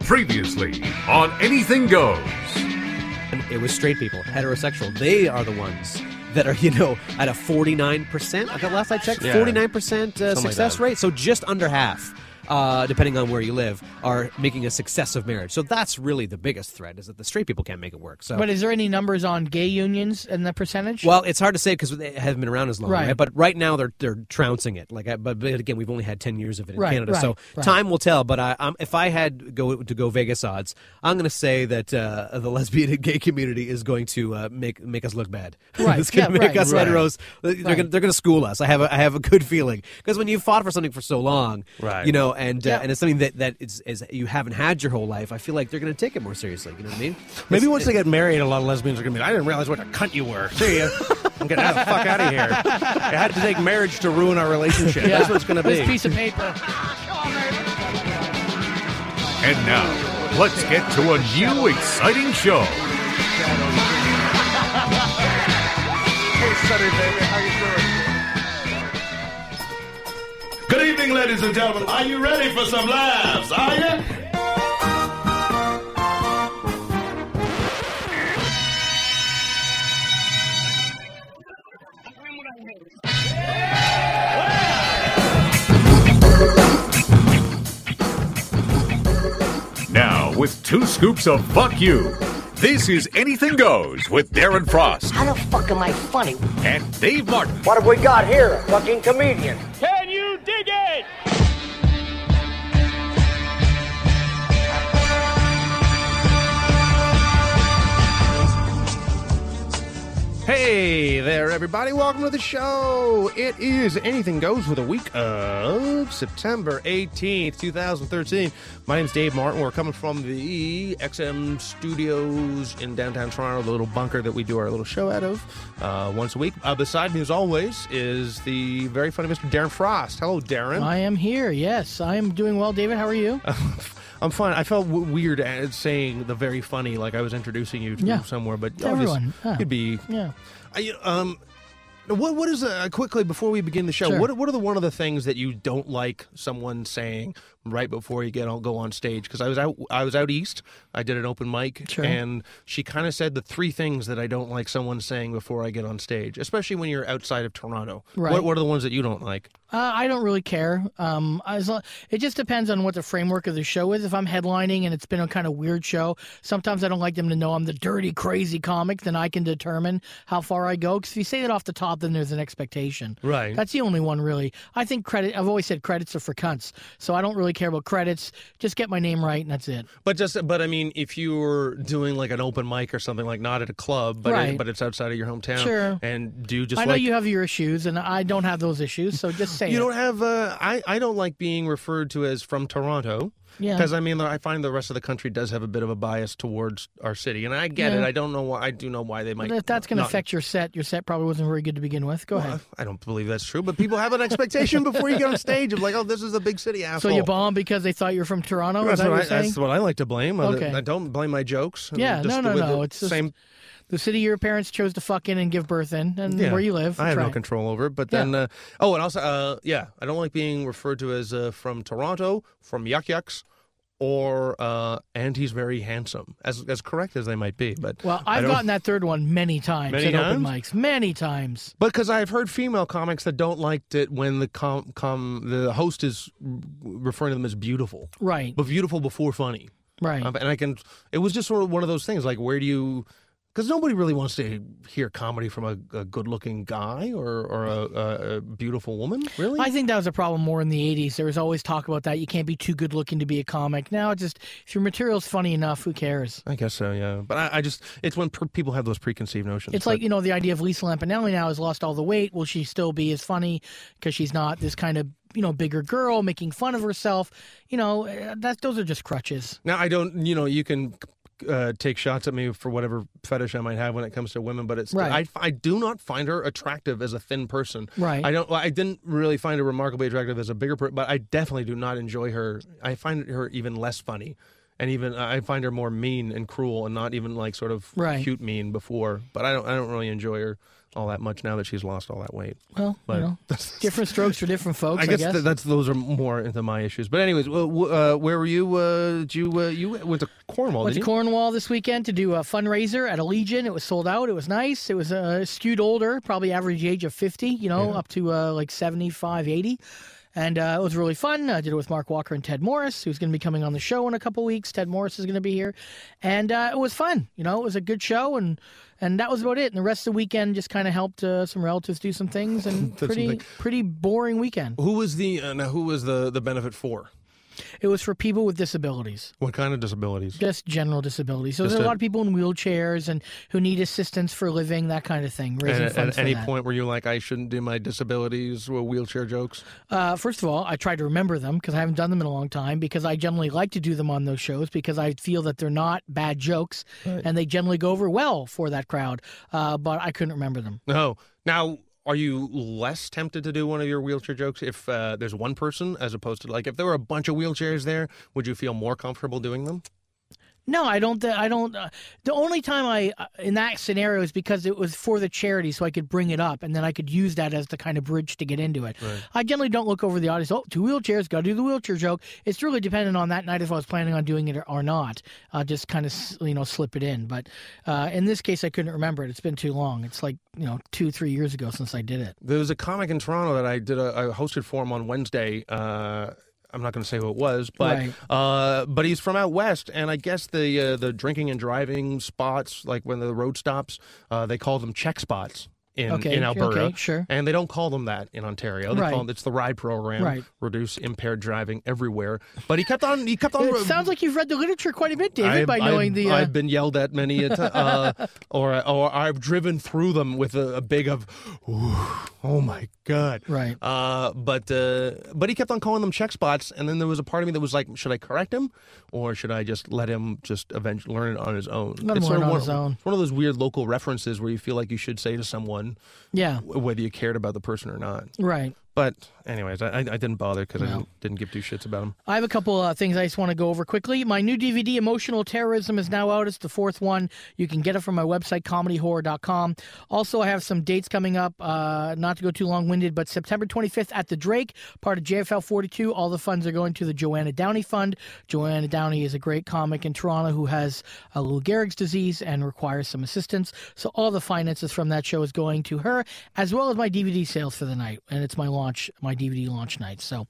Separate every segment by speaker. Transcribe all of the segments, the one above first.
Speaker 1: Previously on Anything Goes.
Speaker 2: And it was straight people, heterosexual. They are the ones that are, you know, at a 49%. I think last I checked,
Speaker 3: Yeah.
Speaker 2: 49% uh,
Speaker 3: Something like
Speaker 2: success
Speaker 3: that.
Speaker 2: rate. So just under half, uh, depending on where you live, are making a success of marriage. So that's really the biggest threat is that the straight people can't make it work. So.
Speaker 4: But is there any numbers on gay unions and the percentage?
Speaker 2: well, it's hard to say because they haven't been around as long, right.
Speaker 4: Right.
Speaker 2: But right now they're they're trouncing it. Like, I, but, but again, we've only had ten years of it in
Speaker 4: Right,
Speaker 2: Canada,
Speaker 4: right,
Speaker 2: so
Speaker 4: right.
Speaker 2: time will tell. But I, i if I had go to go Vegas odds, I'm going to say that uh, the lesbian and gay community is going to uh, make make us look bad.
Speaker 4: Right,
Speaker 2: it's going to
Speaker 4: yeah,
Speaker 2: make
Speaker 4: right.
Speaker 2: us
Speaker 4: Right.
Speaker 2: heteros. They're
Speaker 4: Right.
Speaker 2: going to they're going to school us. I have a, I have a good feeling because when you fought for something for so long,
Speaker 3: Right.
Speaker 2: you know, and uh,
Speaker 4: Yeah.
Speaker 2: and it's something that that is, is you haven't had your whole life. I feel like they're going to take it more seriously. You know what I mean?
Speaker 3: Maybe once they get married, a lot of lesbians are going to be like, I didn't realize what a cunt you were. See ya. I'm getting the fuck out of here. I had to take marriage to ruin our relationship. That's what it's going to
Speaker 4: This
Speaker 3: be.
Speaker 4: piece of paper.
Speaker 1: And now, let's get to a new exciting show.
Speaker 5: Good evening, ladies and gentlemen. Are you ready for some laughs? Are you?
Speaker 1: Now, with two scoops of fuck you, this is Anything Goes with Darren Frost
Speaker 6: How the fuck am I funny?
Speaker 1: and Dave Martin.
Speaker 7: What have we got here? A fucking comedian.
Speaker 5: Can you dig it?
Speaker 3: Hey there, everybody. Welcome to the show. It is Anything Goes with a week of September 18th, 2013. My name's Dave Martin. We're coming from the XM studios in downtown Toronto, the little bunker that we do our little show out of uh, once a week. Uh, beside me, as always, is the very funny Mr. Darren Frost. Hello, Darren.
Speaker 4: I am here. Yes, I am doing well, David. How are you?
Speaker 3: Uh, I'm fine. I felt w- weird at saying the very funny, like I was introducing you to
Speaker 4: Yeah.
Speaker 3: somewhere, but
Speaker 4: To
Speaker 3: obvious-
Speaker 4: everyone, huh.
Speaker 3: you'd be.
Speaker 4: yeah.
Speaker 3: I, um, what what is uh, quickly before we begin the show?
Speaker 4: Sure.
Speaker 3: What what are the one of the things that you don't like someone saying right before you get on go on stage? Because I was out I was out east. I did an open mic,
Speaker 4: Sure.
Speaker 3: and she kind of said the three things that I don't like someone saying before I get on stage, especially when you're outside of Toronto.
Speaker 4: Right.
Speaker 3: What what are the ones that you don't like?
Speaker 4: Uh, I don't really care. Um, as lo- it just depends on what the framework of the show is. If I'm headlining and it's been a kind of weird show, sometimes I don't like them to know I'm the dirty, crazy comic. Then I can determine how far I go. Because if you say that off the top, then there's an expectation.
Speaker 3: Right.
Speaker 4: That's the only one really. I think credit. I've always said credits are for cunts, so I don't really care about credits. Just get my name right, and that's it.
Speaker 3: But just, but I mean, if you're doing like an open mic or something like not at a club, but
Speaker 4: Right.
Speaker 3: but it's outside of your hometown,
Speaker 4: Sure.
Speaker 3: And do you just
Speaker 4: I know
Speaker 3: like
Speaker 4: you have your issues, and I don't have those issues. So just say
Speaker 3: you
Speaker 4: it.
Speaker 3: don't have. Uh, I I don't like being referred to as from Toronto.
Speaker 4: Yeah.
Speaker 3: Because I mean, I find the rest of the country does have a bit of a bias towards our city, and I get it. I don't know why. I do know why they might.
Speaker 4: But if that's going to
Speaker 3: not-
Speaker 4: affect your set, your set probably wasn't very good to begin with. Go ahead.
Speaker 3: I don't believe that's true, but people have an expectation before you get on stage of like, oh, this is a big city
Speaker 4: So
Speaker 3: asshole.
Speaker 4: you bombed because they thought you were from Toronto. Is
Speaker 3: That's
Speaker 4: that
Speaker 3: what,
Speaker 4: what
Speaker 3: I,
Speaker 4: you're saying?
Speaker 3: that's what I like to blame. I-
Speaker 4: Okay.
Speaker 3: I, don't blame my jokes.
Speaker 4: Yeah,
Speaker 3: Just
Speaker 4: no, no,
Speaker 3: the way the
Speaker 4: no. It's just
Speaker 3: same
Speaker 4: the city your parents chose to fuck in and give birth in, and
Speaker 3: Yeah.
Speaker 4: where you live.
Speaker 3: I
Speaker 4: That's
Speaker 3: have no
Speaker 4: right.
Speaker 3: control over it. But
Speaker 4: Yeah.
Speaker 3: then, uh, oh, and also, uh, yeah, I don't like being referred to as uh, from Toronto, from Yuck Yucks, or uh, and he's very handsome, as as correct as they might be. But
Speaker 4: Well,
Speaker 3: I
Speaker 4: I've
Speaker 3: don't-
Speaker 4: gotten that third one many times
Speaker 3: Many
Speaker 4: at open mics. Many times.
Speaker 3: But because I've heard female comics that don't like it when the com, com the host is r- referring to them as beautiful,
Speaker 4: Right.
Speaker 3: but beautiful before funny.
Speaker 4: Right.
Speaker 3: Um, and I can. It was just sort of one of those things. Like, where do you? Because nobody really wants to hear comedy from a, a good-looking guy or or a, a, a beautiful woman. Really,
Speaker 4: I think that was a problem more in the 80s. There was always talk about that. You can't be too good looking to be a comic. Now, it's just if your material's funny enough, who cares?
Speaker 3: I guess so, yeah. But I, I just, it's when per- people have those preconceived notions.
Speaker 4: It's like, you know, the idea of Lisa Lampanelli now has lost all the weight. Will she still be as funny because she's not this kind of, you know, bigger girl making fun of herself? You know, eh, that those are just crutches.
Speaker 3: now I don't, you know, you can uh, take shots at me for whatever fetish I might have when it comes to women, but it's,
Speaker 4: Right.
Speaker 3: I, I do not find her attractive as a thin person.
Speaker 4: Right.
Speaker 3: I don't, I didn't really find her remarkably attractive as a bigger person, but I definitely do not enjoy her. I find her even less funny. And even I find her more mean and cruel, and not even like sort of
Speaker 4: Right.
Speaker 3: cute mean before. But I don't, I don't really enjoy her all that much now that she's lost all that weight.
Speaker 4: Well,
Speaker 3: But-
Speaker 4: you know, different strokes for different folks.
Speaker 3: I guess, th- that's those are more into my issues. But anyways, well, w- uh, where were you? Uh, did you uh, you went to Cornwall?
Speaker 4: Went
Speaker 3: did
Speaker 4: to
Speaker 3: you?
Speaker 4: Cornwall this weekend to do a fundraiser at a Legion. It was sold out. It was nice. It was uh, skewed older, probably average age of 50, you know, up to uh, like 75, 80. And uh, it was really fun. I did it with Mark Walker and Ted Morris, who's going to be coming on the show in a couple weeks. Ted Morris is going to be here. And uh, it was fun. You know, it was a good show. And and that was about it. And the rest of the weekend just kind of helped uh, some relatives do some things. And
Speaker 3: Did some
Speaker 4: pretty,
Speaker 3: thing-
Speaker 4: pretty boring weekend.
Speaker 3: who was the uh, now, who was the the benefit for?
Speaker 4: It was for people with disabilities.
Speaker 3: What kind of disabilities?
Speaker 4: just general disability. So
Speaker 3: Just
Speaker 4: there's a
Speaker 3: a-
Speaker 4: lot of people in wheelchairs and who need assistance for a living, that kind of thing.
Speaker 3: And
Speaker 4: Raising
Speaker 3: at,
Speaker 4: funds
Speaker 3: at
Speaker 4: for
Speaker 3: any
Speaker 4: that.
Speaker 3: point were you like, I shouldn't do my disabilities or wheelchair jokes?
Speaker 4: Uh, first of all, I try to remember them because I haven't done them in a long time. Because I generally like to do them on those shows because I feel that they're not bad jokes and they generally go over well for that crowd. Uh, but I couldn't remember them.
Speaker 3: No. Now, are you less tempted to do one of your wheelchair jokes if uh, there's one person as opposed to like if there were a bunch of wheelchairs there? Would you feel more comfortable doing them?
Speaker 4: No, I don't. th- I don't. Uh, the only time I uh, in that scenario is because it was for the charity, so I could bring it up, and then I could use that as the kind of bridge to get into it. I generally don't look over the audience. Oh, two wheelchairs, got to do the wheelchair joke. It's really dependent on that night if I was planning on doing it or, or not. Uh, just kind of you know slip it in. But uh, in this case, I couldn't remember it. It's been too long. It's like you know two, three years ago since I did it.
Speaker 3: There was a comic in Toronto that I did a I hosted for him on Wednesday. Uh, I'm not going to say who it was, but
Speaker 4: Right.
Speaker 3: uh, but he's from out west, and I guess the uh, the drinking and driving spots, like when the road stops, uh, they call them check spots in
Speaker 4: Okay,
Speaker 3: in
Speaker 4: sure,
Speaker 3: Alberta,
Speaker 4: okay, sure.
Speaker 3: and they don't call them that in Ontario. They
Speaker 4: Right.
Speaker 3: call them, it's the ride program,
Speaker 4: Right.
Speaker 3: reduce impaired driving everywhere. But he kept on he kept on.
Speaker 4: It sounds like you've read the literature quite a bit, David,
Speaker 3: I've-
Speaker 4: by knowing
Speaker 3: I've-
Speaker 4: the. Uh,
Speaker 3: I've been yelled at many a time, uh, or or I've driven through them with a, a big of, "Ooh, oh my god,
Speaker 4: Right.
Speaker 3: Uh, but uh, but he kept on calling them check spots, and then there was a part of me that was like, should I correct him, or should I just let him just eventually learn it on his own?
Speaker 4: Let him
Speaker 3: It's sort
Speaker 4: learn
Speaker 3: of
Speaker 4: on
Speaker 3: one-
Speaker 4: his own.
Speaker 3: It's one of those weird local references where you feel like you should say to someone
Speaker 4: yeah.
Speaker 3: w- whether you cared about the person or not.
Speaker 4: Right.
Speaker 3: But anyways, I, I I didn't bother because I didn't, didn't give two shits about him.
Speaker 4: I have a couple uh, things I just want to go over quickly. My new DVD, Emotional Terrorism, is now out. It's the fourth one. You can get it from my website, comedyhorror.com. Also, I have some dates coming up, uh, not to go too long winded, but September 25th at the Drake, part of JFL 42. All the funds are going to the Joanna Downey Fund. Joanna Downey is a great comic in Toronto who has uh, Lou Gehrig's disease and requires some assistance. So, all the finances from that show is going to her, as well as my DVD sales for the night. And it's my launch, my DVD launch night. So,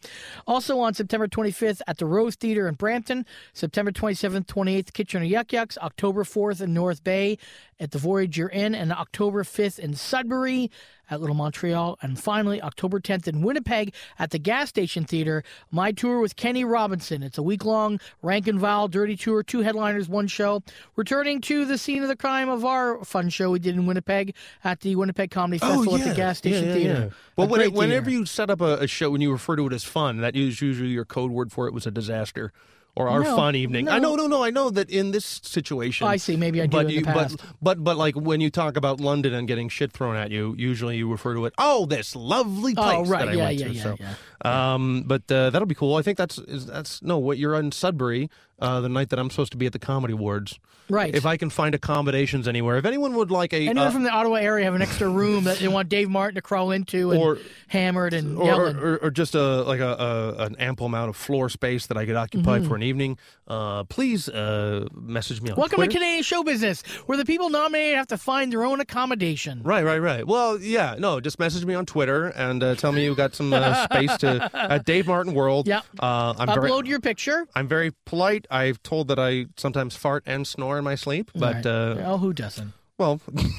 Speaker 4: also on September 25th at the Rose Theater in Brampton, September 27th, 28th, Kitchener Yuck Yucks, October 4th in North Bay at the Voyager Inn, and October 5th in Sudbury at Little Montreal, and finally October 10th in Winnipeg at the Gas Station Theater. My tour with Kenny Robinson. It's a week long rank and file dirty tour, two headliners, one show. Returning to the scene of the crime of our fun show we did in Winnipeg at the Winnipeg Comedy
Speaker 3: Oh,
Speaker 4: Festival at the Gas Station Theater.
Speaker 3: Well,
Speaker 4: A
Speaker 3: when
Speaker 4: great
Speaker 3: whenever
Speaker 4: theater.
Speaker 3: you set up a, a show and you refer to it as fun, that is usually your code word for it was a disaster or our
Speaker 4: No,
Speaker 3: fun evening. I
Speaker 4: no.
Speaker 3: know, no, no. I know that in this situation.
Speaker 4: I see, maybe I do
Speaker 3: But
Speaker 4: in the
Speaker 3: you,
Speaker 4: past.
Speaker 3: but but but like when you talk about London and getting shit thrown at you, usually you refer to it. Oh, this lovely place.
Speaker 4: Oh, right,
Speaker 3: That I
Speaker 4: yeah,
Speaker 3: went
Speaker 4: yeah,
Speaker 3: to,
Speaker 4: yeah,
Speaker 3: so. Um, but uh, that'll be cool. I think that's is, that's no. What you're in Sudbury uh, the night that I'm supposed to be at the Comedy Awards.
Speaker 4: Right.
Speaker 3: If I can find accommodations anywhere, if anyone would like a
Speaker 4: Anyone
Speaker 3: uh,
Speaker 4: from the Ottawa area have an extra room that they want Dave Martin to crawl into and
Speaker 3: Or-
Speaker 4: hammered and
Speaker 3: or,
Speaker 4: yelling?
Speaker 3: or, or just a like a, a an ample amount of floor space that I could occupy
Speaker 4: Mm-hmm.
Speaker 3: for an evening, uh, please uh, message me on
Speaker 4: Welcome
Speaker 3: Twitter.
Speaker 4: to Canadian show business, where the people nominated have to find their own accommodation.
Speaker 3: Right, right, right. Well, yeah, no, just message me on Twitter and uh, tell me you got some uh, space to at Dave Martin World.
Speaker 4: Yep.
Speaker 3: uh, I'm
Speaker 4: Upload
Speaker 3: very.
Speaker 4: your picture.
Speaker 3: I'm very polite. I've told that I sometimes fart and snore in my sleep, but
Speaker 4: Right.
Speaker 3: uh,
Speaker 4: oh, who doesn't?
Speaker 3: well,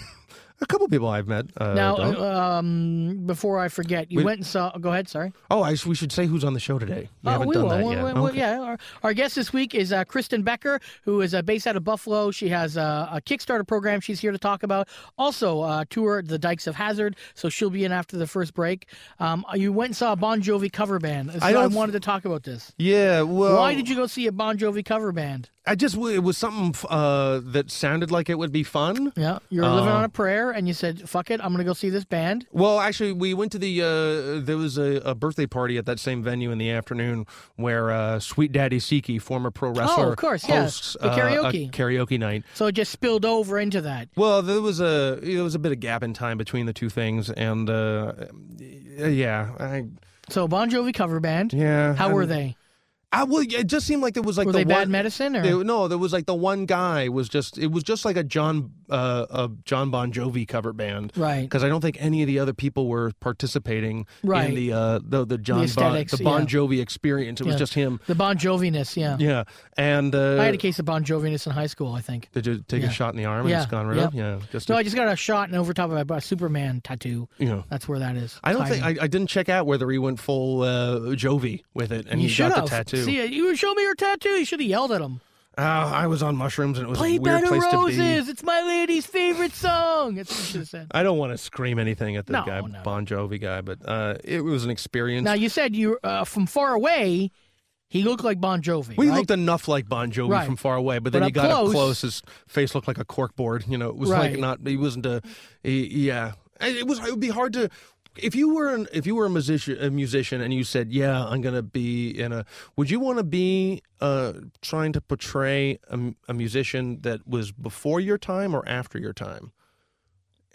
Speaker 3: a couple people I've met. Uh,
Speaker 4: Now,
Speaker 3: don't.
Speaker 4: uh, um, before I forget, you went and saw. Go ahead. Sorry.
Speaker 3: oh, I, we should say who's on the show today. We haven't
Speaker 4: Uh, Oh, we
Speaker 3: done
Speaker 4: will.
Speaker 3: that
Speaker 4: Well,
Speaker 3: yet.
Speaker 4: well, well,
Speaker 3: Okay.
Speaker 4: yeah. Our, our guest this week is uh, Kristen Becker, who is uh, based out of Buffalo. She has uh, a Kickstarter program she's here to talk about. Also, uh, tour the Dykes of Hazard, so she'll be in after the first break. Um, you went and saw a Bon Jovi cover band. So I,
Speaker 3: don't- Oh.
Speaker 4: wanted to talk about this.
Speaker 3: Yeah, well,
Speaker 4: Why did you go see a Bon Jovi cover band?
Speaker 3: I just it was something uh, that sounded like it would be fun.
Speaker 4: Yeah, you
Speaker 3: Oh.
Speaker 4: were living on a prayer, and you said, "Fuck it, I'm gonna go see this band."
Speaker 3: Well, actually, we went to the uh, there was a, a birthday party at that same venue in the afternoon where uh, Sweet Daddy Siki, former pro wrestler,
Speaker 4: Oh, of course, yeah.
Speaker 3: hosts
Speaker 4: The
Speaker 3: uh,
Speaker 4: karaoke.
Speaker 3: a karaoke night.
Speaker 4: So it just spilled over into that.
Speaker 3: Well, there was a there was a bit of gap in time between the two things, and uh, yeah, I
Speaker 4: So Bon Jovi cover band.
Speaker 3: Yeah,
Speaker 4: How were
Speaker 3: and-
Speaker 4: they?
Speaker 3: I well, it just seemed like there was like
Speaker 4: Were
Speaker 3: the
Speaker 4: they
Speaker 3: one,
Speaker 4: bad medicine or?
Speaker 3: There- no, there was like the one guy was just it was just like a John uh, a John Bon Jovi cover band,
Speaker 4: Right.
Speaker 3: Because I don't think any of the other people were participating
Speaker 4: Right.
Speaker 3: in the uh, the the John bon,
Speaker 4: aesthetics,
Speaker 3: the Bon
Speaker 4: yeah.
Speaker 3: Jovi experience. It was
Speaker 4: Yeah.
Speaker 3: just him,
Speaker 4: The Bon Joviness, yeah.
Speaker 3: yeah. And uh,
Speaker 4: I had a case of Bon Joviness in high school, I think.
Speaker 3: did you take
Speaker 4: Yeah.
Speaker 3: a shot in the arm
Speaker 4: Yeah,
Speaker 3: and it's gone rid
Speaker 4: yep.
Speaker 3: of? Yeah, just
Speaker 4: No, I Uh, just got a shot and over top of my Superman tattoo.
Speaker 3: you know.
Speaker 4: That's where that is.
Speaker 3: I don't think
Speaker 4: Hiding.
Speaker 3: I, I didn't check out whether he went full uh, Jovi with it, and
Speaker 4: you
Speaker 3: he
Speaker 4: should
Speaker 3: got
Speaker 4: have
Speaker 3: the tattoo.
Speaker 4: See, you show me your tattoo. You should have yelled at him.
Speaker 3: Uh, I was on mushrooms, and it was
Speaker 4: Play
Speaker 3: a weird
Speaker 4: Better
Speaker 3: place to be.
Speaker 4: Roses. It's my lady's favorite song. That's what you should have said.
Speaker 3: I don't want to scream anything at the
Speaker 4: No,
Speaker 3: guy,
Speaker 4: no.
Speaker 3: Bon Jovi guy, but uh, it was an experience.
Speaker 4: Now you said you uh, from far away. He looked like Bon Jovi.
Speaker 3: we
Speaker 4: right?
Speaker 3: looked enough like Bon Jovi
Speaker 4: Right.
Speaker 3: from far away, but
Speaker 4: But
Speaker 3: then he
Speaker 4: up
Speaker 3: got
Speaker 4: close-
Speaker 3: up close. His face looked like a cork board. You know, it was
Speaker 4: Right.
Speaker 3: like not. He wasn't a. he- yeah, And it was. It would be hard to. If you were an, if you were a musician, a musician, and you said, "Yeah, I'm gonna be in a," would you want to be uh, trying to portray a, m- a musician that was before your time or after your time?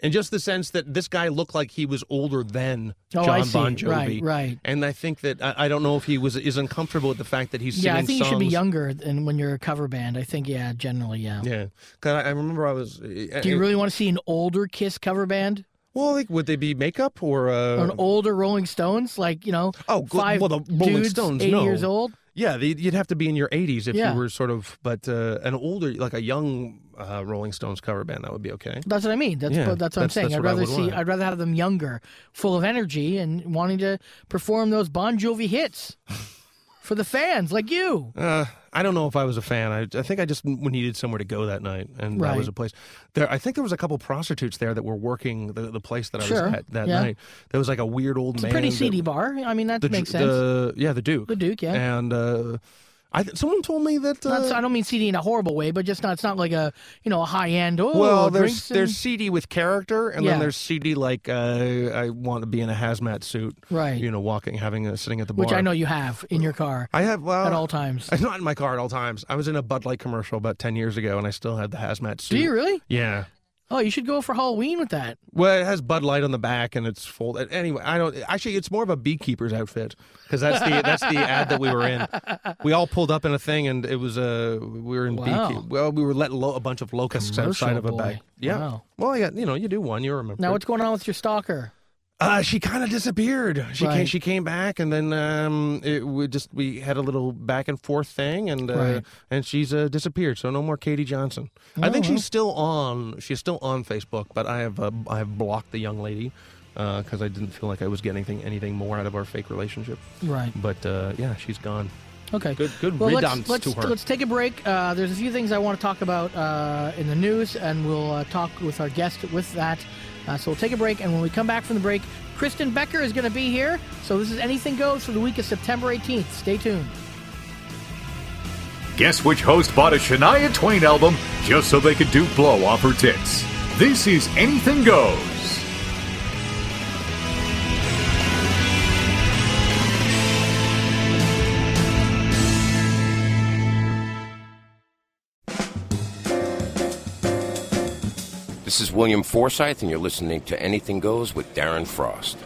Speaker 3: And just the sense that this guy looked like he was older than
Speaker 4: Oh,
Speaker 3: John
Speaker 4: I see.
Speaker 3: Bon Jovi,
Speaker 4: Right, right.
Speaker 3: And I think that I, I don't know if he was is uncomfortable with the fact that he's
Speaker 4: Yeah, I
Speaker 3: singing
Speaker 4: think you should be
Speaker 3: songs-
Speaker 4: younger than when you're a cover band. I think, yeah, generally, yeah.
Speaker 3: Yeah, because I, I remember I was. eh,
Speaker 4: Do you really want to see an older Kiss cover band
Speaker 3: well, like, would they be makeup or?
Speaker 4: or
Speaker 3: Uh,
Speaker 4: an older Rolling Stones? Like you know,
Speaker 3: Oh, good-
Speaker 4: five
Speaker 3: well, the Rolling
Speaker 4: dudes,
Speaker 3: Stones,
Speaker 4: 80
Speaker 3: no.
Speaker 4: years old.
Speaker 3: yeah, they, you'd have to be in your 80s if
Speaker 4: Yeah.
Speaker 3: you were sort of, but uh, an older, like a young uh, Rolling Stones cover band, that would be okay.
Speaker 4: That's what I mean. That's
Speaker 3: Yeah,
Speaker 4: but that's what I'm
Speaker 3: that's-
Speaker 4: saying.
Speaker 3: that's
Speaker 4: I'd
Speaker 3: what I
Speaker 4: rather
Speaker 3: would
Speaker 4: see.
Speaker 3: want.
Speaker 4: I'd rather have them younger, full of energy, and wanting to perform those Bon Jovi hits for the fans like you.
Speaker 3: Uh, I don't know if I was a fan. I, I think I just n- needed somewhere to go that night, and that
Speaker 4: Right.
Speaker 3: was a place. There, I think there was a couple prostitutes there that were working the, the place that I
Speaker 4: Sure,
Speaker 3: was at that
Speaker 4: yeah.
Speaker 3: night. There was like a weird old
Speaker 4: It's a
Speaker 3: man.
Speaker 4: pretty
Speaker 3: that-
Speaker 4: seedy bar. I mean, that
Speaker 3: the,
Speaker 4: makes
Speaker 3: Ju-
Speaker 4: sense.
Speaker 3: the- yeah, the Duke.
Speaker 4: The Duke, yeah.
Speaker 3: And uh, I th- someone told me that. Uh,
Speaker 4: Not- I don't mean seedy in a horrible way, but just not. It's not like a you know a high end. Oh,
Speaker 3: Well, there's
Speaker 4: drinks and-
Speaker 3: there's CD with character, and
Speaker 4: Yeah.
Speaker 3: then there's CD like uh, I want to be in a hazmat suit,
Speaker 4: Right.
Speaker 3: You know, walking, having a sitting at the bar.
Speaker 4: which I know you have in your car
Speaker 3: I have well
Speaker 4: at all times.
Speaker 3: I'm not in my car at all times. I was in a Bud Light commercial about ten years ago, and I still had the hazmat suit.
Speaker 4: Do you really?
Speaker 3: Yeah.
Speaker 4: Oh, you should go for Halloween with that.
Speaker 3: Well, it has Bud Light on the back, and it's full. Anyway, I don't. Actually, it's more of a beekeeper's outfit because that's the that's the ad that we were in. We all pulled up in a thing, and it was uh, we were in
Speaker 4: Wow.
Speaker 3: beekeep. Well, we were letting lo- a bunch of locusts outside of a
Speaker 4: Commercial boy.
Speaker 3: bag. Yeah.
Speaker 4: Wow.
Speaker 3: Well, yeah, you know, you do one, you remember.
Speaker 4: Now, what's going on with your stalker?
Speaker 3: Uh, she kind of disappeared. She came,
Speaker 4: Right.
Speaker 3: she came back, and then um, it we just we had a little back and forth thing, and uh,
Speaker 4: Right.
Speaker 3: and she's uh, disappeared. So no more Katie Johnson. I
Speaker 4: Oh,
Speaker 3: think she's still on. She's still on Facebook, but I have uh, I have blocked the young lady because I didn't feel like I was getting anything anything more out of our fake relationship.
Speaker 4: Right.
Speaker 3: But uh, yeah, she's gone.
Speaker 4: Okay.
Speaker 3: Good- good
Speaker 4: well, let's,
Speaker 3: riddance
Speaker 4: let's,
Speaker 3: to her.
Speaker 4: Let's take a break. Uh, there's a few things I want to talk about uh, in the news, and we'll uh, talk with our guest with that. Uh, so we'll take a break, and when we come back from the break, Kristen Becker is going to be here. So this is Anything Goes for the week of September 18th. Stay tuned.
Speaker 1: Guess which host bought a Shania Twain album just so they could do blow off her tits? This is Anything Goes.
Speaker 6: This is William Forsythe, and you're listening to Anything Goes with Darren Frost.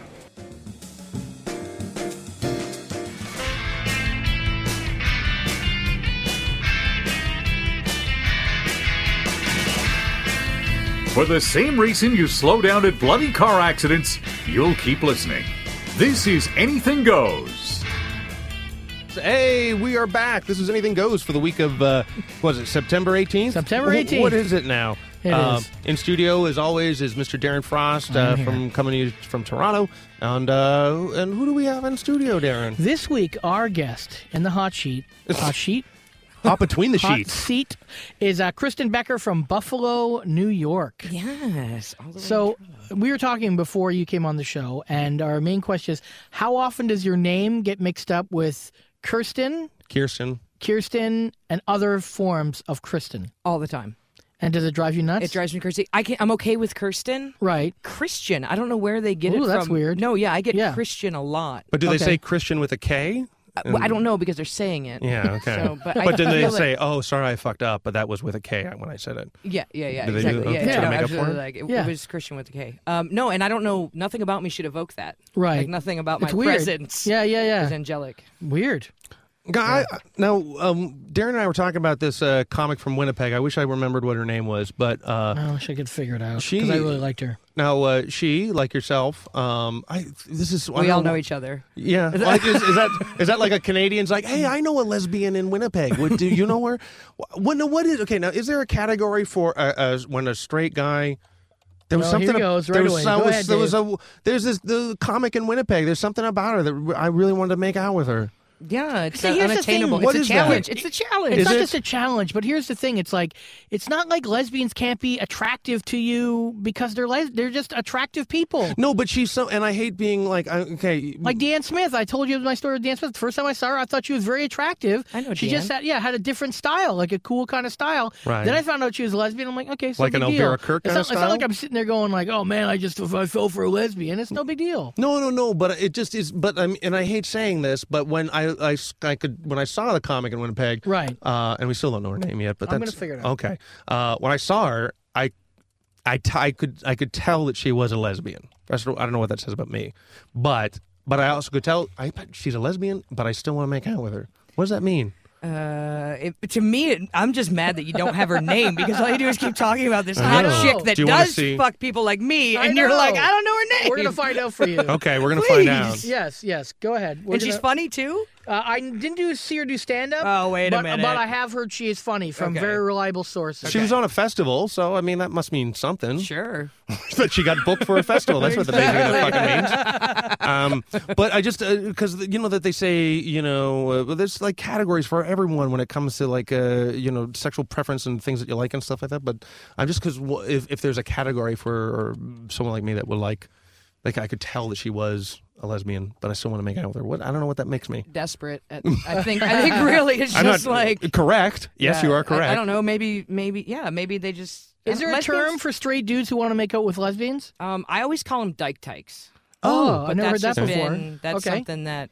Speaker 1: For the same reason you slow down at bloody car accidents, you'll keep listening. This is Anything Goes.
Speaker 3: Hey, we are back. This is Anything Goes for the week of, uh, was it September 18th?
Speaker 4: September
Speaker 3: Wh-
Speaker 4: 18th.
Speaker 3: What is it now?
Speaker 4: It
Speaker 3: Um,
Speaker 4: is.
Speaker 3: In studio, as always, is Mr. Darren Frost uh, from coming to you from Toronto. And uh, and who do we have in studio, Darren?
Speaker 4: This week, our guest in the hot sheet, hot sheet,
Speaker 3: Hop between the
Speaker 4: hot seat, is uh, Kristen Becker from Buffalo, New York.
Speaker 8: Yes. all the way
Speaker 4: So
Speaker 8: through.
Speaker 4: we were talking before you came on the show, and our main question is: How often does your name get mixed up with Kirsten
Speaker 3: Kirsten.
Speaker 4: Kirsten, and other forms of Kristen?
Speaker 8: all the time.
Speaker 4: And does it drive you nuts?
Speaker 8: It drives me crazy. I can I'm okay with Kirsten.
Speaker 4: right.
Speaker 8: Christian. I don't know where they get it
Speaker 4: Ooh,
Speaker 8: from.
Speaker 4: that's weird.
Speaker 8: No, yeah, I get
Speaker 4: Yeah.
Speaker 8: Christian a lot. Uh,
Speaker 3: But do they
Speaker 4: Okay.
Speaker 3: say Christian with a K?
Speaker 8: Well, I don't know because they're saying it.
Speaker 3: Yeah, okay.
Speaker 8: So, but I
Speaker 3: but then they
Speaker 8: feel it-
Speaker 3: say, "Oh, sorry, I fucked up," but that was with a K when I said it.
Speaker 8: Yeah, yeah, yeah,
Speaker 3: Do they do that?
Speaker 8: exactly. yeah,
Speaker 3: Try to
Speaker 8: yeah, no,
Speaker 3: make up for
Speaker 8: absolutely.
Speaker 3: it?
Speaker 8: Like, it,
Speaker 4: Yeah.
Speaker 8: it was Christian with a K. Um, no, and I don't know. Nothing about me should evoke that.
Speaker 4: Right.
Speaker 8: Like nothing about
Speaker 4: It's
Speaker 8: my
Speaker 4: weird.
Speaker 8: presence.
Speaker 4: Yeah, yeah,
Speaker 8: Is
Speaker 4: yeah.
Speaker 8: angelic.
Speaker 4: Weird.
Speaker 3: Guy, now um, Darren and I were talking about this uh, comic from Winnipeg. I wish I remembered what her name was, but uh,
Speaker 4: I wish I could figure it out
Speaker 3: She-
Speaker 4: because I really liked her.
Speaker 3: now uh, she, like yourself, um, I this is I
Speaker 8: We all
Speaker 3: don't-
Speaker 8: know each other.
Speaker 3: Yeah, like is, is that is that like a Canadian's like, hey, I know a lesbian in Winnipeg. What, do you know her? What? No, what is okay? Now, is there a category for uh, uh, when a straight guy? There was
Speaker 4: No, here
Speaker 3: something.
Speaker 4: he goes, right
Speaker 3: there was,
Speaker 4: away.
Speaker 3: some-
Speaker 4: Go ahead,
Speaker 3: there was a there's this the comic in Winnipeg. There's something about her that I really wanted to make out with her.
Speaker 8: Yeah, it's
Speaker 4: See,
Speaker 8: uh,
Speaker 4: here's the
Speaker 8: unattainable.
Speaker 4: thing.
Speaker 3: What
Speaker 8: it's
Speaker 3: is
Speaker 8: a
Speaker 3: that?
Speaker 8: challenge. It's a challenge.
Speaker 4: It's
Speaker 3: Is
Speaker 4: not
Speaker 3: it-
Speaker 4: just a challenge, but here's the thing: it's like it's not like lesbians can't be attractive to you because they're les- they're just attractive people.
Speaker 3: No, but she's so, and I hate being like, I, okay,
Speaker 4: Like Dan Smith, I told you my story with Dan Smith. The first time I saw her, I thought she was very attractive.
Speaker 8: I know
Speaker 4: she
Speaker 8: Dan.
Speaker 4: just had yeah had a different style, like a cool kind of style.
Speaker 3: Right.
Speaker 4: Then I found out she was a lesbian. I'm like, okay, so
Speaker 3: Like
Speaker 4: big
Speaker 3: an
Speaker 4: deal.
Speaker 3: Elvira Kirk
Speaker 4: It's
Speaker 3: kind
Speaker 4: not,
Speaker 3: of
Speaker 4: It's not like
Speaker 3: style?
Speaker 4: I'm sitting there going like, oh man, I just I fell for a lesbian. It's no big deal.
Speaker 3: No, no, no. But it just is. But I'm, and I hate saying this. But when I, I, I could, when I saw the comic in Winnipeg,
Speaker 4: Right.
Speaker 3: Uh, and we still don't know her name yet. But
Speaker 4: I'm
Speaker 3: that's,
Speaker 4: gonna figure it out.
Speaker 3: Okay. Uh, when I saw her, I, I, t- I could, I could tell that she was a lesbian. That's, I don't know what that says about me, but, but I also could tell I, she's a lesbian. But I still want to make out with her. What does that mean?
Speaker 8: Uh, it, to me, it, I'm just mad that you don't have her name because all you do is keep talking about this
Speaker 3: I
Speaker 8: hot
Speaker 3: know.
Speaker 8: chick that
Speaker 3: Do you wanna
Speaker 8: does
Speaker 3: see-
Speaker 8: fuck people like me,
Speaker 4: I
Speaker 8: and you're like,
Speaker 4: know.
Speaker 8: I don't know her name.
Speaker 4: We're gonna find out for you.
Speaker 3: Okay, we're gonna find out.
Speaker 4: Yes, yes. Go ahead. We're
Speaker 8: and she's
Speaker 4: gonna-
Speaker 8: funny too.
Speaker 4: Uh, I didn't do see her do stand up.
Speaker 8: Oh, wait a
Speaker 4: but,
Speaker 8: minute.
Speaker 4: But I have heard she is funny from
Speaker 8: Okay.
Speaker 4: very reliable sources.
Speaker 3: She was on a festival, so I mean that must mean something.
Speaker 8: Sure.
Speaker 3: that she got booked for a festival. That's what the big thing fucking means. Um, but I just because you know that they say you know uh, well, there's like categories for everyone when it comes to like uh, you know sexual preference and things that you like and stuff like that. But I'm just because if if there's a category for someone like me that would like like I could tell that she was a lesbian, but I still want to make out with her. What I don't know what that makes me.
Speaker 8: Desperate. At, I think. I think really it's
Speaker 3: I'm
Speaker 8: just
Speaker 3: not
Speaker 8: like.
Speaker 3: correct. Yes,
Speaker 8: yeah,
Speaker 3: you
Speaker 8: I-
Speaker 3: are correct.
Speaker 8: I, don't know. Maybe. Maybe. Yeah. Maybe they just. uh,
Speaker 4: Is there a
Speaker 8: lesbians-
Speaker 4: term for straight dudes who want to make out with lesbians?
Speaker 8: Um, I always call them dyke tykes.
Speaker 4: Oh, I
Speaker 8: but
Speaker 4: never heard
Speaker 8: that's
Speaker 4: that
Speaker 8: just
Speaker 4: before.
Speaker 8: Been, that's
Speaker 4: Okay.
Speaker 8: something that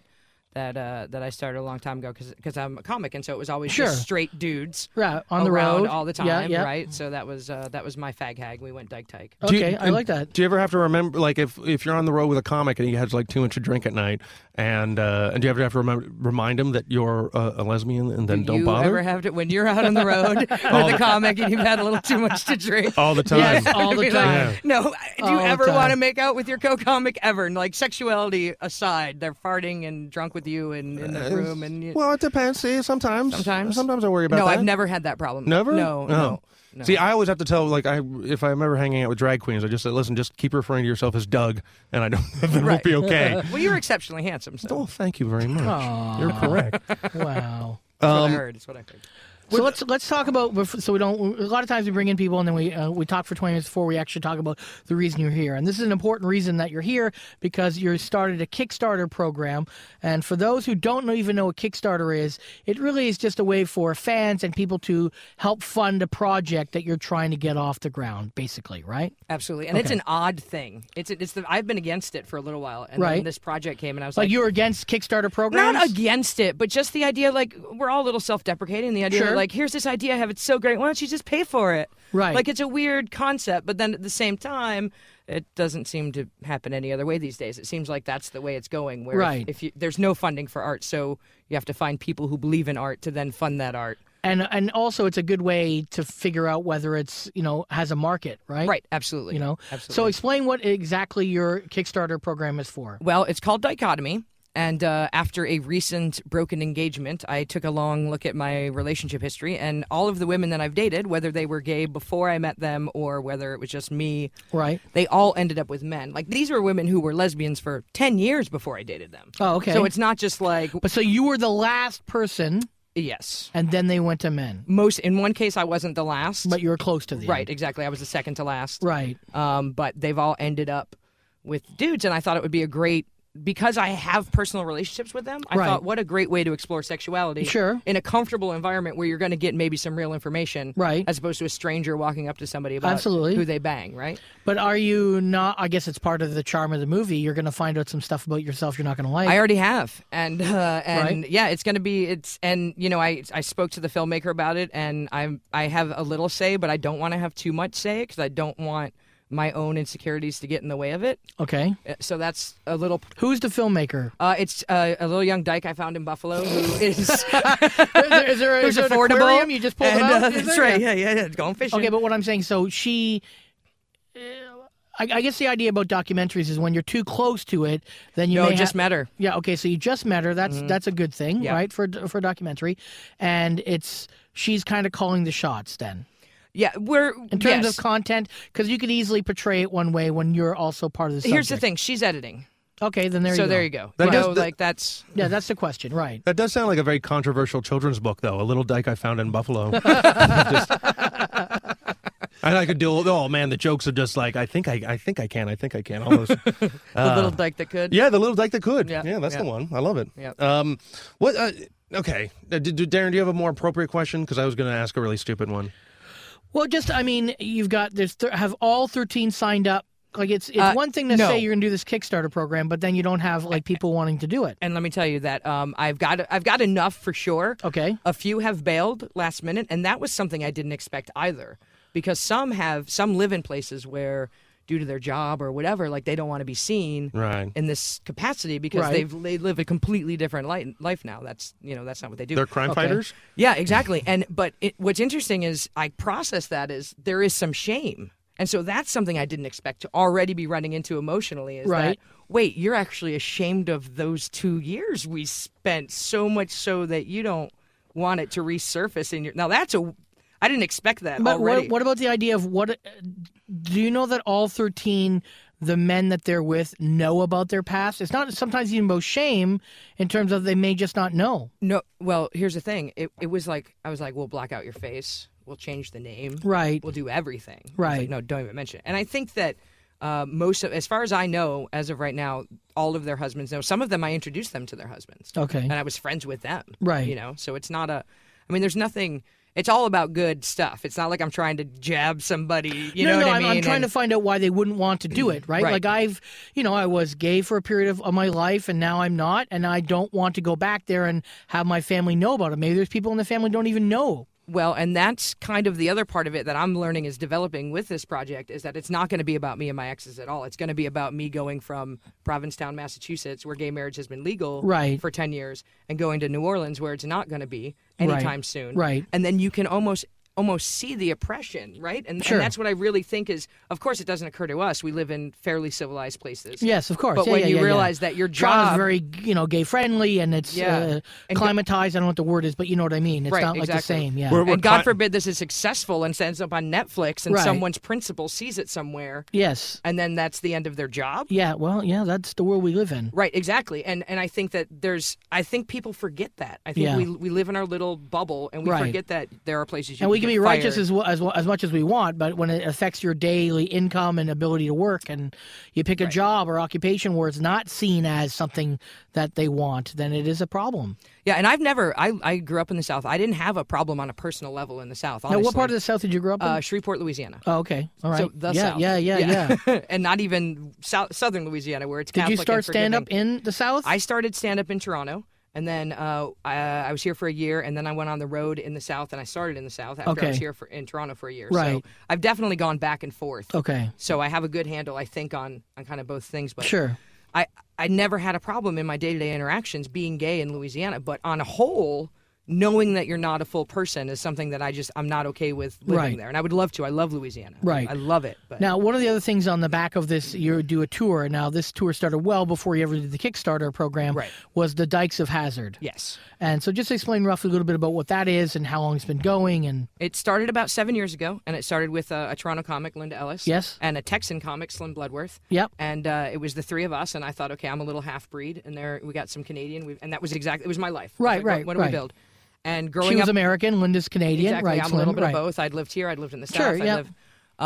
Speaker 8: that uh, that I started a long time ago because I'm a comic, and so it was always
Speaker 4: Sure.
Speaker 8: just straight dudes
Speaker 4: Right on the
Speaker 8: around
Speaker 4: road
Speaker 8: all the time,
Speaker 4: Yeah, yeah.
Speaker 8: right? So that was uh, that was my fag hag. We went dyke tyke.
Speaker 3: Do you-
Speaker 4: Okay, I
Speaker 3: and
Speaker 4: like that.
Speaker 3: Do you ever have to remember, like, if if you're on the road with a comic and he has like too much to drink at night, and uh, and do you ever have to remember, remind him that you're uh, a lesbian and then
Speaker 8: Do
Speaker 3: don't
Speaker 8: you
Speaker 3: bother
Speaker 8: ever have to when you're out on the road with a comic and you've had a little too much to drink?
Speaker 3: all the time?
Speaker 4: Yes, all the
Speaker 8: Be like,
Speaker 4: time.
Speaker 8: No, do
Speaker 4: All
Speaker 8: you
Speaker 4: the
Speaker 8: ever
Speaker 4: time.
Speaker 8: want to make out with your co-comic ever? And like sexuality aside, they're farting and drunk with you and in the room and you,
Speaker 3: Uh, Well, it depends. See, sometimes,
Speaker 8: sometimes.
Speaker 3: sometimes I worry about
Speaker 8: no,
Speaker 3: that.
Speaker 8: I've never had that problem.
Speaker 3: Never?
Speaker 8: No,
Speaker 3: Oh.
Speaker 8: no. no.
Speaker 3: See, I always have to tell, like, I if I'm ever hanging out with drag queens, I just say, listen, just keep referring to yourself as Doug, and I don't, then
Speaker 8: Right.
Speaker 3: we'll be okay.
Speaker 8: well, you're exceptionally handsome. So.
Speaker 3: oh, thank you very much. You're correct.
Speaker 4: Wow.
Speaker 8: That's what I heard. That's what I heard.
Speaker 4: So let's let's talk about bef- so we don't. A lot of times we bring in people and then we uh, we talk for twenty minutes before we actually talk about the reason you're here. And this is an important reason that you're here because you started a Kickstarter program. And for those who don't know, even know what Kickstarter is, it really is just a way for fans and people to help fund a project that you're trying to get off the ground, basically, right?
Speaker 8: Absolutely, and it's an odd thing. It's it's the I've been against it for a little while, and
Speaker 4: Right.
Speaker 8: then this project came, and I was
Speaker 4: Like,
Speaker 8: like,
Speaker 4: you were against Kickstarter programs.
Speaker 8: not against it, but just the idea like we're all a little self-deprecating. The idea
Speaker 4: Sure.
Speaker 8: that like here's this idea I have, it's so great. Why don't you just pay for it?
Speaker 4: Right.
Speaker 8: Like it's a weird concept, but then at the same time, it doesn't seem to happen any other way these days. It seems like that's the way it's going. Where if-
Speaker 4: Right.
Speaker 8: if, you, there's no funding for art, so you have to find people who believe in art to then fund that art.
Speaker 4: and and also it's a good way to figure out whether it's you know has a market, right?
Speaker 8: Right. Absolutely.
Speaker 4: You know.
Speaker 8: Absolutely.
Speaker 4: So explain what exactly your Kickstarter program is for.
Speaker 8: Well, it's called Dichotomy. And uh, after a recent broken engagement, I took a long look at my relationship history and all of the women that I've dated, whether they were gay before I met them or whether it was just me,
Speaker 4: Right.
Speaker 8: they all ended up with men. Like these were women who were lesbians for 10 years before I dated them.
Speaker 4: Oh, okay.
Speaker 8: So it's not just like,
Speaker 4: But so you were the last person,
Speaker 8: yes.
Speaker 4: and then they went to men,
Speaker 8: Most, in one case, I wasn't the last.
Speaker 4: but you were close to the
Speaker 8: right,
Speaker 4: end.
Speaker 8: exactly. I was the second to last.
Speaker 4: Right.
Speaker 8: um, but they've all ended up with dudes, and I thought it would be a great because I have personal relationships with them, I
Speaker 4: Right.
Speaker 8: thought, what a great way to explore sexuality.
Speaker 4: Sure.
Speaker 8: In a comfortable environment where you're going to get maybe some real information.
Speaker 4: Right.
Speaker 8: As opposed to a stranger walking up to somebody about
Speaker 4: Absolutely.
Speaker 8: who they bang, right?
Speaker 4: But are you not? I guess it's part of the charm of the movie. You're going to find out some stuff about yourself you're not going to like.
Speaker 8: I already have, and uh, and
Speaker 4: Right.
Speaker 8: yeah, it's gonna be it's and you know I I spoke to the filmmaker about it, and I'm I have a little say, but I don't want to have too much say because I don't want my own insecurities to get in the way of it.
Speaker 4: okay.
Speaker 8: Uh, So that's a little.
Speaker 4: Who's the filmmaker?
Speaker 8: Uh, it's uh, a little young dyke I found in Buffalo who is
Speaker 4: is there, is there, is
Speaker 8: who's
Speaker 4: there an
Speaker 8: affordable.
Speaker 4: aquarium? You just pulled
Speaker 8: and,
Speaker 4: it out.
Speaker 8: uh,
Speaker 4: Is
Speaker 8: that's
Speaker 4: there?
Speaker 8: right. Yeah, yeah, yeah. Going fishing.
Speaker 4: Okay, but what I'm saying, so she. uh, I, I guess the idea about documentaries is when you're too close to it, then you
Speaker 8: no,
Speaker 4: may
Speaker 8: just
Speaker 4: ha-
Speaker 8: met her.
Speaker 4: Yeah. Okay. So you just met her. That's that's a good thing,
Speaker 8: Yeah.
Speaker 4: right? For for a documentary, and it's she's kind of calling the shots then
Speaker 8: Yeah, we're
Speaker 4: in terms of
Speaker 8: yes.
Speaker 4: content because you could easily portray it one way when you're also part of the. Subject.
Speaker 8: Here's the thing. She's editing.
Speaker 4: Okay, then there
Speaker 8: so
Speaker 4: you go.
Speaker 8: there you go.
Speaker 3: That
Speaker 8: you
Speaker 3: does-
Speaker 8: know,
Speaker 3: that-
Speaker 8: like that's
Speaker 4: Yeah, that's the question, right?
Speaker 3: That does sound like a very controversial children's book, though. A little dyke I found in Buffalo. just, and I could do. Oh man, the jokes are just like I think I, I think I can. I think I can almost.
Speaker 8: the little dyke that could.
Speaker 3: Uh. yeah, the little dyke that could. Yeah,
Speaker 8: Yeah,
Speaker 3: that's the
Speaker 8: yeah.
Speaker 3: one. I love it.
Speaker 8: Yeah.
Speaker 3: Um, what? Uh, okay, uh, did, did- Darren, do you have a more appropriate question? Because I was going to ask a really stupid one.
Speaker 4: Well, just I mean, you've got there's th- have all 13 signed up. Like it's it's
Speaker 8: Uh,
Speaker 4: one thing to
Speaker 8: no.
Speaker 4: say you're going to do this Kickstarter program, but then you don't have like people wanting to do it.
Speaker 8: And let me tell you that um, I've got I've got enough for sure.
Speaker 4: Okay.
Speaker 8: A few have bailed last minute, and that was something I didn't expect either, because some have some live in places where, due to their job or whatever, like they don't want to be seen
Speaker 3: Right.
Speaker 8: in this capacity because
Speaker 4: Right.
Speaker 8: they've they live a completely different li- life now. That's you know that's not what they do.
Speaker 3: They're crime fighters.
Speaker 8: Yeah, exactly. And but it, what's interesting is I process that is there is some shame, and so that's something I didn't expect to already be running into emotionally. Is
Speaker 4: Right.
Speaker 8: that wait, you're actually ashamed of those two years we spent so much so that you don't want it to resurface in your now that's a I didn't expect that
Speaker 4: But
Speaker 8: already.
Speaker 4: what, what about the idea of what? Do you know that all 13 the men that they're with know about their past? It's not sometimes even about shame in terms of they may just not know.
Speaker 8: no, well, here's the thing. It it was like I was like, we'll black out your face, we'll change the name,
Speaker 4: Right.
Speaker 8: We'll do everything. I was
Speaker 4: Right.
Speaker 8: like, no, don't even mention it. And I think that uh, most of, as far as I know, as of right now, all of their husbands know. Some of them I introduced them to their husbands.
Speaker 4: Okay.
Speaker 8: And I was friends with them.
Speaker 4: Right.
Speaker 8: You know, so it's not a, I mean, there's nothing, it's all about good stuff. It's not like I'm trying to jab somebody, you
Speaker 4: no,
Speaker 8: know
Speaker 4: no,
Speaker 8: what I
Speaker 4: I'm,
Speaker 8: mean?
Speaker 4: I'm trying
Speaker 8: And-
Speaker 4: to find out why they wouldn't want to do it, right?
Speaker 8: Right.
Speaker 4: Like I've, you know, I was gay for a period of, of my life, and now I'm not, and I don't want to go back there and have my family know about it. Maybe there's people in the family don't even know.
Speaker 8: Well, and that's kind of the other part of it that I'm learning is developing with this project is that it's not going to be about me and my exes at all. It's going to be about me going from Provincetown, Massachusetts, where gay marriage has been legal
Speaker 4: Right.
Speaker 8: for 10 years, and going to New Orleans, where it's not going to be anytime soon.
Speaker 4: Right.
Speaker 8: And then you can almost almost see the oppression, right? And,
Speaker 4: Sure.
Speaker 8: and that's what I really think is of course it doesn't occur to us. We live in fairly civilized places.
Speaker 4: Yes, of course.
Speaker 8: But
Speaker 4: Yeah,
Speaker 8: when
Speaker 4: yeah,
Speaker 8: you
Speaker 4: yeah, yeah.
Speaker 8: realize that your
Speaker 4: Toronto's
Speaker 8: job
Speaker 4: very, you know, gay friendly, and it's
Speaker 8: Yeah.
Speaker 4: uh,
Speaker 8: And go-
Speaker 4: climatized. I don't know what the word is, but you know what I mean. It's
Speaker 8: Right,
Speaker 4: not like the
Speaker 8: exactly.
Speaker 4: same. Yeah.
Speaker 3: We're-
Speaker 8: and God
Speaker 3: cli-
Speaker 8: forbid this is successful and ends up on Netflix and
Speaker 4: Right.
Speaker 8: someone's principal sees it somewhere
Speaker 4: yes.
Speaker 8: and then that's the end of their job.
Speaker 4: Yeah. Well, yeah. That's the world we live in.
Speaker 8: Right, exactly. And and I think that there's I think people forget that. I think
Speaker 4: Yeah.
Speaker 8: we we live in our little bubble and we
Speaker 4: Right.
Speaker 8: forget that there are places you
Speaker 4: And we can
Speaker 8: get
Speaker 4: be righteous
Speaker 8: fired.
Speaker 4: as, well, as well- as much as we want, but when it affects your daily income and ability to work, and you pick a job or occupation where it's not seen as something that they want, then it is a problem.
Speaker 8: Yeah, and I've never I I grew up in the South. I didn't have a problem on a personal level in the South.
Speaker 4: Now,
Speaker 8: Honestly.
Speaker 4: what part of the South did you grow up in?
Speaker 8: uh, Shreveport, Louisiana.
Speaker 4: oh, okay, all right.
Speaker 8: So the
Speaker 4: yeah,
Speaker 8: South.
Speaker 4: yeah, yeah, yeah,
Speaker 8: and not even south, southern Louisiana where it's
Speaker 4: Did you
Speaker 8: Catholic
Speaker 4: start
Speaker 8: and
Speaker 4: stand up
Speaker 8: forgiving.
Speaker 4: in the South?
Speaker 8: I started stand up in Toronto, and then uh, I, I was here for a year, and then I went on the road in the South, and I started in the South after I was
Speaker 4: Okay.
Speaker 8: here for, in Toronto for a year.
Speaker 4: Right.
Speaker 8: So I've definitely gone back and forth.
Speaker 4: okay,
Speaker 8: So I have a good handle, I think, on on kind of both things. But
Speaker 4: sure.
Speaker 8: I I never had a problem in my day to day interactions being gay in Louisiana, but on a whole. Knowing that you're not a full person is something that I just I'm not okay with living
Speaker 4: Right.
Speaker 8: there, and I would love to. I love Louisiana.
Speaker 4: Right.
Speaker 8: I love it. But
Speaker 4: Now, one of the other things on the back of this, you do a tour. Now, this tour started well before you ever did the Kickstarter program.
Speaker 8: Right.
Speaker 4: Was the Dykes of Hazard?
Speaker 8: yes,
Speaker 4: And so, just explain roughly a little bit about what that is and how long it's been going, and
Speaker 8: It started about seven years ago, and it started with a, a Toronto comic, Linda Ellis.
Speaker 4: Yes.
Speaker 8: And a Texan comic, Slim Bloodworth.
Speaker 4: Yep.
Speaker 8: And uh, it was the three of us, and I thought, okay, I'm a little half breed, and there we got some Canadian, we, and that was exactly it was my life. I was
Speaker 4: Right,
Speaker 8: like, what-
Speaker 4: right,
Speaker 8: What do
Speaker 4: right.
Speaker 8: we build? And
Speaker 4: she
Speaker 8: growing
Speaker 4: was
Speaker 8: up,
Speaker 4: American, Linda's Canadian,
Speaker 8: exactly,
Speaker 4: right?
Speaker 8: I'm
Speaker 4: so
Speaker 8: a little bit
Speaker 4: right.
Speaker 8: of both. I'd lived here, I'd lived in the
Speaker 4: Sure,
Speaker 8: south. I
Speaker 4: yeah.
Speaker 8: live,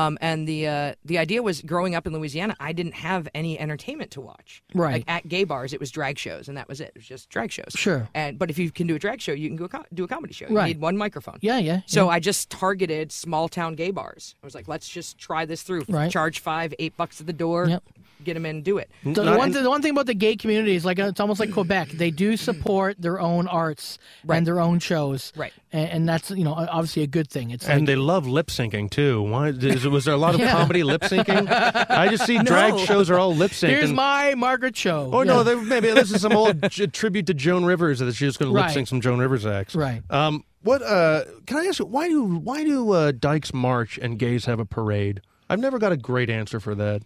Speaker 8: Um, and the uh, the idea was growing up in Louisiana, I didn't have any entertainment to watch.
Speaker 4: Right.
Speaker 8: Like at gay bars, it was drag shows, and that was it. It was just drag shows.
Speaker 4: Sure.
Speaker 8: And but if you can do a drag show, you can go co- do a comedy show.
Speaker 4: Right.
Speaker 8: You need one microphone.
Speaker 4: Yeah, yeah,
Speaker 8: So I just targeted small town gay bars. I was like, let's just try this through.
Speaker 4: Right.
Speaker 8: Charge five, eight bucks at the door.
Speaker 4: Yep.
Speaker 8: Get them in, do it.
Speaker 4: So the one, th- the one thing about the gay community is like uh, it's almost like Quebec. They do support their own arts and their own shows,
Speaker 8: Right.
Speaker 4: A- And, that's you know o- obviously a good thing. It's
Speaker 3: And
Speaker 4: like,
Speaker 3: they love lip syncing too. Why is, was there a lot of comedy lip syncing? I just see drag shows are all lip syncing.
Speaker 4: here's my Margaret show.
Speaker 3: Or Oh, no,
Speaker 4: Yeah.
Speaker 3: they, maybe this is some old j- tribute to Joan Rivers that she's going to lip
Speaker 4: Right.
Speaker 3: sync some Joan Rivers acts.
Speaker 4: Right.
Speaker 3: Um, what? Uh, can I ask you why do why do uh, dykes march and gays have a parade? I've never got a great answer for that.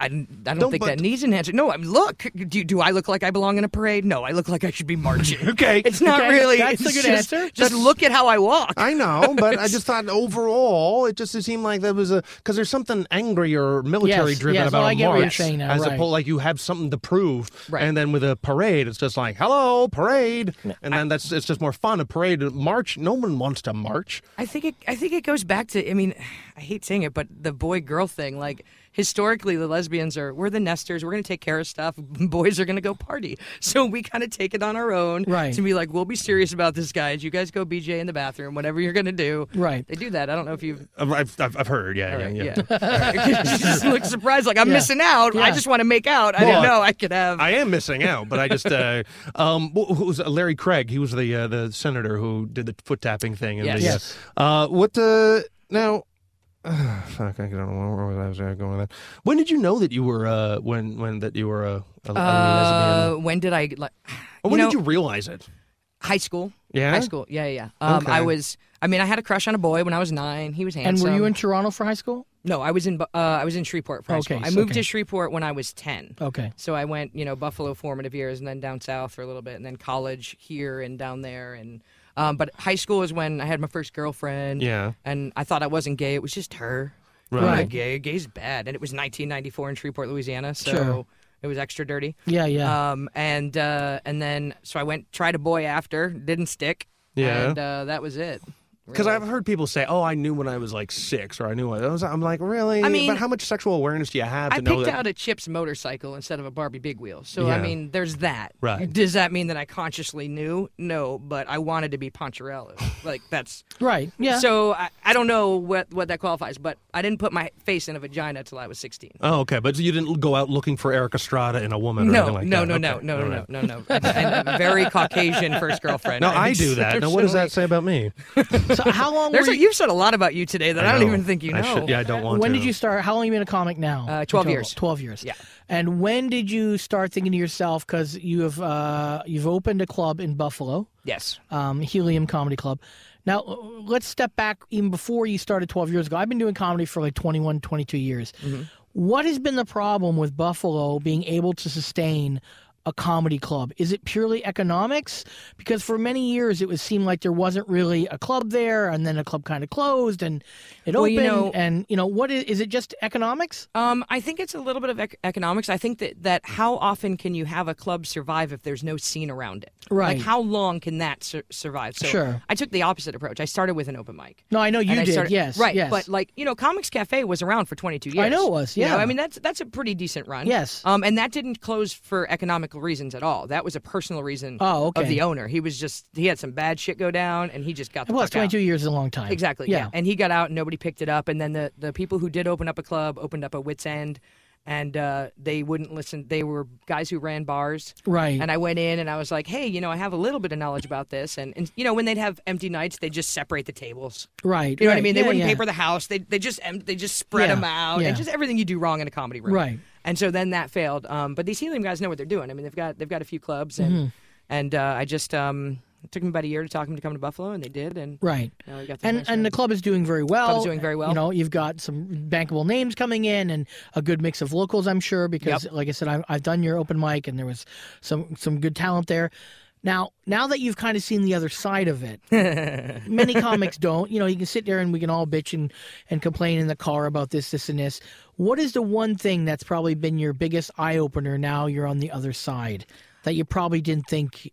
Speaker 8: I, didn't- I don't,
Speaker 3: Don't
Speaker 8: think
Speaker 3: but-
Speaker 8: that needs an answer. No, I mean, look, do, do I look like I belong in a parade? No, I look like I should be marching.
Speaker 3: Okay.
Speaker 8: It's not
Speaker 4: Okay,
Speaker 8: really.
Speaker 4: that's
Speaker 8: it's
Speaker 4: a good
Speaker 8: just,
Speaker 4: answer.
Speaker 8: Just look at how I walk.
Speaker 3: I know, but I just thought overall it just it seemed like there was a because there's something angry or military driven
Speaker 4: yes,
Speaker 3: about
Speaker 4: well,
Speaker 3: a
Speaker 4: I get what you're
Speaker 3: march
Speaker 4: saying now,
Speaker 3: as
Speaker 4: right.
Speaker 3: opposed like you have something to prove,
Speaker 8: Right.
Speaker 3: and then with a parade it's just like hello parade, and then that's it's just more fun a parade march. No one wants to march.
Speaker 8: I think it. I think it goes back to. I mean, I hate saying it, but the boy girl thing. Like historically, the lesbians are we're the nesters. We're going to take care of stuff. Boys are going to go party. So we kind of take it on our own.
Speaker 4: Right.
Speaker 8: To be like, we'll be serious about this, guys. You guys go BJ in the bathroom. Whatever you're going to do.
Speaker 4: Right.
Speaker 8: They do that. I don't know if you've.
Speaker 3: I've I've, I've heard yeah
Speaker 8: All right,
Speaker 3: yeah yeah.
Speaker 8: yeah. All right. she just looks surprised, like I'm missing out. I
Speaker 4: Yeah.
Speaker 8: just want to make out. I
Speaker 3: Well,
Speaker 8: didn't know I could have.
Speaker 3: I am missing out, but I just uh, um, wh- who was it? Larry Craig? He was the uh, the senator who did the foot tapping thing. And
Speaker 8: Yes.
Speaker 3: The, uh,
Speaker 8: Yes.
Speaker 3: Uh, what uh, now? fuck, I don't know where I was going with that. When did you know that you were uh, when when that you were a, a, a
Speaker 8: Uh,
Speaker 3: lesbian?
Speaker 8: when did I like?
Speaker 3: Or
Speaker 8: you
Speaker 3: when
Speaker 8: know,
Speaker 3: did you realize it?
Speaker 8: High school.
Speaker 3: Yeah?
Speaker 8: High school. Yeah, yeah. yeah. Um, I
Speaker 3: Okay.
Speaker 8: was. I mean, I had a crush on a boy when I was nine. He was
Speaker 4: and
Speaker 8: handsome.
Speaker 4: were you in Toronto for high school?
Speaker 8: No, I was in. Bu- Uh, I was in Shreveport for high
Speaker 4: Okay,
Speaker 8: school. I
Speaker 4: so-
Speaker 8: moved
Speaker 4: okay.
Speaker 8: to Shreveport when I was ten.
Speaker 4: Okay.
Speaker 8: So I went, you know, Buffalo formative years, and then down south for a little bit, and then college here and down there, and. Um, but high school is when I had my first girlfriend.
Speaker 3: Yeah.
Speaker 8: And I thought I wasn't gay. It was just her. Right.
Speaker 4: Right.
Speaker 8: gay. Gay's bad. And it was 1994 in Shreveport, Louisiana. So
Speaker 4: Sure.
Speaker 8: it was extra dirty.
Speaker 4: Yeah, yeah.
Speaker 8: Um, and uh, and then so I went tried a boy after, didn't stick.
Speaker 3: Yeah.
Speaker 8: and uh, that was it.
Speaker 3: Because I've heard people say, "Oh, I knew when I was like six, or I knew when I was." I'm like, really?
Speaker 8: I mean-
Speaker 3: but how much sexual awareness do you have to
Speaker 8: I
Speaker 3: know
Speaker 8: picked
Speaker 3: that?
Speaker 8: out a Chips motorcycle instead of a Barbie big wheel. So I
Speaker 3: Yeah.
Speaker 8: mean, there's that.
Speaker 3: Right.
Speaker 8: Does that mean that I consciously knew? No, but I wanted to be Poncherello. like that's.
Speaker 4: right. Yeah.
Speaker 8: So I, I don't know what what that qualifies, but I didn't put my face in a vagina till I was 16.
Speaker 3: oh, okay, but you didn't go out looking for Eric Estrada in a woman. or
Speaker 8: No,
Speaker 3: anything like
Speaker 8: no,
Speaker 3: that.
Speaker 8: no, no,
Speaker 3: Okay,
Speaker 8: no,
Speaker 3: all
Speaker 8: no,
Speaker 3: right.
Speaker 8: no, no, no, And a very Caucasian first girlfriend.
Speaker 3: No, I do that. Now, what does that say about me?
Speaker 4: So how long
Speaker 8: There's
Speaker 4: were
Speaker 8: a,
Speaker 4: you?
Speaker 8: you've said a lot about you today that I, don't
Speaker 3: know.
Speaker 8: even think you know.
Speaker 3: I should- yeah, I don't want
Speaker 4: When
Speaker 3: to.
Speaker 4: did you start? How long have you been a comic now?
Speaker 8: Uh,
Speaker 4: In
Speaker 8: 12
Speaker 4: total?
Speaker 8: years.
Speaker 4: Twelve years.
Speaker 8: Yeah.
Speaker 4: And when did you start thinking to yourself because you have uh, you've opened a club in Buffalo?
Speaker 8: Yes.
Speaker 4: um, Helium Comedy Club. Now, uh, let's step back even before you started 12 years ago. I've been doing comedy for like 21, 22 years.
Speaker 8: Mm-hmm.
Speaker 4: What has been the problem with Buffalo being able to sustain a comedy club? Is it purely economics? Because for many years it was seemed like there wasn't really a club there, and then a club kind of closed, and it
Speaker 8: Well,
Speaker 4: opened.
Speaker 8: you know-
Speaker 4: and you know, what is, is it? Just economics?
Speaker 8: Um, I think it's a little bit of ec- economics. I think that, that how often can you have a club survive if there's no scene around it?
Speaker 4: Right.
Speaker 8: Like how long can that sur- survive? So
Speaker 4: Sure.
Speaker 8: I took the opposite approach. I started with an open mic.
Speaker 4: No, I know you
Speaker 8: And I
Speaker 4: did.
Speaker 8: started-
Speaker 4: yes,
Speaker 8: right.
Speaker 4: Yes,
Speaker 8: But like you know, Comics Cafe was around for 22 years.
Speaker 4: I know it was,
Speaker 8: You know,
Speaker 4: yeah.
Speaker 8: I mean that's that's a pretty decent run.
Speaker 4: Yes.
Speaker 8: Um, and that didn't close for economical reasons at all. That was a personal reason.
Speaker 4: Oh, okay.
Speaker 8: Of the owner, he was just he had some bad shit go down, and he just got the
Speaker 4: well,
Speaker 8: fuck out.
Speaker 4: 22 years is a long time.
Speaker 8: Exactly. Yeah.
Speaker 4: Yeah.
Speaker 8: And he got out and nobody picked it up. And then the, the people who did open up a club opened up a wits end and uh, they wouldn't listen. They were guys who ran bars.
Speaker 4: Right.
Speaker 8: And I went in and I was like, hey, you know, I have a little bit of knowledge about this. And, and you know, when they'd have empty nights, they'd just separate the tables.
Speaker 4: Right.
Speaker 8: You know what I
Speaker 4: right,
Speaker 8: mean? They
Speaker 4: yeah,
Speaker 8: wouldn't
Speaker 4: yeah.
Speaker 8: paper the house. They they just em- they just spread
Speaker 4: Yeah,
Speaker 8: them out
Speaker 4: yeah.
Speaker 8: and just everything you do wrong in a comedy room.
Speaker 4: Right.
Speaker 8: And so then that failed. Um, but these helium guys know what they're doing. I mean, they've got they've got a few clubs and
Speaker 4: Mm-hmm.
Speaker 8: and uh, I just um, it took them about a year to talk them to come to Buffalo, and they did. And
Speaker 4: Right.
Speaker 8: Now we've got the
Speaker 4: and
Speaker 8: nice
Speaker 4: and the club is doing very well.
Speaker 8: Club's doing very well.
Speaker 4: You know, you've got some bankable names coming in and a good mix of locals, I'm sure, because like I said, I, I've done your open mic and there was some some good talent there. Now, now that you've kind of seen the other side of it, many comics don't. You know, you can sit there and we can all bitch and, and complain in the car about this, this, and this. What is the one thing that's probably been your biggest eye opener now you're on the other side that you probably didn't think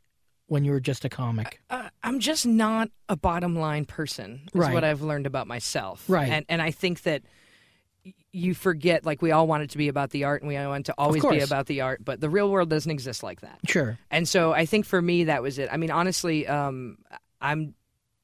Speaker 4: when you were just a comic?
Speaker 8: uh, I'm just not a bottom line person. Is
Speaker 4: Right.
Speaker 8: what I've learned about myself.
Speaker 4: Right.
Speaker 8: And and I think that y- you forget like we all want it to be about the art and we all want it to always be
Speaker 4: course.
Speaker 8: about the art, but the real world doesn't exist like that.
Speaker 4: Sure.
Speaker 8: And so I think for me that was it. I mean, honestly, um, I'm.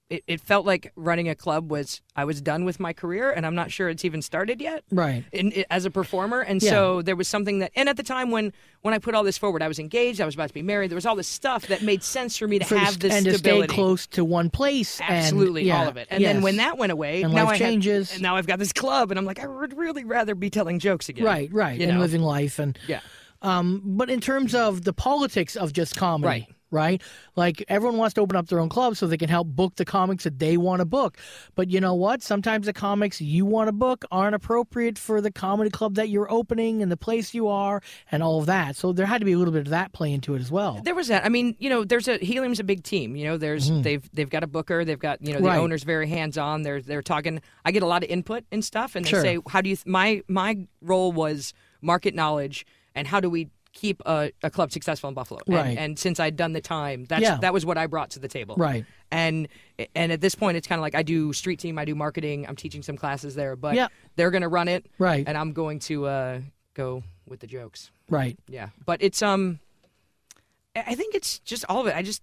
Speaker 8: It, it felt like running a club was I was done with my career, and I'm not sure it's even started yet.
Speaker 4: Right.
Speaker 8: In, i as a performer, and so there was something that, and at the time when when I put all this forward, I was engaged, I was about to be married. There was all this stuff that made sense for me to
Speaker 4: For
Speaker 8: have
Speaker 4: st-
Speaker 8: this
Speaker 4: and to
Speaker 8: stability.
Speaker 4: stay close to one place. and-
Speaker 8: Absolutely,
Speaker 4: yeah,
Speaker 8: all of it. And then
Speaker 4: yes.
Speaker 8: when that went away,
Speaker 4: And
Speaker 8: now
Speaker 4: life
Speaker 8: I had-
Speaker 4: changes.
Speaker 8: and now I've got this club, and I'm like, I would really rather be telling jokes again.
Speaker 4: right, right,
Speaker 8: You
Speaker 4: and
Speaker 8: know?
Speaker 4: living life and
Speaker 8: Yeah.
Speaker 4: Um, but in terms of the politics of just comedy,
Speaker 8: Right.
Speaker 4: Right, like everyone wants to open up their own club so they can help book the comics that they want to book. But you know what? Sometimes the comics you want to book aren't appropriate for the comedy club that you're opening and the place you are and all of that. So there had to be a little bit of that play into it as well.
Speaker 8: There was that. I mean, you know, there's a Helium's a big team. You know, there's they've they've got a booker. They've got you know the
Speaker 4: Mm-hmm. Right.
Speaker 8: owner's very hands on. They're they're talking. I get a lot of input and stuff, and they
Speaker 4: Sure.
Speaker 8: say, how do you? Th- my my role was market knowledge and how do we keep a, a club successful in Buffalo? And-
Speaker 4: Right.
Speaker 8: And, since I'd done the time, that's
Speaker 4: Yeah.
Speaker 8: that was what I brought to the table.
Speaker 4: Right.
Speaker 8: And and at this point, it's kind of like I do street team, I do marketing, I'm teaching some classes there, but
Speaker 4: Yeah.
Speaker 8: they're gonna run it,
Speaker 4: Right.
Speaker 8: And I'm going to uh, go with the jokes.
Speaker 4: Right.
Speaker 8: Yeah, but it's um, I I think it's just all of it. I just,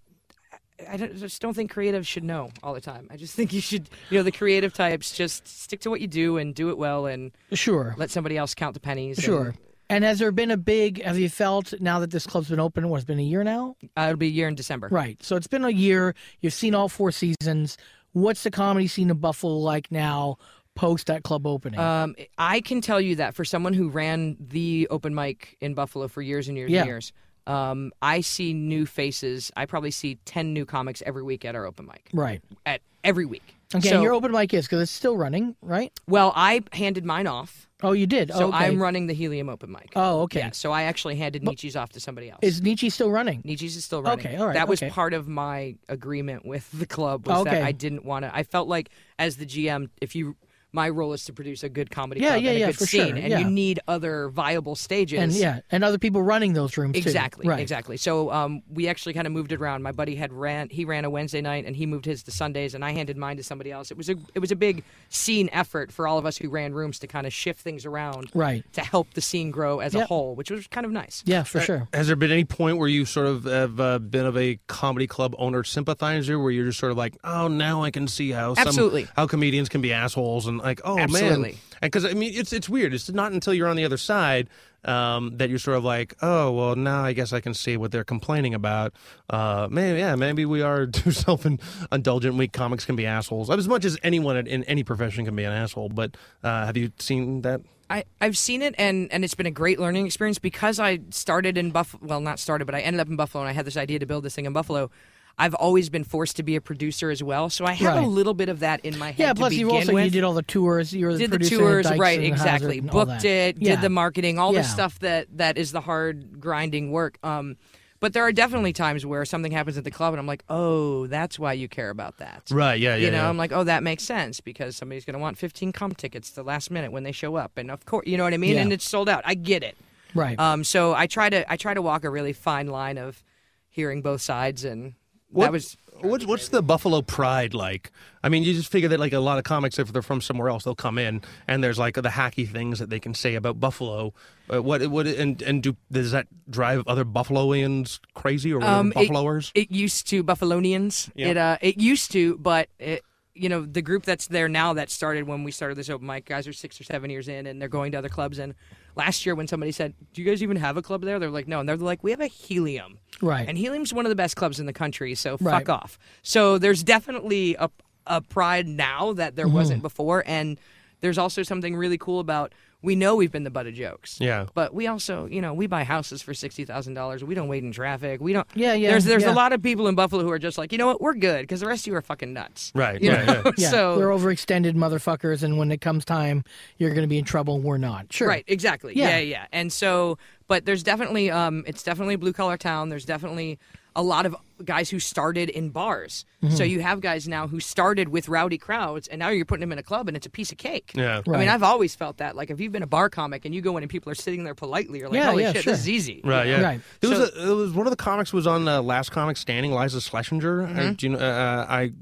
Speaker 8: I don't, just don't think creative should know all the time. I just think you should, you know, the creative types just stick to what you do and do it well and
Speaker 4: Sure.
Speaker 8: let somebody else count the pennies. and-
Speaker 4: Sure. And has there been a big? Have you felt now that this club's been open? What, it's been a year now,
Speaker 8: uh, it'll be a year in December.
Speaker 4: right? So it's been a year. You've seen all four seasons. What's the comedy scene in Buffalo like now, post that club opening?
Speaker 8: Um, I can tell you that for someone who ran the open mic in Buffalo for years and years
Speaker 4: Yeah.
Speaker 8: and years, um, I see new faces. I probably see ten new comics every week at our open mic.
Speaker 4: right.
Speaker 8: At every week.
Speaker 4: Okay.
Speaker 8: So-
Speaker 4: your open mic is because it's still running, right?
Speaker 8: well, I handed mine off.
Speaker 4: Oh, you did.
Speaker 8: So
Speaker 4: okay.
Speaker 8: I'm running the Helium open mic.
Speaker 4: Oh, okay.
Speaker 8: Yeah, so I actually handed Nietzsche's off to somebody else.
Speaker 4: Is Nietzsche still running?
Speaker 8: Nietzsche's is still running.
Speaker 4: Okay, all right,
Speaker 8: That was
Speaker 4: okay.
Speaker 8: part of my agreement with the club was
Speaker 4: Okay.
Speaker 8: that I didn't want to. I felt like as the GM, if you my role is to produce a good comedy
Speaker 4: Yeah,
Speaker 8: club
Speaker 4: yeah,
Speaker 8: and a
Speaker 4: yeah,
Speaker 8: good
Speaker 4: for
Speaker 8: scene,
Speaker 4: sure,
Speaker 8: and
Speaker 4: yeah.
Speaker 8: you need other viable stages.
Speaker 4: And yeah, and other people running those rooms too.
Speaker 8: Exactly.
Speaker 4: Right.
Speaker 8: Exactly. So um, we actually kind of moved it around. My buddy had ran. He ran a Wednesday night, and he moved his to Sundays, and I handed mine to somebody else. It was a it was a big scene effort for all of us who ran rooms to kind of shift things around,
Speaker 4: Right.
Speaker 8: To help the scene grow as a
Speaker 4: Yep.
Speaker 8: whole, which was kind of nice.
Speaker 4: Yeah, for sure.
Speaker 3: Has there been any point where you sort of have uh, been of a comedy club owner sympathizer, where you're just sort of like, oh, now I can see how some-
Speaker 8: Absolutely.
Speaker 3: how comedians can be assholes and like, oh man,
Speaker 8: Absolutely.
Speaker 3: because I mean, it's it's weird. It's not until you're on the other side um, that you're sort of like, oh, well, now I guess I can see what they're complaining about. Uh, maybe yeah, maybe we are too self indulgent. We comics can be assholes as much as anyone in, in any profession can be an asshole. But uh, have you seen that?
Speaker 8: I, I've seen it and, and it's been a great learning experience because I started in Buffalo. Well, not started, but I ended up in Buffalo and I had this idea to build this thing in Buffalo. I've always been forced to be a producer as well, so I have
Speaker 4: Right.
Speaker 8: a little bit of that in my head.
Speaker 4: Yeah.
Speaker 8: to
Speaker 4: Plus, you
Speaker 8: begin
Speaker 4: also
Speaker 8: with.
Speaker 4: you did all the tours. You were the
Speaker 8: did the
Speaker 4: producer at
Speaker 8: tours,
Speaker 4: Dykes
Speaker 8: right?
Speaker 4: and Hazard
Speaker 8: Exactly.
Speaker 4: and all
Speaker 8: Booked
Speaker 4: that.
Speaker 8: it,
Speaker 4: Yeah.
Speaker 8: did the marketing, all the
Speaker 4: Yeah.
Speaker 8: stuff that that is the hard grinding work. Um, but there are definitely times where something happens at the club and I'm like, oh, that's why you care about that.
Speaker 3: Right, yeah, yeah,
Speaker 8: You know,
Speaker 3: yeah.
Speaker 8: I'm like, oh, that makes sense because somebody's going to want 15 comp tickets the last minute when they show up, and of course, you know what I mean.
Speaker 4: Yeah.
Speaker 8: And it's sold out. I get it.
Speaker 4: Right.
Speaker 8: Um, so I try to I try to walk a really fine line of hearing both sides, and that was
Speaker 3: What's what's the Buffalo pride like? I mean, you just figure that like a lot of comics, if they're from somewhere else, they'll come in and there's like the hacky things that they can say about Buffalo. Uh, what what and and do does that drive other Buffaloians crazy or whatever,
Speaker 8: Um, it-
Speaker 3: Buffaloers?
Speaker 8: It, used to Buffalonians. It uh, it used to, but it, you know the group that's there now that started when we started this open mic. Guys are six or seven years in, and they're going to other clubs. And last year, when somebody said, "Do you guys even have a club there?" They're like, "No," and they're like, "We have a Helium."
Speaker 4: Right.
Speaker 8: And Helium's one of the best clubs in the country, so
Speaker 4: Right.
Speaker 8: fuck off. So there's definitely a a pride now that
Speaker 4: Mm-hmm.
Speaker 8: there wasn't before, and there's also something really cool about. We know we've been the butt of jokes.
Speaker 3: Yeah.
Speaker 8: But we also, you know, we buy houses for sixty thousand dollars. We don't wait in traffic. We don't.
Speaker 4: Yeah, yeah,
Speaker 8: There's there's
Speaker 4: yeah.
Speaker 8: a lot of people in Buffalo who are just like, you know what, we're good because the rest of you are fucking nuts.
Speaker 3: Right,
Speaker 8: You
Speaker 3: yeah,
Speaker 8: know?
Speaker 3: yeah.
Speaker 4: Yeah,
Speaker 8: so
Speaker 4: they're overextended motherfuckers, and when it comes time, you're going to be in trouble. We're not. Sure.
Speaker 8: right, exactly.
Speaker 4: Yeah.
Speaker 8: Yeah. yeah, And so, but there's definitely, um, it's definitely a blue collar town. There's definitely a lot of guys who started in bars.
Speaker 4: Mm-hmm.
Speaker 8: So you have guys now who started with rowdy crowds, and now you're putting them in a club, and it's a piece of cake.
Speaker 3: Yeah.
Speaker 8: I mean,
Speaker 4: Right.
Speaker 8: I've always felt that. Like, if you've been a bar comic and you go in and people are sitting there politely, you're like,
Speaker 4: Yeah,
Speaker 8: holy
Speaker 4: yeah,
Speaker 8: shit,
Speaker 4: sure.
Speaker 8: this is easy.
Speaker 3: Right, yeah.
Speaker 4: Right.
Speaker 3: There was a, there was one of the comics was on uh, Last Comic Standing. Liza Schlesinger. I, do you know? Uh, I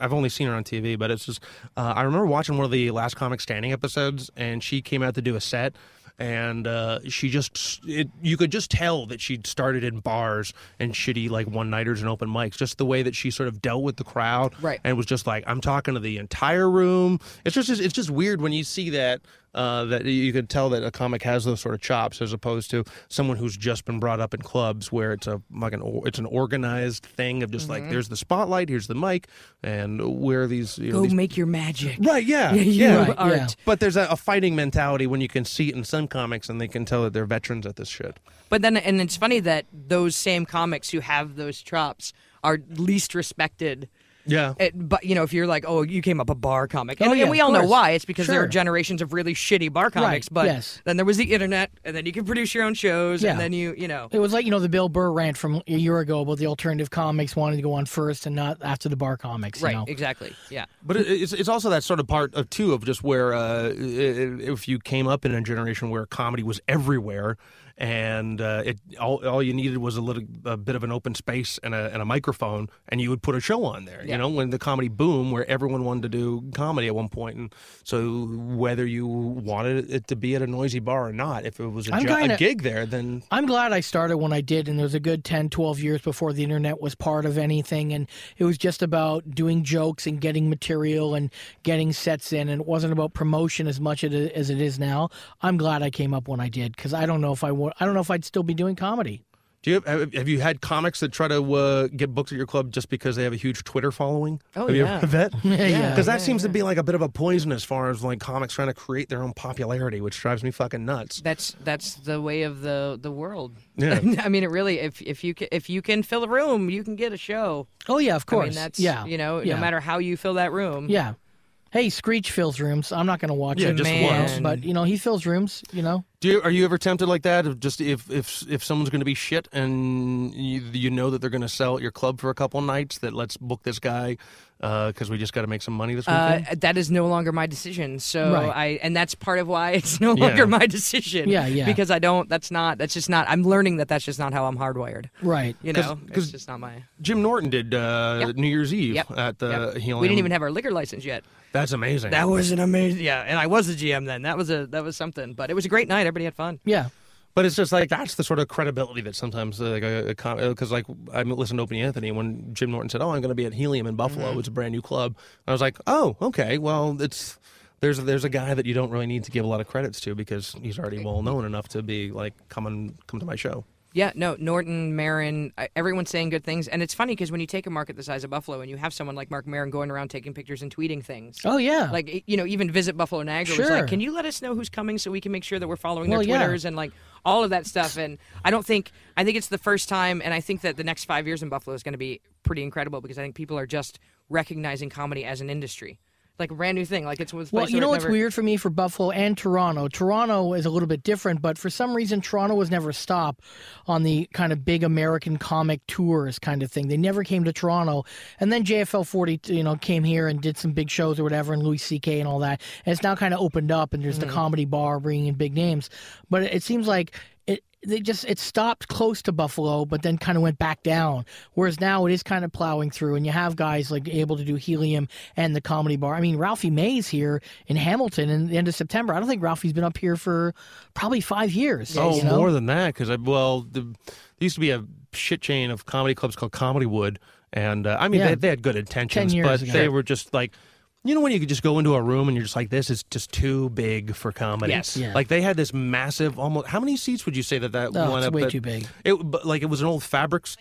Speaker 3: I've only seen her on TV, but it's just uh, I remember watching one of the last Comic Standing episodes, and she came out to do a set, and uh, she just it, you could just tell that she started in bars and shitty like one nighters and open mics, just the way that she sort of dealt with the crowd,
Speaker 8: Right.
Speaker 3: And was just like I'm talking to the entire room. It's just it's just weird when you see that. Uh, that you could tell that a comic has those sort of chops as opposed to someone who's just been brought up in clubs where it's a like an or- it's an organized thing of just like there's the spotlight, here's the mic, and where are these you know,
Speaker 8: Go
Speaker 3: these-
Speaker 8: make your magic.
Speaker 3: right yeah
Speaker 8: Yeah, you
Speaker 3: yeah.
Speaker 4: Right,
Speaker 8: art.
Speaker 4: yeah.
Speaker 3: But there's a, a fighting mentality when you can see it in some comics and they can tell that they're veterans at this shit.
Speaker 8: But then, and it's funny that those same comics who have those chops are least respected.
Speaker 3: Yeah.
Speaker 8: It, but you know, if you're like, oh, you came up a bar comic, and,
Speaker 4: Oh, yeah,
Speaker 8: and we
Speaker 4: of
Speaker 8: all know
Speaker 4: course.
Speaker 8: why. It's because there are
Speaker 4: Sure.
Speaker 8: generations of really shitty bar comics. But
Speaker 4: yes.
Speaker 8: then there was the internet, and then you can produce your own shows,
Speaker 4: Yeah.
Speaker 8: and then you, you know,
Speaker 4: It was like you know the Bill Burr rant from a year ago about the alternative comics wanting to go on first and not after the bar comics.
Speaker 8: right,
Speaker 4: You know?
Speaker 8: exactly, yeah.
Speaker 3: But it, it's it's also that sort of part of too of just where uh, i- i- if you came up in a generation where comedy was everywhere, and uh, it all, all you needed was a little a bit of an open space and a, and a microphone, and you would put a show on there. You know, when the comedy boom, where everyone wanted to do comedy at one point, and so whether you wanted it to be at a noisy bar or not, if it was a,
Speaker 4: I'm
Speaker 3: jo-
Speaker 4: kinda-
Speaker 3: a gig there, then
Speaker 4: I'm glad I started when I did, and there was a good 10, 12 years before the internet was part of anything, and it was just about doing jokes and getting material and getting sets in, and it wasn't about promotion as much it- as it is now. I'm glad I came up when I did because I don't know if I would, I don't know if I'd still be doing comedy.
Speaker 3: do you have, have you had comics that try to uh, get booked at your club just because they have a huge Twitter following?
Speaker 8: Oh,
Speaker 3: have you
Speaker 8: yeah.
Speaker 3: ever heard that?
Speaker 4: yeah.
Speaker 3: Because that seems to be like a bit of a poison as far as like comics trying to create their own popularity, which drives me fucking nuts.
Speaker 8: That's that's the way of the the world.
Speaker 3: Yeah.
Speaker 8: I mean, it really. If if you can, if you can fill a room, you can get a show.
Speaker 4: Oh yeah, of
Speaker 8: I
Speaker 4: course.
Speaker 8: mean, that's
Speaker 4: yeah,
Speaker 8: You know,
Speaker 4: yeah.
Speaker 8: no matter how you fill that room.
Speaker 4: Yeah. Hey, Screech fills rooms. I'm not going to watch
Speaker 3: Yeah,
Speaker 4: him,
Speaker 3: just
Speaker 8: Man. once.
Speaker 4: but you know he fills rooms. You know.
Speaker 3: Do you, are you ever tempted like that? Of just if if if someone's going to be shit and you, you know that they're going to sell at your club for a couple nights, that let's book this guy because we just got to make some money this
Speaker 8: Uh,
Speaker 3: weekend.
Speaker 8: that is no longer my decision. So
Speaker 4: Right.
Speaker 8: I, and that's part of why it's no
Speaker 3: Yeah.
Speaker 8: longer my decision.
Speaker 4: Yeah, yeah.
Speaker 8: Because I don't. That's not. That's just not. I'm learning that that's just not how I'm hardwired.
Speaker 4: Right.
Speaker 8: You
Speaker 3: 'Cause-
Speaker 8: know,
Speaker 3: 'cause-
Speaker 8: it's just not my.
Speaker 3: Jim Norton did uh,
Speaker 8: Yep.
Speaker 3: New Year's Eve
Speaker 8: Yep.
Speaker 3: at the
Speaker 8: Yep.
Speaker 3: Helium.
Speaker 8: We didn't even have our liquor license yet.
Speaker 3: That's amazing.
Speaker 8: That was an amazing. Yeah, and I was the GM then. That was a that was something. But it was a great night. Everybody had fun.
Speaker 4: Yeah.
Speaker 3: But it's just like that's the sort of credibility that sometimes uh, like because like I listened to Open Anthony when Jim Norton said, "Oh, I'm going to be at Helium in Buffalo. It's a brand new club." I was like, "Oh, okay. Well, it's there's there's a guy that you don't really need to give a lot of credits to because he's already well known enough to be like come and come to my show."
Speaker 8: Yeah, no, Norton, Marin, I- everyone's saying good things. And it's funny because when you take a market the size of Buffalo and you have someone like Mark Marin going around taking pictures and tweeting things.
Speaker 4: Oh yeah.
Speaker 8: Like, e- you know, even Visit Buffalo Niagara was
Speaker 4: Sure.
Speaker 8: like, can you let us know who's coming so we can make sure that we're following
Speaker 4: Well,
Speaker 8: their
Speaker 4: yeah.
Speaker 8: Twitters and like all of that stuff. And I don't think, I think it's the first time. And I think that the next five years in Buffalo is going to be pretty incredible because I think people are just recognizing comedy as an industry. Like a brand new thing. Like it's was
Speaker 4: Well, you know what's weird for me for Buffalo and Toronto? Toronto is a little bit different, but for some reason, Toronto was never stopped on the kind of big American comic tours kind of thing. They never came to Toronto. And then JFL 40, you know, came here and did some big shows or whatever, and Louis C.K. and all that. And it's now kind of opened up, and there's the comedy bar bringing in big names. But it, it seems like it they just it stopped close to Buffalo, but then kind of went back down. Whereas now it is kind of plowing through, and you have guys like able to do Helium and the Comedy Bar. I mean, Ralphie May's here in Hamilton in the end of September. I don't think Ralphie's been up here for probably five years.
Speaker 3: Oh,
Speaker 4: you know?
Speaker 3: more than that, because well, the, there used to be a shit chain of comedy clubs called Comedy Wood, and uh, I mean
Speaker 4: Yeah.
Speaker 3: they, they had good intentions,
Speaker 4: years
Speaker 3: but
Speaker 4: ago.
Speaker 3: they
Speaker 4: Sure.
Speaker 3: were just like. You know when you could just go into a room and you're just like, this is just too big for comedy.
Speaker 8: Yes.
Speaker 4: Yeah.
Speaker 3: Like they had this massive, almost. How many seats would you say that that
Speaker 4: Oh,
Speaker 3: one
Speaker 4: it's
Speaker 3: up?
Speaker 4: way
Speaker 3: at-
Speaker 4: too big.
Speaker 3: It, but like it was an old fabric. s-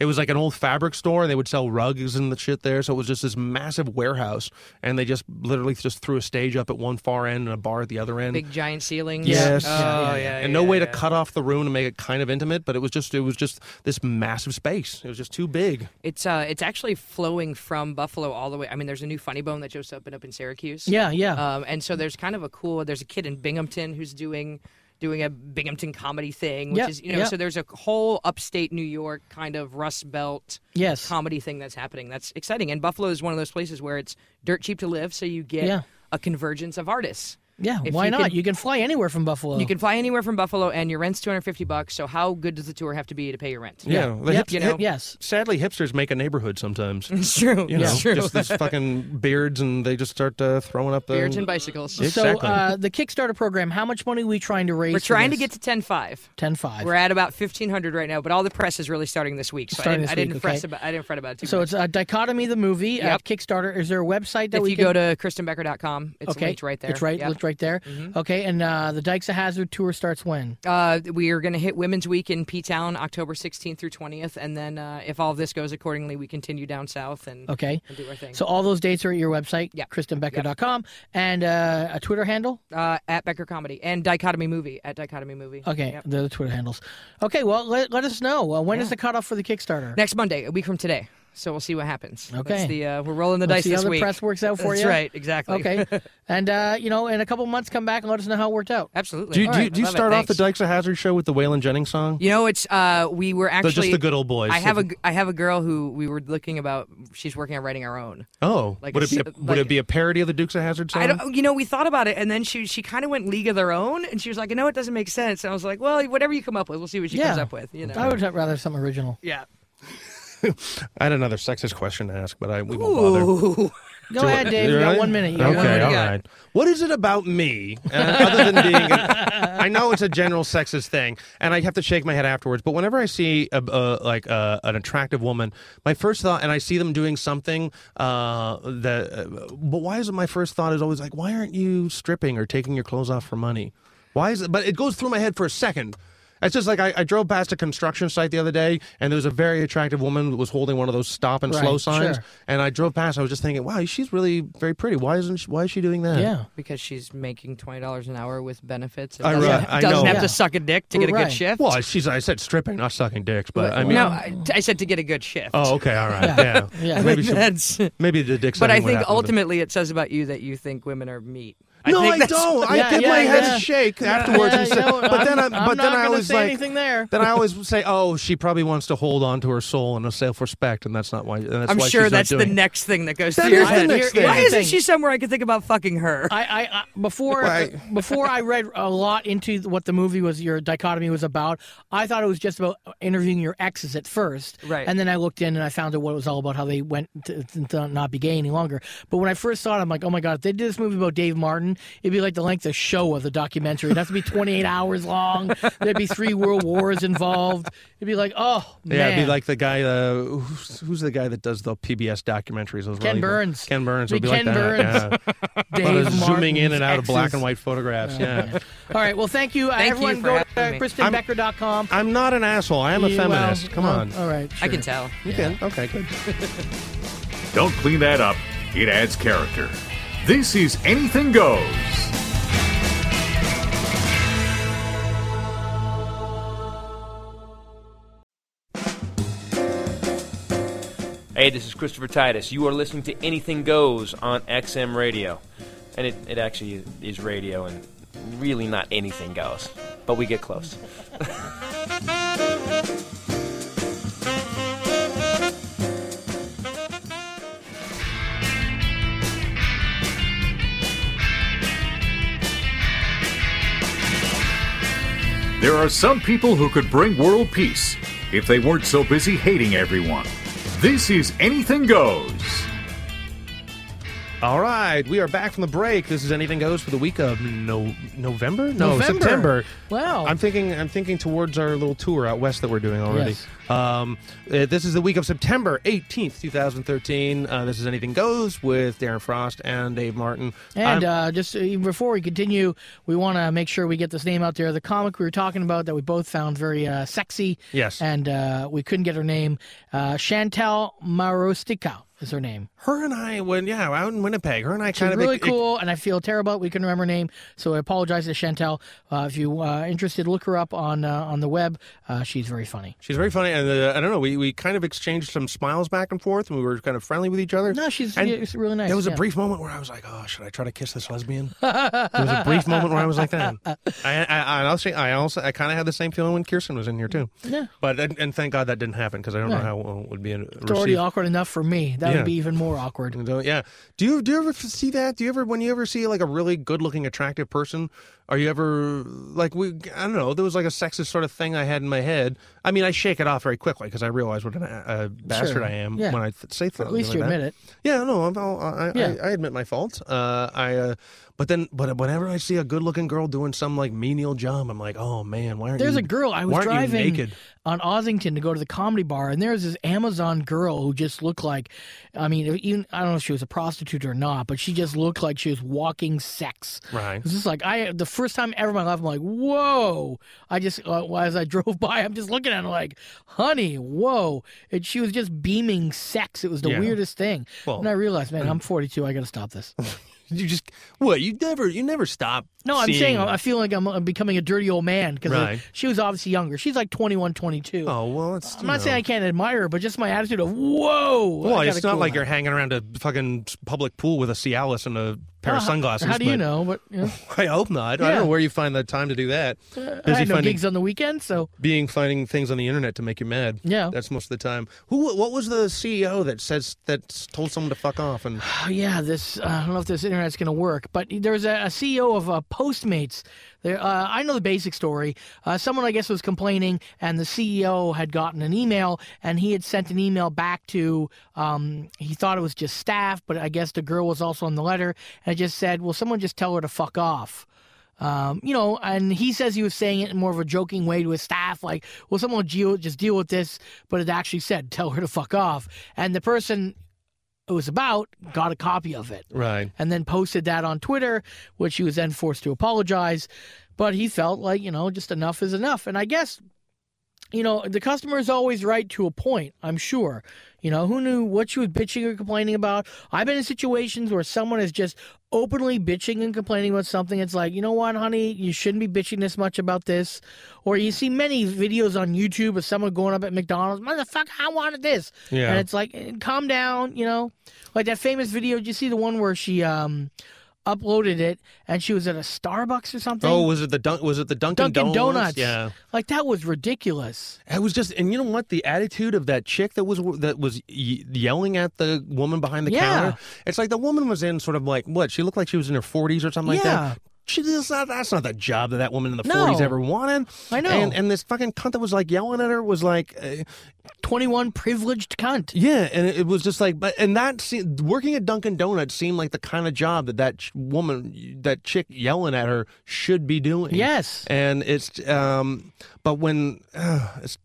Speaker 3: It was like an old fabric store, and they would sell rugs and the shit there. So it was just this massive warehouse, and they just literally just threw a stage up at one far end and a bar at the other end.
Speaker 8: Big giant ceilings.
Speaker 3: Yes.
Speaker 8: Oh, yeah. yeah
Speaker 3: and no way to
Speaker 8: yeah.
Speaker 3: cut off the room to make it kind of intimate, but it was just it was just this massive space. It was just too big.
Speaker 8: It's uh, it's actually flowing from Buffalo all the way. I mean, there's a new Funny Bone that just opened up in Syracuse.
Speaker 4: Yeah, yeah.
Speaker 8: Um, and so there's kind of a cool. There's a kid in Binghamton who's doing doing a Binghamton comedy thing, which
Speaker 4: Yeah,
Speaker 8: is you know.
Speaker 4: yeah.
Speaker 8: So there's a whole upstate New York kind of Rust Belt
Speaker 4: Yes.
Speaker 8: comedy thing that's happening. That's exciting. And Buffalo is one of those places where it's dirt cheap to live, so you get
Speaker 4: Yeah.
Speaker 8: a convergence of artists.
Speaker 4: Yeah,
Speaker 8: If
Speaker 4: why
Speaker 8: you
Speaker 4: not?
Speaker 8: can-
Speaker 4: you can fly anywhere from Buffalo.
Speaker 8: You can fly anywhere from Buffalo, and your rent's two hundred fifty bucks. So how good does the tour have to be to pay your rent?
Speaker 3: Yeah, the
Speaker 4: Yep,
Speaker 3: hip-
Speaker 8: you
Speaker 4: yep,
Speaker 8: know.
Speaker 4: yes.
Speaker 3: Sadly, hipsters make a neighborhood sometimes. You
Speaker 8: it's true.
Speaker 3: know,
Speaker 8: it's true.
Speaker 3: just these fucking beards, and they just start uh, throwing up the
Speaker 8: Beards and bicycles.
Speaker 3: Exactly.
Speaker 4: So uh, the Kickstarter program, how much money are we trying to raise?
Speaker 8: We're trying to get to ten five.
Speaker 4: ten five.
Speaker 8: We're at about fifteen hundred right now, but all the press is really starting this week. So
Speaker 4: Starting
Speaker 8: I didn't,
Speaker 4: this
Speaker 8: I didn't
Speaker 4: week,
Speaker 8: press
Speaker 4: okay.
Speaker 8: about. I didn't fret about it too
Speaker 4: So
Speaker 8: much.
Speaker 4: it's uh, Dichotomy the movie at Kickstarter. Is there a website that
Speaker 8: if
Speaker 4: we
Speaker 8: you
Speaker 4: can
Speaker 8: go to kristenbecker.com, it's
Speaker 4: okay,
Speaker 8: linked right there. Mm-hmm.
Speaker 4: It's right,
Speaker 8: Yeah.
Speaker 4: linked right there. Okay, and uh, the Dykes of Hazard tour starts when?
Speaker 8: Uh, we are going to hit Women's Week in P Town, October 16th through 20th, and then uh, if all of this goes accordingly, we continue down south and
Speaker 4: Okay.
Speaker 8: and do our thing.
Speaker 4: So all those dates are at your website,
Speaker 8: Yeah.
Speaker 4: kristenbecker.com, and uh, a Twitter handle.
Speaker 8: uh, at Becker Comedy and Dichotomy Movie at Dichotomy Movie.
Speaker 4: Okay,
Speaker 8: Yep.
Speaker 4: they're the Twitter handles. Okay, well let, let us know uh, when is the cutoff for the Kickstarter.
Speaker 8: Next Monday, a week from today. So we'll see what happens. That's
Speaker 4: Okay.
Speaker 8: the, uh, we're rolling the
Speaker 4: Let's
Speaker 8: dice
Speaker 4: see
Speaker 8: this
Speaker 4: how the
Speaker 8: week.
Speaker 4: press works out for
Speaker 8: That's
Speaker 4: you.
Speaker 8: right. Exactly.
Speaker 4: Okay, and uh, you know, in a couple months, come back and let us know how it worked out.
Speaker 8: Absolutely.
Speaker 3: Do you,
Speaker 8: All
Speaker 3: do you,
Speaker 8: right,
Speaker 3: do you
Speaker 8: I love it.
Speaker 3: start off the Dykes
Speaker 8: Thanks.
Speaker 3: of Hazard show with the Waylon Jennings song?
Speaker 8: You know, it's uh, we were
Speaker 3: The-
Speaker 8: actually
Speaker 3: just the good old boys.
Speaker 8: I have a g- I have a girl who we were looking about. She's working on writing our own.
Speaker 3: oh,
Speaker 8: like
Speaker 3: would
Speaker 8: a
Speaker 3: it be a,
Speaker 8: s-
Speaker 3: would
Speaker 8: like-
Speaker 3: it be a parody of the Dukes of Hazard song?
Speaker 8: I don't, oh, you know, we thought about it, and then she she kind of went league of their own, and she was like, "No, it doesn't make sense." And I was like, "Well, whatever you come up with, we'll see what she comes
Speaker 4: Yeah.
Speaker 8: up with." You know,
Speaker 4: I would rather have something original.
Speaker 8: yeah.
Speaker 3: I had another sexist question to ask, but I we won't bother.
Speaker 8: Ooh,
Speaker 4: Go ahead, Dave. You got
Speaker 3: Really?
Speaker 4: one minute. You got
Speaker 3: okay,
Speaker 4: one minute.
Speaker 3: all
Speaker 8: got?
Speaker 3: right. What is it about me, uh, other than being? A, I know it's a general sexist thing, and I have to shake my head afterwards. But whenever I see a, a, like uh an attractive woman, my first thought, and I see them doing something, uh, that. Uh, but why is it my first thought is always like, why aren't you stripping or taking your clothes off for money? Why is it? But it goes through my head for a second. It's just like I, I drove past a construction site the other day, and there was a very attractive woman that was holding one of those stop and
Speaker 4: Right,
Speaker 3: slow signs.
Speaker 4: sure.
Speaker 3: And I drove past. I was just thinking, wow, she's really very pretty. Why isn't she, why is she doing that?
Speaker 4: Yeah.
Speaker 8: because she's making twenty dollars an hour with benefits. And
Speaker 3: I
Speaker 8: doesn't,
Speaker 3: re- I
Speaker 8: doesn't
Speaker 3: know.
Speaker 8: have
Speaker 4: Yeah.
Speaker 8: to suck a dick to get a
Speaker 4: Right.
Speaker 8: good shift.
Speaker 3: Well, she's. I said stripping, not sucking dicks, but I mean.
Speaker 8: no, I, I said to get a good shift.
Speaker 3: Oh, okay, all right. Yeah.
Speaker 4: Yeah.
Speaker 3: Maybe she,
Speaker 8: that's.
Speaker 3: maybe the dick.
Speaker 8: But I
Speaker 3: sucking would
Speaker 8: think
Speaker 3: happen, but-
Speaker 8: ultimately it says about you that you think women are meat.
Speaker 3: No,
Speaker 8: think
Speaker 3: I,
Speaker 8: that's-
Speaker 3: don't. I
Speaker 4: Yeah,
Speaker 3: give
Speaker 4: yeah,
Speaker 3: my head
Speaker 4: yeah.
Speaker 3: a shake afterwards,
Speaker 4: Yeah,
Speaker 3: and
Speaker 4: you
Speaker 3: say,
Speaker 4: know,
Speaker 3: but then I,
Speaker 4: I'm-
Speaker 3: but
Speaker 4: I'm
Speaker 3: then
Speaker 4: not
Speaker 3: I
Speaker 4: gonna
Speaker 3: always
Speaker 4: say
Speaker 3: like
Speaker 4: anything there.
Speaker 3: Then I always say, oh, she probably wants to hold on to her soul and her self-respect, and that's not why. And that's
Speaker 8: I'm
Speaker 3: why
Speaker 8: sure
Speaker 3: she's not
Speaker 8: that's the
Speaker 3: doing it.
Speaker 8: next thing that goes
Speaker 3: That
Speaker 8: through your
Speaker 3: is the
Speaker 8: head.
Speaker 3: next thing.
Speaker 8: Why isn't
Speaker 4: Thing.
Speaker 8: she somewhere I could think about fucking her?
Speaker 4: I, I, I before
Speaker 3: Why?
Speaker 4: before I read a lot into what the movie was your dichotomy was about. I thought it was just about interviewing your exes at first,
Speaker 8: Right.
Speaker 4: And then I looked in and I found out what it was all about, how they went to, to not be gay any longer. But when I first saw it, I'm like, oh my god, if they did this movie about Dave Martin, it'd be like the length of show of the documentary. It'd have to be 28 hours long. There'd be three world wars involved. It'd be like, oh man,
Speaker 3: Yeah, it'd be like the guy. Uh, who's, who's the guy that does the PBS documentaries? Those
Speaker 4: Ken
Speaker 3: really-
Speaker 4: Burns.
Speaker 3: Ken Burns
Speaker 4: Be
Speaker 3: would be
Speaker 4: Ken
Speaker 3: like that.
Speaker 4: Burns.
Speaker 3: Yeah.
Speaker 4: Dave
Speaker 3: lot of zooming
Speaker 4: Martin's
Speaker 3: in and out of black
Speaker 4: exes.
Speaker 3: and white photographs. Yeah.
Speaker 4: All right, well, thank you, Uh,
Speaker 8: Thank you
Speaker 4: everyone.
Speaker 8: for
Speaker 4: go to
Speaker 8: having
Speaker 4: uh,
Speaker 8: me.
Speaker 4: KristenBecker.com.
Speaker 3: I'm not an asshole. I am a
Speaker 4: You, Oh, well,
Speaker 3: feminist. Come
Speaker 4: no,
Speaker 3: on.
Speaker 4: All right,
Speaker 8: I can
Speaker 4: sure.
Speaker 8: tell.
Speaker 3: You can. Okay, good.
Speaker 1: Don't clean that up, it adds character. This is Anything Goes.
Speaker 9: Hey, this is Christopher Titus. You are listening to Anything Goes on XM Radio. And it, it actually is radio and really not anything goes. But we get close.
Speaker 1: There are some people who could bring world peace if they weren't so busy hating everyone. This is Anything Goes.
Speaker 3: All right, we are back from the break. This is anything goes for the week of no November, no
Speaker 4: November.
Speaker 3: September.
Speaker 4: Wow.
Speaker 3: I'm thinking, I'm thinking towards our little tour out west that we're doing already.
Speaker 4: Yes.
Speaker 3: Um, uh, this is the week of September 18th, 2013. Uh, this is anything goes with Darren Frost and Dave Martin.
Speaker 4: And
Speaker 3: I'm-
Speaker 4: uh, just uh, even before we continue, we want to make sure we get this name out there. The comic we were talking about that we both found very uh, sexy.
Speaker 3: Yes.
Speaker 4: And uh, we couldn't get her name. Uh, Chantal Marostica is her name.
Speaker 3: her and I, when yeah, out in Winnipeg, her and I
Speaker 4: She's
Speaker 3: kind of
Speaker 4: really
Speaker 3: ec- ec-
Speaker 4: cool, and I feel terrible. We couldn't remember her name, so I apologize to Chantel. Uh, if you uh, interested, look her up on uh, on the web. Uh, she's very funny.
Speaker 3: She's very funny, and uh, I don't know. We, we kind of exchanged some smiles back and forth, and we were kind of friendly with each other.
Speaker 4: No, she's,
Speaker 3: And
Speaker 4: she's really nice.
Speaker 3: There was
Speaker 4: yeah.
Speaker 3: a brief moment where I was like, "Oh, should I try to kiss this lesbian?" there was a brief moment where I was like that. I, I, I also, I also, I kind of had the same feeling when Kirsten was in here too.
Speaker 4: Yeah.
Speaker 3: But and, and thank God that didn't happen because I don't know how well it would be.
Speaker 4: It's already awkward enough for me. That would
Speaker 3: Yeah.
Speaker 4: be even more awkward.
Speaker 3: And don't- yeah. Do you do you ever f- see that? Do you ever when you ever see like a really good looking attractive person? Are you ever like we? I don't know. There was like a sexist sort of thing I had in my head. I mean, I shake it off very quickly because I realize what an uh, a, a bastard I am
Speaker 4: Yeah.
Speaker 3: when I th- say something.
Speaker 4: At least
Speaker 3: like
Speaker 4: you
Speaker 3: that.
Speaker 4: admit it.
Speaker 3: Yeah, no, I'm, I'll- I,
Speaker 4: Yeah.
Speaker 3: I, I admit my fault. Uh, I, uh, but then, but whenever I see a good-looking girl doing some like menial job, I'm like, oh man, why aren't
Speaker 4: There's
Speaker 3: you,
Speaker 4: a girl I was
Speaker 3: why aren't you
Speaker 4: driving
Speaker 3: naked?
Speaker 4: on Ossington to go to the comedy bar, and there's this Amazon girl who just looked like, I mean, even I don't know if she was a prostitute or not, but she just looked like she was walking sex.
Speaker 3: Right.
Speaker 4: It's just like I the first time ever in my life, I'm like, whoa! I just uh, as I drove by, I'm just looking at her like, honey, whoa! And she was just beaming sex. It was the
Speaker 3: Yeah.
Speaker 4: weirdest thing.
Speaker 3: Well- mm.
Speaker 4: and I realized, man, I'm 42. I got to stop this.
Speaker 3: You just what? You never, you never stop.
Speaker 4: No, I'm saying
Speaker 3: seeing-
Speaker 4: I I feel like I'm, I'm becoming a dirty old man because
Speaker 3: Right.
Speaker 4: she was obviously younger. She's like 21, 22.
Speaker 3: Oh well, it's.
Speaker 4: I'm not saying I can't admire her, but just my attitude of whoa.
Speaker 3: Well,
Speaker 4: I
Speaker 3: it's
Speaker 4: gotta
Speaker 3: not
Speaker 4: cool
Speaker 3: like
Speaker 4: that.
Speaker 3: you're hanging around a fucking public pool with a Cialis and a pair
Speaker 4: Well,
Speaker 3: of
Speaker 4: how-
Speaker 3: sunglasses.
Speaker 4: Uh-huh. How do you
Speaker 3: but-
Speaker 4: know? But you know,
Speaker 3: I hope not. I
Speaker 4: Yeah. Uh,
Speaker 3: don't know where you find the time to do that.
Speaker 4: I
Speaker 3: Busy
Speaker 4: had no
Speaker 3: finding-
Speaker 4: gigs on the weekend, so
Speaker 3: being finding things on the internet to make you mad.
Speaker 4: Yeah.
Speaker 3: that's most of the time. Who? What was the CEO that says that told someone to fuck off? And
Speaker 4: oh, yeah, this uh, I don't know if this internet's going to work, but there's a, a CEO of uh, Postmates. There, uh, I know the basic story. Uh, someone I guess was complaining, and the CEO had gotten an email, and he had sent an email back to. Um, he thought it was just staff, but I guess the girl was also in the letter, and it just said, "Will someone just tell her to fuck off?" Um, you know, and he says he was saying it in more of a joking way to his staff, like, "Will someone deal, just deal with this?" But it actually said, "Tell her to fuck off." And the person it was about got a copy of it
Speaker 3: right,
Speaker 4: and then posted that on Twitter, which he was then forced to apologize. But he felt like, you know, just enough is enough. And I guess, you know, the customer is always right to a point, I'm sure. You know, who knew what she was bitching or complaining about? I've been in situations where someone is just openly bitching and complaining about something. It's like, you know what, honey, you shouldn't be bitching this much about this. Or you see many videos on YouTube of someone going up at McDonald's, motherfucker, I wanted this.
Speaker 3: Yeah.
Speaker 4: And it's like, eh, calm down, you know? Like that famous video, did you see the one where she um uploaded it and she was at a Starbucks or something?
Speaker 3: Oh, was it the dunk? Was it the Dunkin',
Speaker 4: Dunkin' Donuts.
Speaker 3: Yeah,
Speaker 4: Like that was ridiculous.
Speaker 3: it was just, and you know what? The attitude of that chick that was that was ye- yelling at the woman behind the
Speaker 4: Yeah.
Speaker 3: counter. It's like the woman was in sort of like what? She looked like she was in her forties or something like
Speaker 4: Yeah.
Speaker 3: that. She, that's, not, that's not the job that that woman in the
Speaker 4: No.
Speaker 3: 40s ever wanted.
Speaker 4: I know.
Speaker 3: And, and this fucking cunt that was like yelling at her was like, uh,
Speaker 4: 21 privileged cunt.
Speaker 3: Yeah, and it it was just like, but and that se- working at Dunkin' Donuts seemed like the kind of job that that ch- woman, that chick yelling at her should be doing.
Speaker 4: Yes.
Speaker 3: and it's um, but when uh, it's.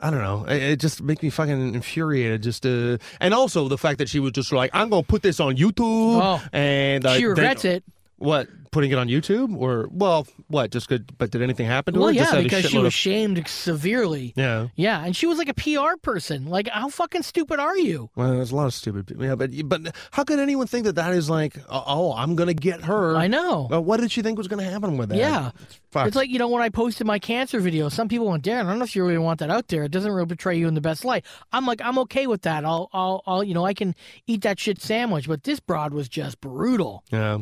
Speaker 3: I don't know. It, it just makes me fucking infuriated. Just uh, and also the fact that she was just like, "I'm gonna put this on YouTube,"
Speaker 4: Oh.
Speaker 3: and uh,
Speaker 4: she
Speaker 3: they-
Speaker 4: regrets it.
Speaker 3: What putting it on YouTube or well, what just good? But did anything happen to
Speaker 4: Well,
Speaker 3: her? just
Speaker 4: yeah,
Speaker 3: had a
Speaker 4: because she
Speaker 3: shitload
Speaker 4: was
Speaker 3: of-
Speaker 4: shamed severely.
Speaker 3: yeah.
Speaker 4: Yeah, and she was like a PR person. Like, how fucking stupid are you?
Speaker 3: Well, there's a lot of stupid people. Yeah, but but how could anyone think that that is like, oh, I'm gonna get her?
Speaker 4: I know.
Speaker 3: Well, what did she think was gonna happen with that?
Speaker 4: Yeah.
Speaker 3: it's, fucked.
Speaker 4: It's like, you know, when I posted my cancer video, some people went, Darren, I don't know if you really want that out there. It doesn't really portray you in the best light. I'm like, I'm okay with that. I'll, I'll, I'll you know, I can eat that shit sandwich, but this broad was just brutal.
Speaker 3: yeah.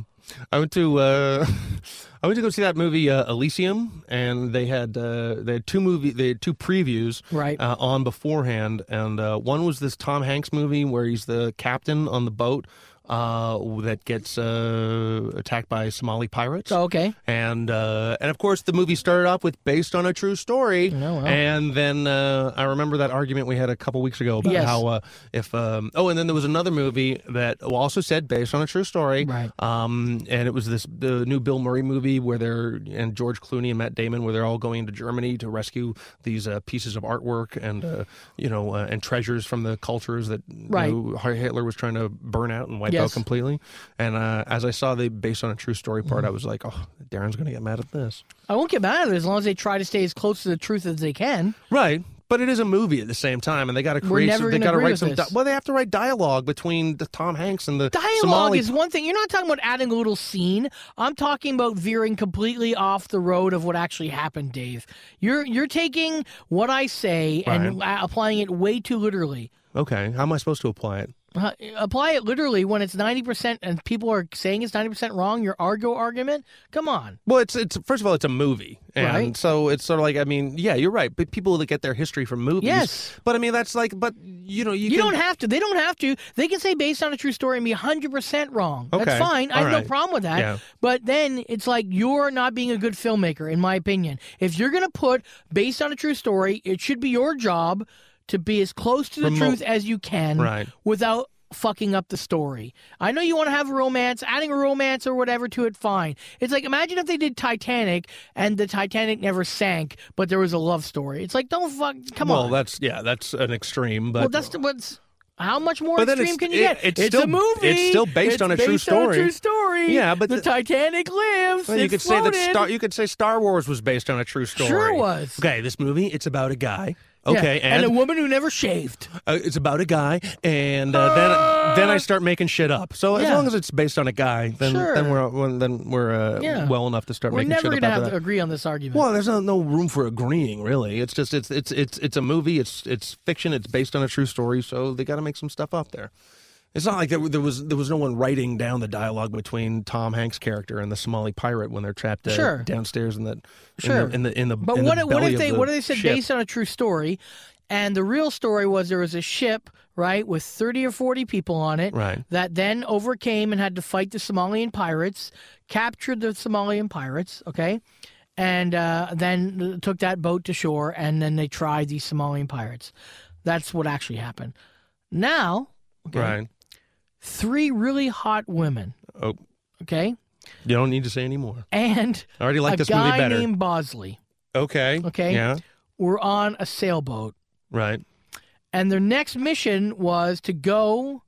Speaker 3: I went to uh, I went to go see that movie uh, Elysium, and they had uh, they had two movie they had two previews
Speaker 4: Right.
Speaker 3: uh, on beforehand, and uh, one was this Tom Hanks movie where he's the captain on the boat uh, that gets uh, attacked by Somali pirates.
Speaker 4: So, okay.
Speaker 3: and uh, and of course the movie started off with based on a true story.
Speaker 4: Oh, wow.
Speaker 3: And then uh, I remember that argument we had a couple weeks ago about
Speaker 4: Yes.
Speaker 3: how uh, if um, oh, and then there was another movie that also said based on a true story,
Speaker 4: Right.
Speaker 3: Um, and it was this the new Bill Murray movie where they're and George Clooney and Matt Damon where they're all going to Germany to rescue these uh, pieces of artwork and uh, you know uh, and treasures from the cultures that you
Speaker 4: Right.
Speaker 3: know, Hitler was trying to burn out and wipe out
Speaker 4: Yes.
Speaker 3: completely. And uh, as I saw the based on a true story part, I was like, oh, Darren's going to get mad at this.
Speaker 4: I won't get mad at it as long as they try to stay as close to the truth as they can.
Speaker 3: Right. But it is a movie at the same time, and they got to create.
Speaker 4: never
Speaker 3: some, they
Speaker 4: gonna
Speaker 3: got to
Speaker 4: agree
Speaker 3: write
Speaker 4: with
Speaker 3: some.
Speaker 4: this.
Speaker 3: well, they have to write dialogue between the Tom Hanks and the
Speaker 4: Dialogue
Speaker 3: Somali.
Speaker 4: is one thing. You're not talking about adding a little scene. I'm talking about veering completely off the road of what actually happened, Dave. You're you're taking what I say and uh, applying it way too literally.
Speaker 3: Okay. How am I supposed to apply it?
Speaker 4: Uh, apply it literally when it's 90% and people are saying it's 90% wrong, your Argo argument? Come on.
Speaker 3: Well, it's it's first of all, it's a movie, and
Speaker 4: Right.
Speaker 3: so it's sort of like I mean, yeah, you're right. But people that get their history from movies,
Speaker 4: Yes.
Speaker 3: But I mean, that's like, but you know, you,
Speaker 4: You
Speaker 3: can-
Speaker 4: don't have to. They don't have to. They can say based on a true story and be 100% wrong.
Speaker 3: Okay.
Speaker 4: That's fine. I
Speaker 3: All
Speaker 4: have
Speaker 3: right.
Speaker 4: no problem with that.
Speaker 3: Yeah.
Speaker 4: But then it's like you're not being a good filmmaker, in my opinion. If you're going to put based on a true story, it should be your job to be as close to the
Speaker 3: Remote-
Speaker 4: truth as you can
Speaker 3: Right.
Speaker 4: without fucking up the story. I know you want to have a romance, adding a romance or whatever to it, fine. It's like imagine if they did Titanic and the Titanic never sank, but there was a love story. It's like don't fuck come
Speaker 3: well,
Speaker 4: on.
Speaker 3: that's yeah, that's an extreme, but
Speaker 4: Well, that's the- what's. How much more
Speaker 3: But then
Speaker 4: extreme
Speaker 3: it's-
Speaker 4: can you
Speaker 3: it-
Speaker 4: get?
Speaker 3: it's
Speaker 4: It's,
Speaker 3: still-
Speaker 4: a movie.
Speaker 3: it's still based
Speaker 4: It's
Speaker 3: on a true
Speaker 4: based on
Speaker 3: story.
Speaker 4: true story.
Speaker 3: Yeah, but
Speaker 4: the,
Speaker 3: the-
Speaker 4: Titanic lives.
Speaker 3: Well, you
Speaker 4: It's
Speaker 3: could say
Speaker 4: floated.
Speaker 3: that Star, you could say Star Wars was based on a true story.
Speaker 4: Sure was.
Speaker 3: Okay, this movie it's about a guy.
Speaker 4: Yeah,
Speaker 3: Okay, and,
Speaker 4: a woman who never shaved.
Speaker 3: uh, it's about a guy, and uh, then then I start making shit up. So as
Speaker 4: Yeah.
Speaker 3: long as it's based on a guy, then
Speaker 4: Sure.
Speaker 3: then we're well, then we're uh,
Speaker 4: Yeah.
Speaker 3: well enough to start
Speaker 4: We're
Speaker 3: making
Speaker 4: never
Speaker 3: shit up
Speaker 4: gonna
Speaker 3: after
Speaker 4: have
Speaker 3: that.
Speaker 4: to agree on this argument.
Speaker 3: Well, there's no, no room for agreeing, really. It's just it's it's it's it's a movie. It's it's fiction. It's based on a true story, so they got to make some stuff up there. It's not like there, there was there was no one writing down the dialogue between Tom Hanks' character and the Somali pirate when they're trapped uh,
Speaker 4: Sure.
Speaker 3: downstairs in the
Speaker 4: Sure.
Speaker 3: in the in the, in the
Speaker 4: But
Speaker 3: in
Speaker 4: what
Speaker 3: the
Speaker 4: if- what
Speaker 3: belly
Speaker 4: if
Speaker 3: of
Speaker 4: they
Speaker 3: the
Speaker 4: what if they said
Speaker 3: ship.
Speaker 4: based on a true story, and the real story was there was a ship right with thirty or forty people on it
Speaker 3: Right.
Speaker 4: that then overcame and had to fight the Somalian pirates, captured the Somalian pirates, okay, and uh, then took that boat to shore, and then they tried these Somalian pirates. That's what actually happened. Now
Speaker 3: right?
Speaker 4: three really hot women,
Speaker 3: Oh,
Speaker 4: okay,
Speaker 3: you don't need to say any more.
Speaker 4: and
Speaker 3: I already like
Speaker 4: a
Speaker 3: this
Speaker 4: guy
Speaker 3: movie better.
Speaker 4: named Bosley
Speaker 3: okay.
Speaker 4: Okay.
Speaker 3: Yeah.
Speaker 4: were on a sailboat.
Speaker 3: Right.
Speaker 4: and their next mission was to go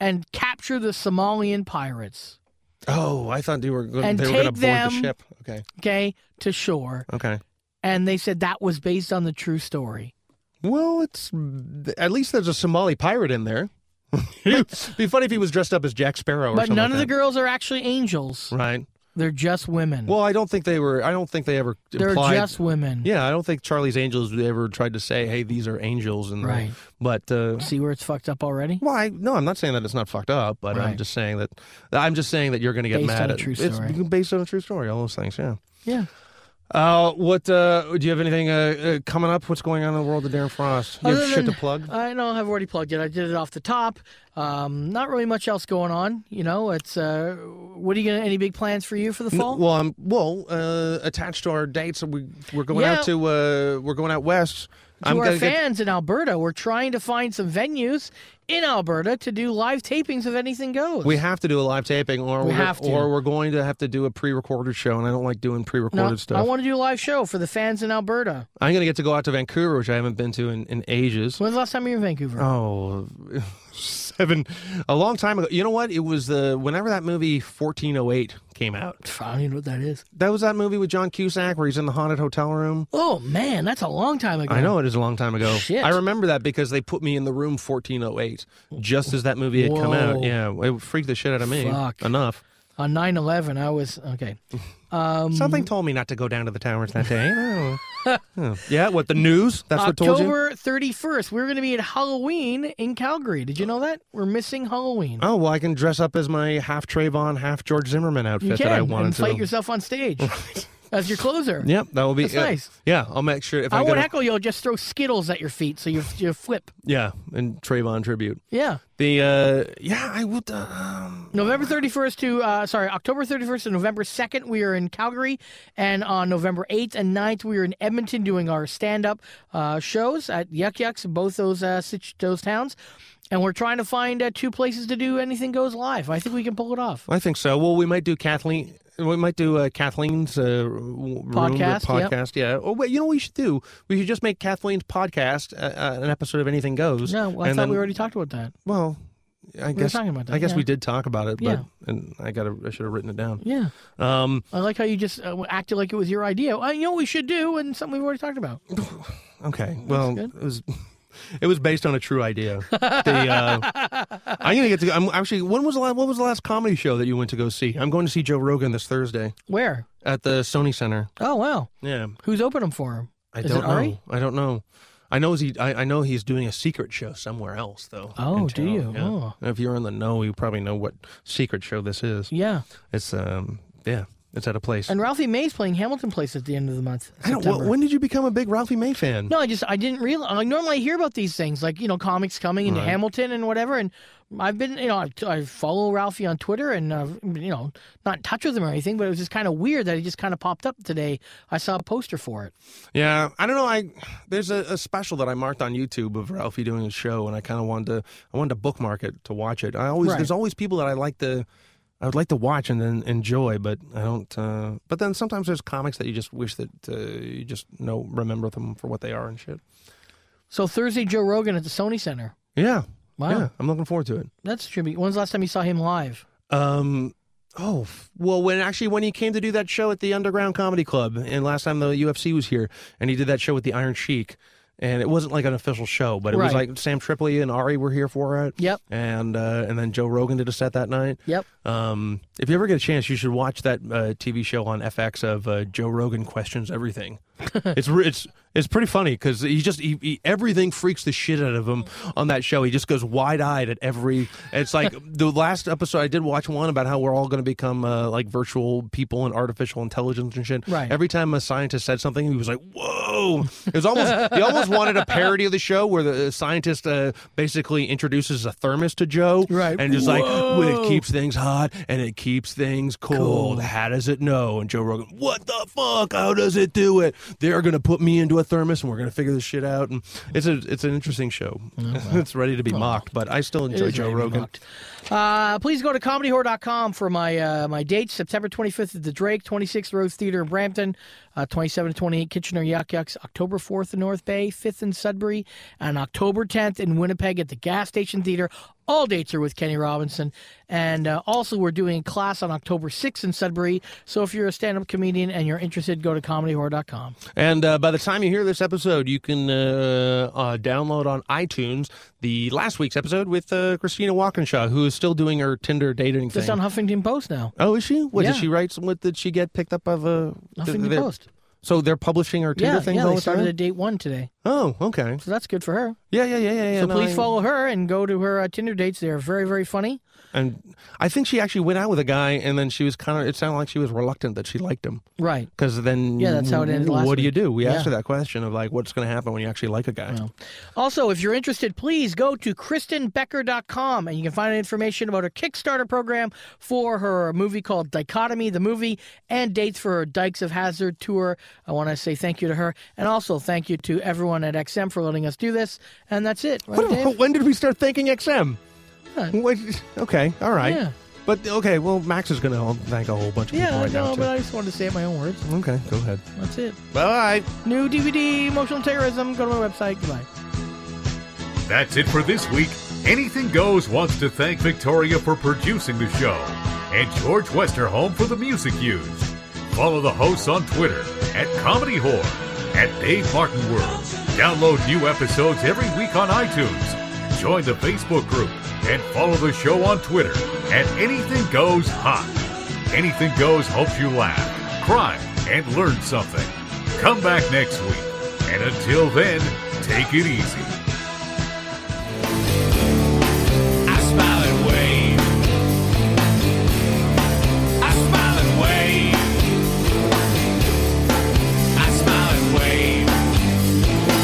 Speaker 4: and capture the Somalian pirates,
Speaker 3: Oh, I thought they were going.
Speaker 4: And
Speaker 3: They were going to
Speaker 4: take
Speaker 3: board the
Speaker 4: them-
Speaker 3: ship. Okay.
Speaker 4: okay, to shore.
Speaker 3: Okay.
Speaker 4: And they said that was based on the true story.
Speaker 3: Well, it's at least there's a Somali pirate in there. It'd be funny if he was dressed up as Jack Sparrow. Or
Speaker 4: But
Speaker 3: something
Speaker 4: none of
Speaker 3: like
Speaker 4: the girls are actually angels.
Speaker 3: that. right?
Speaker 4: They're just women.
Speaker 3: Well, I don't think they were. I don't think they ever
Speaker 4: They're
Speaker 3: implied.
Speaker 4: just women.
Speaker 3: yeah, I don't think Charlie's Angels ever tried to say, "Hey, these are angels." And
Speaker 4: Right.
Speaker 3: but uh,
Speaker 4: See where it's fucked up already?
Speaker 3: well, I, no, I'm not saying that it's not fucked up, but I'm
Speaker 4: Right.
Speaker 3: just saying that I'm just saying that you're going to get
Speaker 4: Based
Speaker 3: mad
Speaker 4: on a
Speaker 3: at
Speaker 4: true story.
Speaker 3: It's based on a true story. All those things. Yeah.
Speaker 4: Yeah.
Speaker 3: Uh, what uh, do you have anything uh, uh, coming up? What's going on in the world of Darren Frost? You have
Speaker 4: Other
Speaker 3: shit to
Speaker 4: than-
Speaker 3: plug.
Speaker 4: I know I've already plugged it. I did it off the top. Um, not really much else going on. You know, it's uh, what are you gonna? Any big plans for you for the
Speaker 3: N-
Speaker 4: fall?
Speaker 3: Well, um, well, uh, attached to our dates, we we're going
Speaker 4: Yeah.
Speaker 3: out to uh, we're going out west.
Speaker 4: to our fans in Alberta. We're trying to find some venues in Alberta to do live tapings of Anything Goes.
Speaker 3: we have to do a live taping, or
Speaker 4: We
Speaker 3: we're-
Speaker 4: have to.
Speaker 3: or we're going to have to do a pre-recorded show, and I don't like doing pre-recorded
Speaker 4: no,
Speaker 3: stuff.
Speaker 4: I want to do a live show for the fans in Alberta.
Speaker 3: I'm going to get to go out to Vancouver, which I haven't been to in, in ages.
Speaker 4: When's the last time you were in Vancouver?
Speaker 3: Oh, seven, a long time ago. You know what? It was the whenever that movie 1408 came out.
Speaker 4: I don't even know what that is.
Speaker 3: That was that movie with John Cusack where he's in the haunted hotel room.
Speaker 4: Oh man, that's a long time ago.
Speaker 3: I know it is a long time ago.
Speaker 4: Shit.
Speaker 3: I remember that because they put me in the room 1408 just as that movie had come out.
Speaker 4: Whoa.
Speaker 3: Yeah, it freaked the shit out of me.
Speaker 4: Fuck.
Speaker 3: Enough.
Speaker 4: On 9-11, I was okay. Um,
Speaker 3: Something told me not to go down to the towers that day. Oh. Oh. Yeah, what the news? That's what told you.
Speaker 4: October thirty first, we're going to be at Halloween in Calgary. Did you know that we're missing Halloween?
Speaker 3: Oh well, I can dress up as my half Trayvon, half George Zimmerman outfit
Speaker 4: you can
Speaker 3: that I wanted
Speaker 4: and
Speaker 3: to.
Speaker 4: fight yourself on stage as your closer.
Speaker 3: Yep, that will be
Speaker 4: That's
Speaker 3: yeah.
Speaker 4: nice.
Speaker 3: Yeah, I'll make sure if I,
Speaker 4: I
Speaker 3: go.
Speaker 4: won't
Speaker 3: to-
Speaker 4: heckle you. I'll just throw Skittles at your feet so you you flip.
Speaker 3: yeah, and Trayvon tribute.
Speaker 4: Yeah.
Speaker 3: The uh, yeah, I would. Um,
Speaker 4: November 31st to, uh, sorry, October 31st to November 2nd, we are in Calgary. And on November 8th and 9th, we are in Edmonton doing our stand up uh, shows at Yuck Yucks, both those, uh, sit- those towns. And we're trying to find uh, two places to do Anything Goes Live. I think we can pull it off.
Speaker 3: I think so. Well, we might do Kathleen. We might do uh, Kathleen's uh, w- room-
Speaker 4: Podcast, yep.
Speaker 3: podcast, yeah. Or wait, you know, what we should do. We should just make Kathleen's podcast uh, uh, an episode of Anything Goes.
Speaker 4: No, well, I
Speaker 3: and
Speaker 4: thought
Speaker 3: then-
Speaker 4: we already talked about that.
Speaker 3: Well, I guess
Speaker 4: talking about that,
Speaker 3: I guess
Speaker 4: yeah.
Speaker 3: we did talk about it, but
Speaker 4: Yeah.
Speaker 3: and I got I should have written it down.
Speaker 4: Yeah.
Speaker 3: Um,
Speaker 4: I like how you just uh, acted like it was your idea. Well, you know what we should do? And something we've already talked about.
Speaker 3: okay. Well, it was it was based on a true idea. the, uh, I'm gonna get to. I'm actually. When was the last? What was the last comedy show that you went to go see? I'm going to see Joe Rogan this Thursday
Speaker 4: Where?
Speaker 3: at the Sony Center.
Speaker 4: Oh, wow.
Speaker 3: Yeah.
Speaker 4: Who's opened them for him?
Speaker 3: I
Speaker 4: Is
Speaker 3: don't
Speaker 4: it
Speaker 3: know.
Speaker 4: Ari?
Speaker 3: I don't know. I know he. I, I know he's doing a secret show somewhere else, though.
Speaker 4: Oh,
Speaker 3: in
Speaker 4: do
Speaker 3: town,
Speaker 4: you?
Speaker 3: Yeah.
Speaker 4: Oh.
Speaker 3: If you're in the know, you probably know what secret show this is.
Speaker 4: Yeah.
Speaker 3: It's um, yeah, it's at a place.
Speaker 4: And Ralphie May's playing Hamilton Place at the end of the month.
Speaker 3: I don't,
Speaker 4: September.
Speaker 3: wh- when did you become a big Ralphie May fan?
Speaker 4: No, I just I didn't realize. Like normally, I hear about these things, like you know, comics coming and Hamilton and whatever. And I've been, you know, I, I follow Ralphie on Twitter, and uh, you know, not in touch with him or anything. But it was just kind of weird that he just kind of popped up today. I saw a poster for it.
Speaker 3: Yeah, I don't know. I there's a, a special that I marked on YouTube of Ralphie doing a show, and I kind of wanted to I wanted to bookmark it to watch it. I always
Speaker 4: Right.
Speaker 3: there's always people that I like to I would like to watch and then enjoy, but I don't. Uh, but then sometimes there's comics that you just wish that uh, you just know remember them for what they are and shit.
Speaker 4: So Thursday, Joe Rogan at the Sony Center.
Speaker 3: Yeah,
Speaker 4: Wow.
Speaker 3: yeah, I'm looking forward to it.
Speaker 4: That's tribute. When's the last time you saw him live?
Speaker 3: Um, oh f- well, when actually when he came to do that show at the Underground Comedy Club, and last time the UFC was here, and he did that show with the Iron Sheik, and it wasn't like an official show, but it was
Speaker 4: Right.
Speaker 3: like Sam Tripoli and Ari were here for it.
Speaker 4: Yep.
Speaker 3: and uh, and then Joe Rogan did a set that night.
Speaker 4: Yep.
Speaker 3: Um, if you ever get a chance, you should watch that uh, TV show on FX of uh, Joe Rogan questions everything. it's re- it's it's pretty funny because he just he, he, everything freaks the shit out of him on that show. He just goes wide eyed at every. It's like the last episode I did watch one about how we're all going to become uh, like virtual people and artificial intelligence and shit.
Speaker 4: Right.
Speaker 3: Every time a scientist said something, he was like, "Whoa!" It was almost he almost wanted a parody of the show where the scientist uh, basically introduces a thermos to Joe,
Speaker 4: Right.
Speaker 3: and just like "Well, it keeps things hot and it keeps things cold. How does it know? And Joe Rogan, what the fuck? How does it do it? They're gonna put me into a thermos and we're gonna figure this shit out. And it's a it's an interesting show.
Speaker 4: Oh,
Speaker 3: it's ready to be mocked, but I still enjoy
Speaker 4: is
Speaker 3: Joe
Speaker 4: ready to be
Speaker 3: Rogan.
Speaker 4: mocked. Uh, please go to comedyhorror.com for my uh, my dates. September 25th at the Drake, 26th Rose Theater in Brampton, uh, 27 to 28 Kitchener Yuck Yucks, October 4th in North Bay, 5th in Sudbury, and October 10th in Winnipeg at the Gas Station Theater. All dates are with Kenny Robinson. And uh, also, we're doing a class on October 6th in Sudbury. So if you're a stand up comedian and you're interested, go to comedyhorror.com.
Speaker 3: And uh, by the time you hear this episode, you can uh, uh, download on iTunes the last week's episode with uh, Christina Walkinshaw, who is still doing her Tinder dating
Speaker 4: Just
Speaker 3: thing.
Speaker 4: on Huffington Post now.
Speaker 3: oh, is she? What did
Speaker 4: Yeah.
Speaker 3: she write? some- What did she get picked up of a
Speaker 4: Huffington
Speaker 3: they're-
Speaker 4: Post.
Speaker 3: So they're publishing her Tinder
Speaker 4: Yeah,
Speaker 3: things
Speaker 4: yeah,
Speaker 3: all
Speaker 4: they
Speaker 3: the time.
Speaker 4: started at date one today.
Speaker 3: Oh, okay.
Speaker 4: So that's good for her.
Speaker 3: Yeah, yeah, yeah, yeah. yeah.
Speaker 4: So
Speaker 3: No,
Speaker 4: please
Speaker 3: I-
Speaker 4: follow her and go to her uh, Tinder dates. They are very, very funny.
Speaker 3: And I think she actually went out with a guy, and then she was kind of. It sounded like she was reluctant that she liked him,
Speaker 4: Right.
Speaker 3: because then
Speaker 4: Yeah, that's how it ended last
Speaker 3: What do you
Speaker 4: week.
Speaker 3: do? We
Speaker 4: Yeah.
Speaker 3: asked her that question of like, what's going to happen when you actually like a guy?
Speaker 4: Also, if you're interested, please go to KristenBecker.com and you can find information about her Kickstarter program for her movie called Dichotomy, the movie, and dates for her Dykes of Hazard tour. I want to say thank you to her. And also thank you to everyone at XM for letting us do this. And that's it. Right,
Speaker 3: What-
Speaker 4: Dave?
Speaker 3: when did we start thanking XM? What- okay, all right.
Speaker 4: Yeah.
Speaker 3: But okay, well, Max is going to thank a whole bunch of people
Speaker 4: Yeah, I
Speaker 3: right
Speaker 4: know,
Speaker 3: now too.
Speaker 4: but I just wanted to say it in my own words.
Speaker 3: Okay, go ahead.
Speaker 4: That's it.
Speaker 3: Bye.
Speaker 4: New DVD, Emotional Terrorism. Go to my website. Goodbye.
Speaker 1: That's it for this week. Anything Goes wants to thank Victoria for producing the show and George Westerholm for the music used. Follow the hosts on Twitter at Comedy Whore, at Dave Martin World. Download new episodes every week on iTunes. Join the Facebook group and follow the show on Twitter at Anything Goes Hot. Anything Goes hopes you laugh, cry, and learn something. Come back next week. And until then, take it easy.
Speaker 5: I smile and wave. I smile and wave. I smile and wave.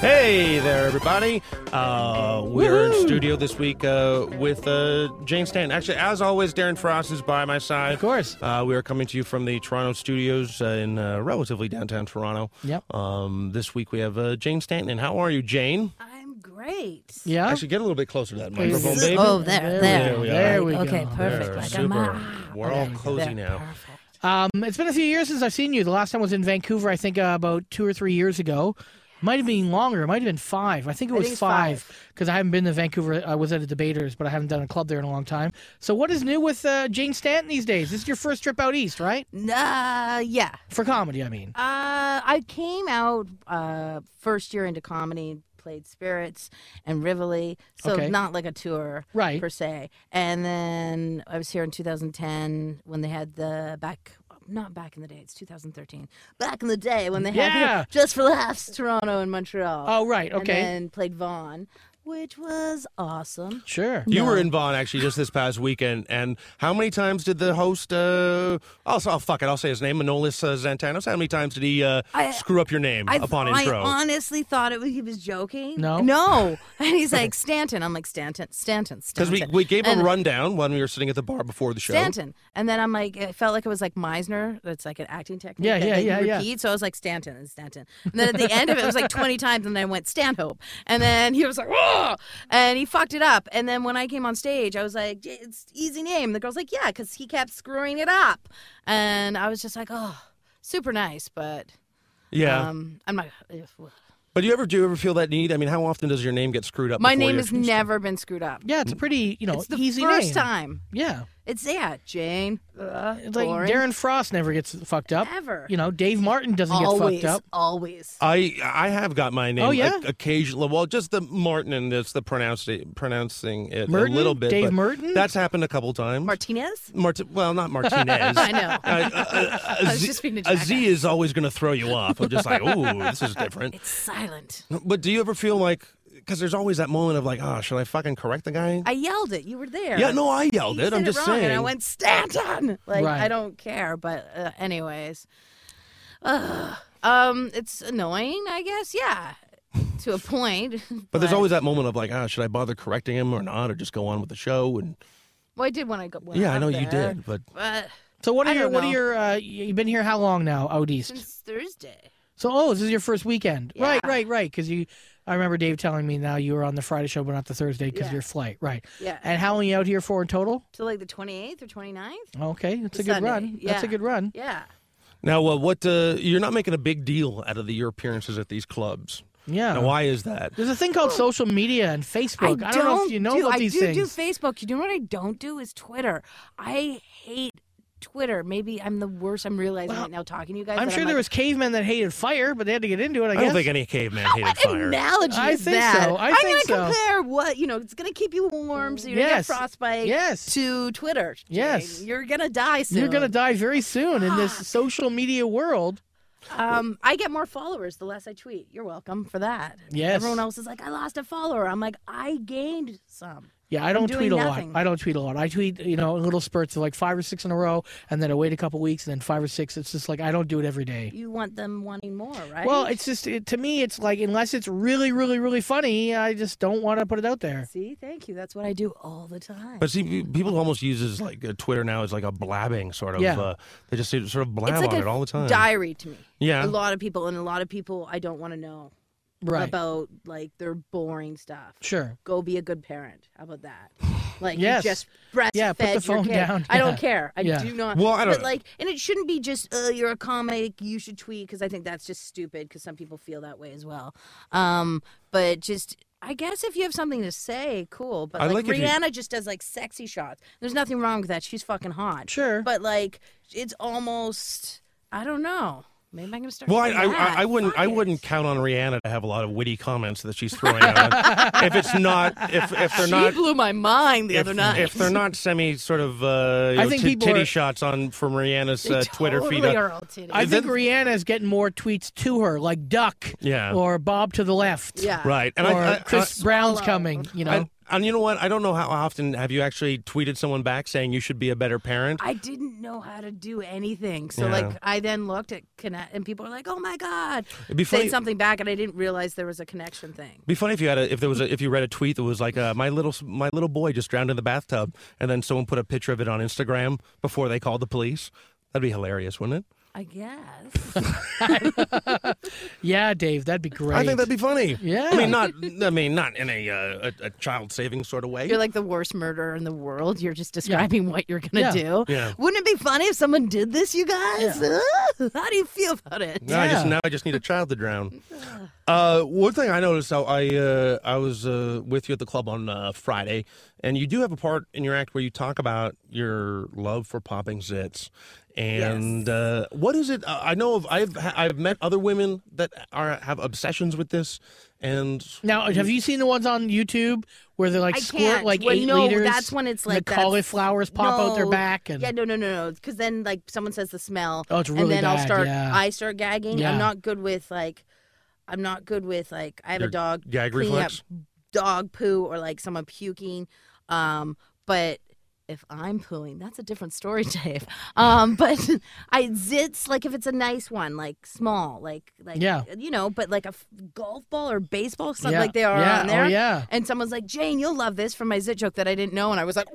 Speaker 3: Hey there, everybody. Uh, we're in studio this week uh, with uh, Jane Stanton. Actually, as always, Darren Frost is by my side. Of
Speaker 4: course.
Speaker 3: Uh, we are coming to you from the Toronto studios uh, in uh, relatively downtown Toronto.
Speaker 4: Yep.
Speaker 3: Um, this week we have uh, Jane Stanton. And how are you, Jane?
Speaker 10: I'm great.
Speaker 4: Yeah.
Speaker 3: Actually, get a little bit closer to that
Speaker 4: Please.
Speaker 3: microphone, baby.
Speaker 10: Oh, there,
Speaker 3: There
Speaker 10: there.
Speaker 3: we
Speaker 4: There
Speaker 3: are.
Speaker 4: we go.
Speaker 10: okay, perfect.
Speaker 3: There,
Speaker 10: Like,
Speaker 3: super.
Speaker 10: I'm- ah,
Speaker 3: We're all
Speaker 10: okay,
Speaker 3: cozy
Speaker 10: there,
Speaker 3: now.
Speaker 10: perfect.
Speaker 4: Um, it's been a few years since I've seen you. The last time was in Vancouver, I think, uh, about two or three years ago. Might have been longer. It might have been five. I think it was
Speaker 10: think it's
Speaker 4: five because I haven't been to Vancouver. I was at a debaters, but I haven't done a club there in a long time. So what is new with uh, Jane Stanton these days? This is your first trip out east, right?
Speaker 10: Uh, yeah.
Speaker 4: For comedy, I mean.
Speaker 10: Uh, I came out uh, first year into comedy, played Spirits and Rivoli, so
Speaker 4: Okay.
Speaker 10: not like a tour
Speaker 4: Right.
Speaker 10: per se. And then I was here in 2010 when they had the back. Not back in the day. It's 2013. Back in the day when they
Speaker 4: Yeah.
Speaker 10: had just for laughs Toronto and Montreal.
Speaker 4: Oh, right, okay.
Speaker 10: And then played Vaughn, which was awesome.
Speaker 4: Sure.
Speaker 3: You were in Vaughn actually just this past weekend, and how many times did the host? Uh, I'll, I'll fuck it. I'll say his name, Manolis uh, Zantanos. How many times did he uh,
Speaker 10: I-
Speaker 3: screw up your name
Speaker 10: I,
Speaker 3: upon
Speaker 10: I
Speaker 3: intro?
Speaker 10: honestly thought it was, he was joking.
Speaker 4: No?
Speaker 10: no. And he's like Stanton. I'm like Stanton, Stanton,
Speaker 3: Because
Speaker 10: Stanton.
Speaker 3: we, we gave him
Speaker 10: And-
Speaker 3: a rundown when we were sitting at the bar before the show.
Speaker 10: Stanton. And then I'm like, it felt like it was like Meisner. That's like an acting technique.
Speaker 4: Yeah,
Speaker 10: that
Speaker 4: yeah,
Speaker 10: they
Speaker 4: yeah, yeah.
Speaker 10: repeat. So I was like Stanton and Stanton. And then at the end of it, it was like 20 times. And then I went Stanhope. And then he was like, whoa. And he fucked it up. And then when I came on stage, I was like, "J- it's easy name. The girl's like, yeah, because he kept screwing it up. And I was just like, oh, super nice. But
Speaker 3: Yeah.
Speaker 10: um, I'm not.
Speaker 3: but do you ever do you ever feel that need? I mean, how often does your name get screwed up?
Speaker 10: My
Speaker 3: before
Speaker 10: name
Speaker 3: you
Speaker 10: has
Speaker 3: actually-
Speaker 10: never been screwed up.
Speaker 4: Yeah, it's a pretty, you know,
Speaker 10: It's the
Speaker 4: easy name.
Speaker 10: first time.
Speaker 4: Yeah.
Speaker 10: It's yeah, Jane. Uh,
Speaker 4: It's like
Speaker 10: Lauren.
Speaker 4: Darren Frost never gets fucked up.
Speaker 10: Ever.
Speaker 4: You know, Dave Martin doesn't
Speaker 10: always,
Speaker 4: get fucked up.
Speaker 10: always.
Speaker 3: I I have got my name.
Speaker 4: Oh, yeah?
Speaker 3: o- occasionally. Well, just the Martin and it's the pronouncing pronouncing it
Speaker 4: Merton?
Speaker 3: a little bit.
Speaker 4: Dave
Speaker 3: but
Speaker 4: Merton?
Speaker 3: That's happened a couple times.
Speaker 10: Martinez.
Speaker 3: Mart- well, not Martinez.
Speaker 10: I know.
Speaker 3: I, Uh, a- a- a
Speaker 10: was
Speaker 3: Z-
Speaker 10: just being a
Speaker 3: a Z is always going to throw you off. I'm just like, ooh, this is different.
Speaker 10: It's silent.
Speaker 3: But do you ever feel like, because there's always that moment of like, oh, should I fucking correct the guy?
Speaker 10: I yelled it. You were there.
Speaker 3: yeah, no, I
Speaker 10: He
Speaker 3: yelled it.
Speaker 10: said
Speaker 3: I'm just
Speaker 10: wrong,
Speaker 3: saying.
Speaker 10: And I went Stanton. Like
Speaker 4: Right.
Speaker 10: I don't care. But uh, anyways, Ugh. um, it's annoying. I guess. Yeah, to a point.
Speaker 3: but there's always that moment of like, ah, should I bother correcting him or not, or just go on with the show? And
Speaker 10: Well, I did when I go. when
Speaker 3: yeah,
Speaker 10: I
Speaker 3: I know
Speaker 10: got
Speaker 3: you
Speaker 10: there,
Speaker 3: did, but
Speaker 10: But
Speaker 4: So what
Speaker 10: I
Speaker 4: are your
Speaker 10: don't
Speaker 4: what are
Speaker 10: know.
Speaker 4: your uh, you've been here how long now out east?
Speaker 10: since Thursday.
Speaker 4: So oh, this is your first weekend. Right,
Speaker 10: Yeah.
Speaker 4: right, right. Because you, I remember Dave telling me now you were on the Friday show, but not the Thursday because
Speaker 10: Yeah.
Speaker 4: your flight. Right.
Speaker 10: Yeah.
Speaker 4: And how long you out here for in total?
Speaker 10: Till like the 28th or 29th.
Speaker 4: Okay, that's a good
Speaker 10: Sunday,
Speaker 4: run. That's a
Speaker 10: yeah.
Speaker 4: good run.
Speaker 10: Yeah.
Speaker 3: now uh, what? Uh, you're not making a big deal out of the, your appearances at these clubs.
Speaker 4: Yeah.
Speaker 3: Now, why is that?
Speaker 4: There's a thing called social media and Facebook. I don't, know if you know
Speaker 10: do,
Speaker 4: about
Speaker 10: I
Speaker 4: these
Speaker 10: do
Speaker 4: things.
Speaker 10: do Facebook. You know what I don't do is Twitter. I hate Twitter. Maybe I'm the worst. I'm realizing right now talking to you guys.
Speaker 4: I'm
Speaker 10: that
Speaker 4: sure
Speaker 10: I'm
Speaker 4: there
Speaker 10: like,
Speaker 4: was cavemen that hated fire, but they had to get into it. I,
Speaker 3: I
Speaker 4: guess.
Speaker 3: don't think any caveman hated
Speaker 10: What
Speaker 3: fire.
Speaker 10: analogy
Speaker 4: I
Speaker 10: is
Speaker 4: think
Speaker 10: that?
Speaker 4: so. I
Speaker 10: am
Speaker 4: think so.
Speaker 10: gonna compare what you know. It's gonna keep you warm, so you don't
Speaker 4: Yes.
Speaker 10: get frostbite.
Speaker 4: Yes.
Speaker 10: To Twitter. Jane.
Speaker 4: Yes.
Speaker 10: You're gonna die soon.
Speaker 4: You're gonna die very soon in this social media world.
Speaker 10: Um, I get more followers the less I tweet. You're welcome for that.
Speaker 4: Yes.
Speaker 10: Everyone else is like, I lost a follower. I'm like, I gained some.
Speaker 4: Yeah, I don't
Speaker 10: doing
Speaker 4: tweet a
Speaker 10: nothing.
Speaker 4: lot. I don't tweet a lot. I tweet, you know, in little spurts of like five or six in a row, and then I wait a couple weeks, and then five or six. It's just like I don't do it every day.
Speaker 10: You want them wanting more, right?
Speaker 4: Well, it's just it, to me, it's like unless it's really, really, really funny, I just don't want to put it out there.
Speaker 10: see, thank you. That's what I do all the time.
Speaker 3: But see, people almost uses like uh, Twitter now as like a blabbing sort of.
Speaker 4: Yeah.
Speaker 3: Uh, they just sort of blab
Speaker 10: it's like
Speaker 3: on
Speaker 10: a
Speaker 3: it all the time.
Speaker 10: diary to me.
Speaker 3: Yeah.
Speaker 10: A lot of people and a lot of people I don't want to know
Speaker 4: Right?
Speaker 10: about like their boring stuff.
Speaker 4: Sure.
Speaker 10: Go be a good parent. How about that? Like
Speaker 4: Yes.
Speaker 10: you just breastfed
Speaker 4: Yeah, put the
Speaker 10: your
Speaker 4: phone
Speaker 10: kid.
Speaker 4: down.
Speaker 10: I
Speaker 4: Yeah.
Speaker 10: don't care. I
Speaker 4: Yeah.
Speaker 10: do not.
Speaker 3: Well, I don't-
Speaker 10: But like, and it shouldn't be just uh, you're a comic. You should tweet because I think that's just stupid. Because some people feel that way as well. Um, but just. I guess if you have something to say, cool. But
Speaker 3: I
Speaker 10: like,
Speaker 3: like if you-
Speaker 10: Rihanna just does like sexy shots. There's nothing wrong with that. She's fucking hot.
Speaker 4: Sure.
Speaker 10: But like, it's almost I don't know. Maybe I'm gonna start.
Speaker 3: Well, I,
Speaker 10: doing
Speaker 3: I, I,
Speaker 10: that.
Speaker 3: I wouldn't.
Speaker 10: Fuck
Speaker 3: I
Speaker 10: it.
Speaker 3: wouldn't count on Rihanna to have a lot of witty comments that she's throwing out. if it's not, if if they're
Speaker 10: She
Speaker 3: not,
Speaker 10: blew my mind the
Speaker 3: if,
Speaker 10: other night.
Speaker 3: if they're not semi sort of, uh, you know,
Speaker 4: think
Speaker 3: ti-
Speaker 4: people
Speaker 3: titty
Speaker 4: are-
Speaker 3: shots on from Rihanna's uh, Twitter
Speaker 10: totally
Speaker 3: feed.
Speaker 10: Are all titties.
Speaker 4: I think
Speaker 3: then-
Speaker 4: Rihanna's getting more tweets to her, like Duck,
Speaker 3: Yeah.
Speaker 4: or Bob to the left,
Speaker 10: yeah.
Speaker 3: right, and
Speaker 4: or
Speaker 3: I, I,
Speaker 4: Chris Brown's coming. You know,
Speaker 3: I, and you know what? I don't know how often have you actually tweeted someone back saying you should be a better parent.
Speaker 10: I didn't know how to do anything. So
Speaker 3: Yeah.
Speaker 10: like I then looked at connect and people are like, "Oh my god."
Speaker 3: It'd be
Speaker 10: Say
Speaker 3: funny-
Speaker 10: something back and I didn't realize there was a connection thing.
Speaker 3: It'd be funny if you had a, if there was a, if you read a tweet that was like uh, my little my little boy just drowned in the bathtub and then someone put a picture of it on Instagram before they called the police. That'd be hilarious, wouldn't it?
Speaker 10: I guess.
Speaker 4: yeah, Dave, that'd be great.
Speaker 3: I think that'd be funny.
Speaker 4: Yeah.
Speaker 3: I mean not I mean not in a uh, a, a child saving sort of way.
Speaker 10: You're like the worst murderer in the world. You're just describing what you're going
Speaker 4: Yeah.
Speaker 10: to do.
Speaker 3: Yeah.
Speaker 10: Wouldn't it be funny if someone did this, you guys? how do you feel about it?
Speaker 3: now I just
Speaker 4: Yeah.
Speaker 3: now I just need a child to drown. Uh, one thing I noticed, how I uh, I was uh, with you at the club on uh, Friday, and you do have a part in your act where you talk about your love for popping zits. And uh, what is it? Uh, I know of, I've ha- I've met other women that are have obsessions with this. And
Speaker 4: Now, have you seen the ones on YouTube where they like
Speaker 10: I
Speaker 4: squirt
Speaker 10: can't.
Speaker 4: like
Speaker 10: well,
Speaker 4: eight
Speaker 10: no,
Speaker 4: liters?
Speaker 10: That's when it's
Speaker 4: and the
Speaker 10: like that's-
Speaker 4: cauliflowers pop out their
Speaker 10: No.
Speaker 4: back and
Speaker 10: yeah, no, no, no, no, because then like someone says the smell.
Speaker 4: Oh, it's really
Speaker 10: and then I'll
Speaker 4: bad,
Speaker 10: start.
Speaker 4: yeah.
Speaker 10: I start gagging.
Speaker 4: Yeah.
Speaker 10: I'm not good with like. I'm not good with like. I have
Speaker 3: Your
Speaker 10: a dog.
Speaker 3: gag
Speaker 10: cleaning
Speaker 3: reflex?
Speaker 10: Up dog poo or like someone puking. Um, but if I'm pooing, that's a different story, Dave. Um, but I zits like if it's a nice one, like small, like like
Speaker 4: Yeah.
Speaker 10: you know, but like a f- golf ball or baseball, something
Speaker 4: Yeah,
Speaker 10: like they are
Speaker 4: yeah,
Speaker 10: on
Speaker 4: oh,
Speaker 10: there.
Speaker 4: yeah.
Speaker 10: And someone's like, Jane, you'll love this from my zit joke that I didn't know, and I was like,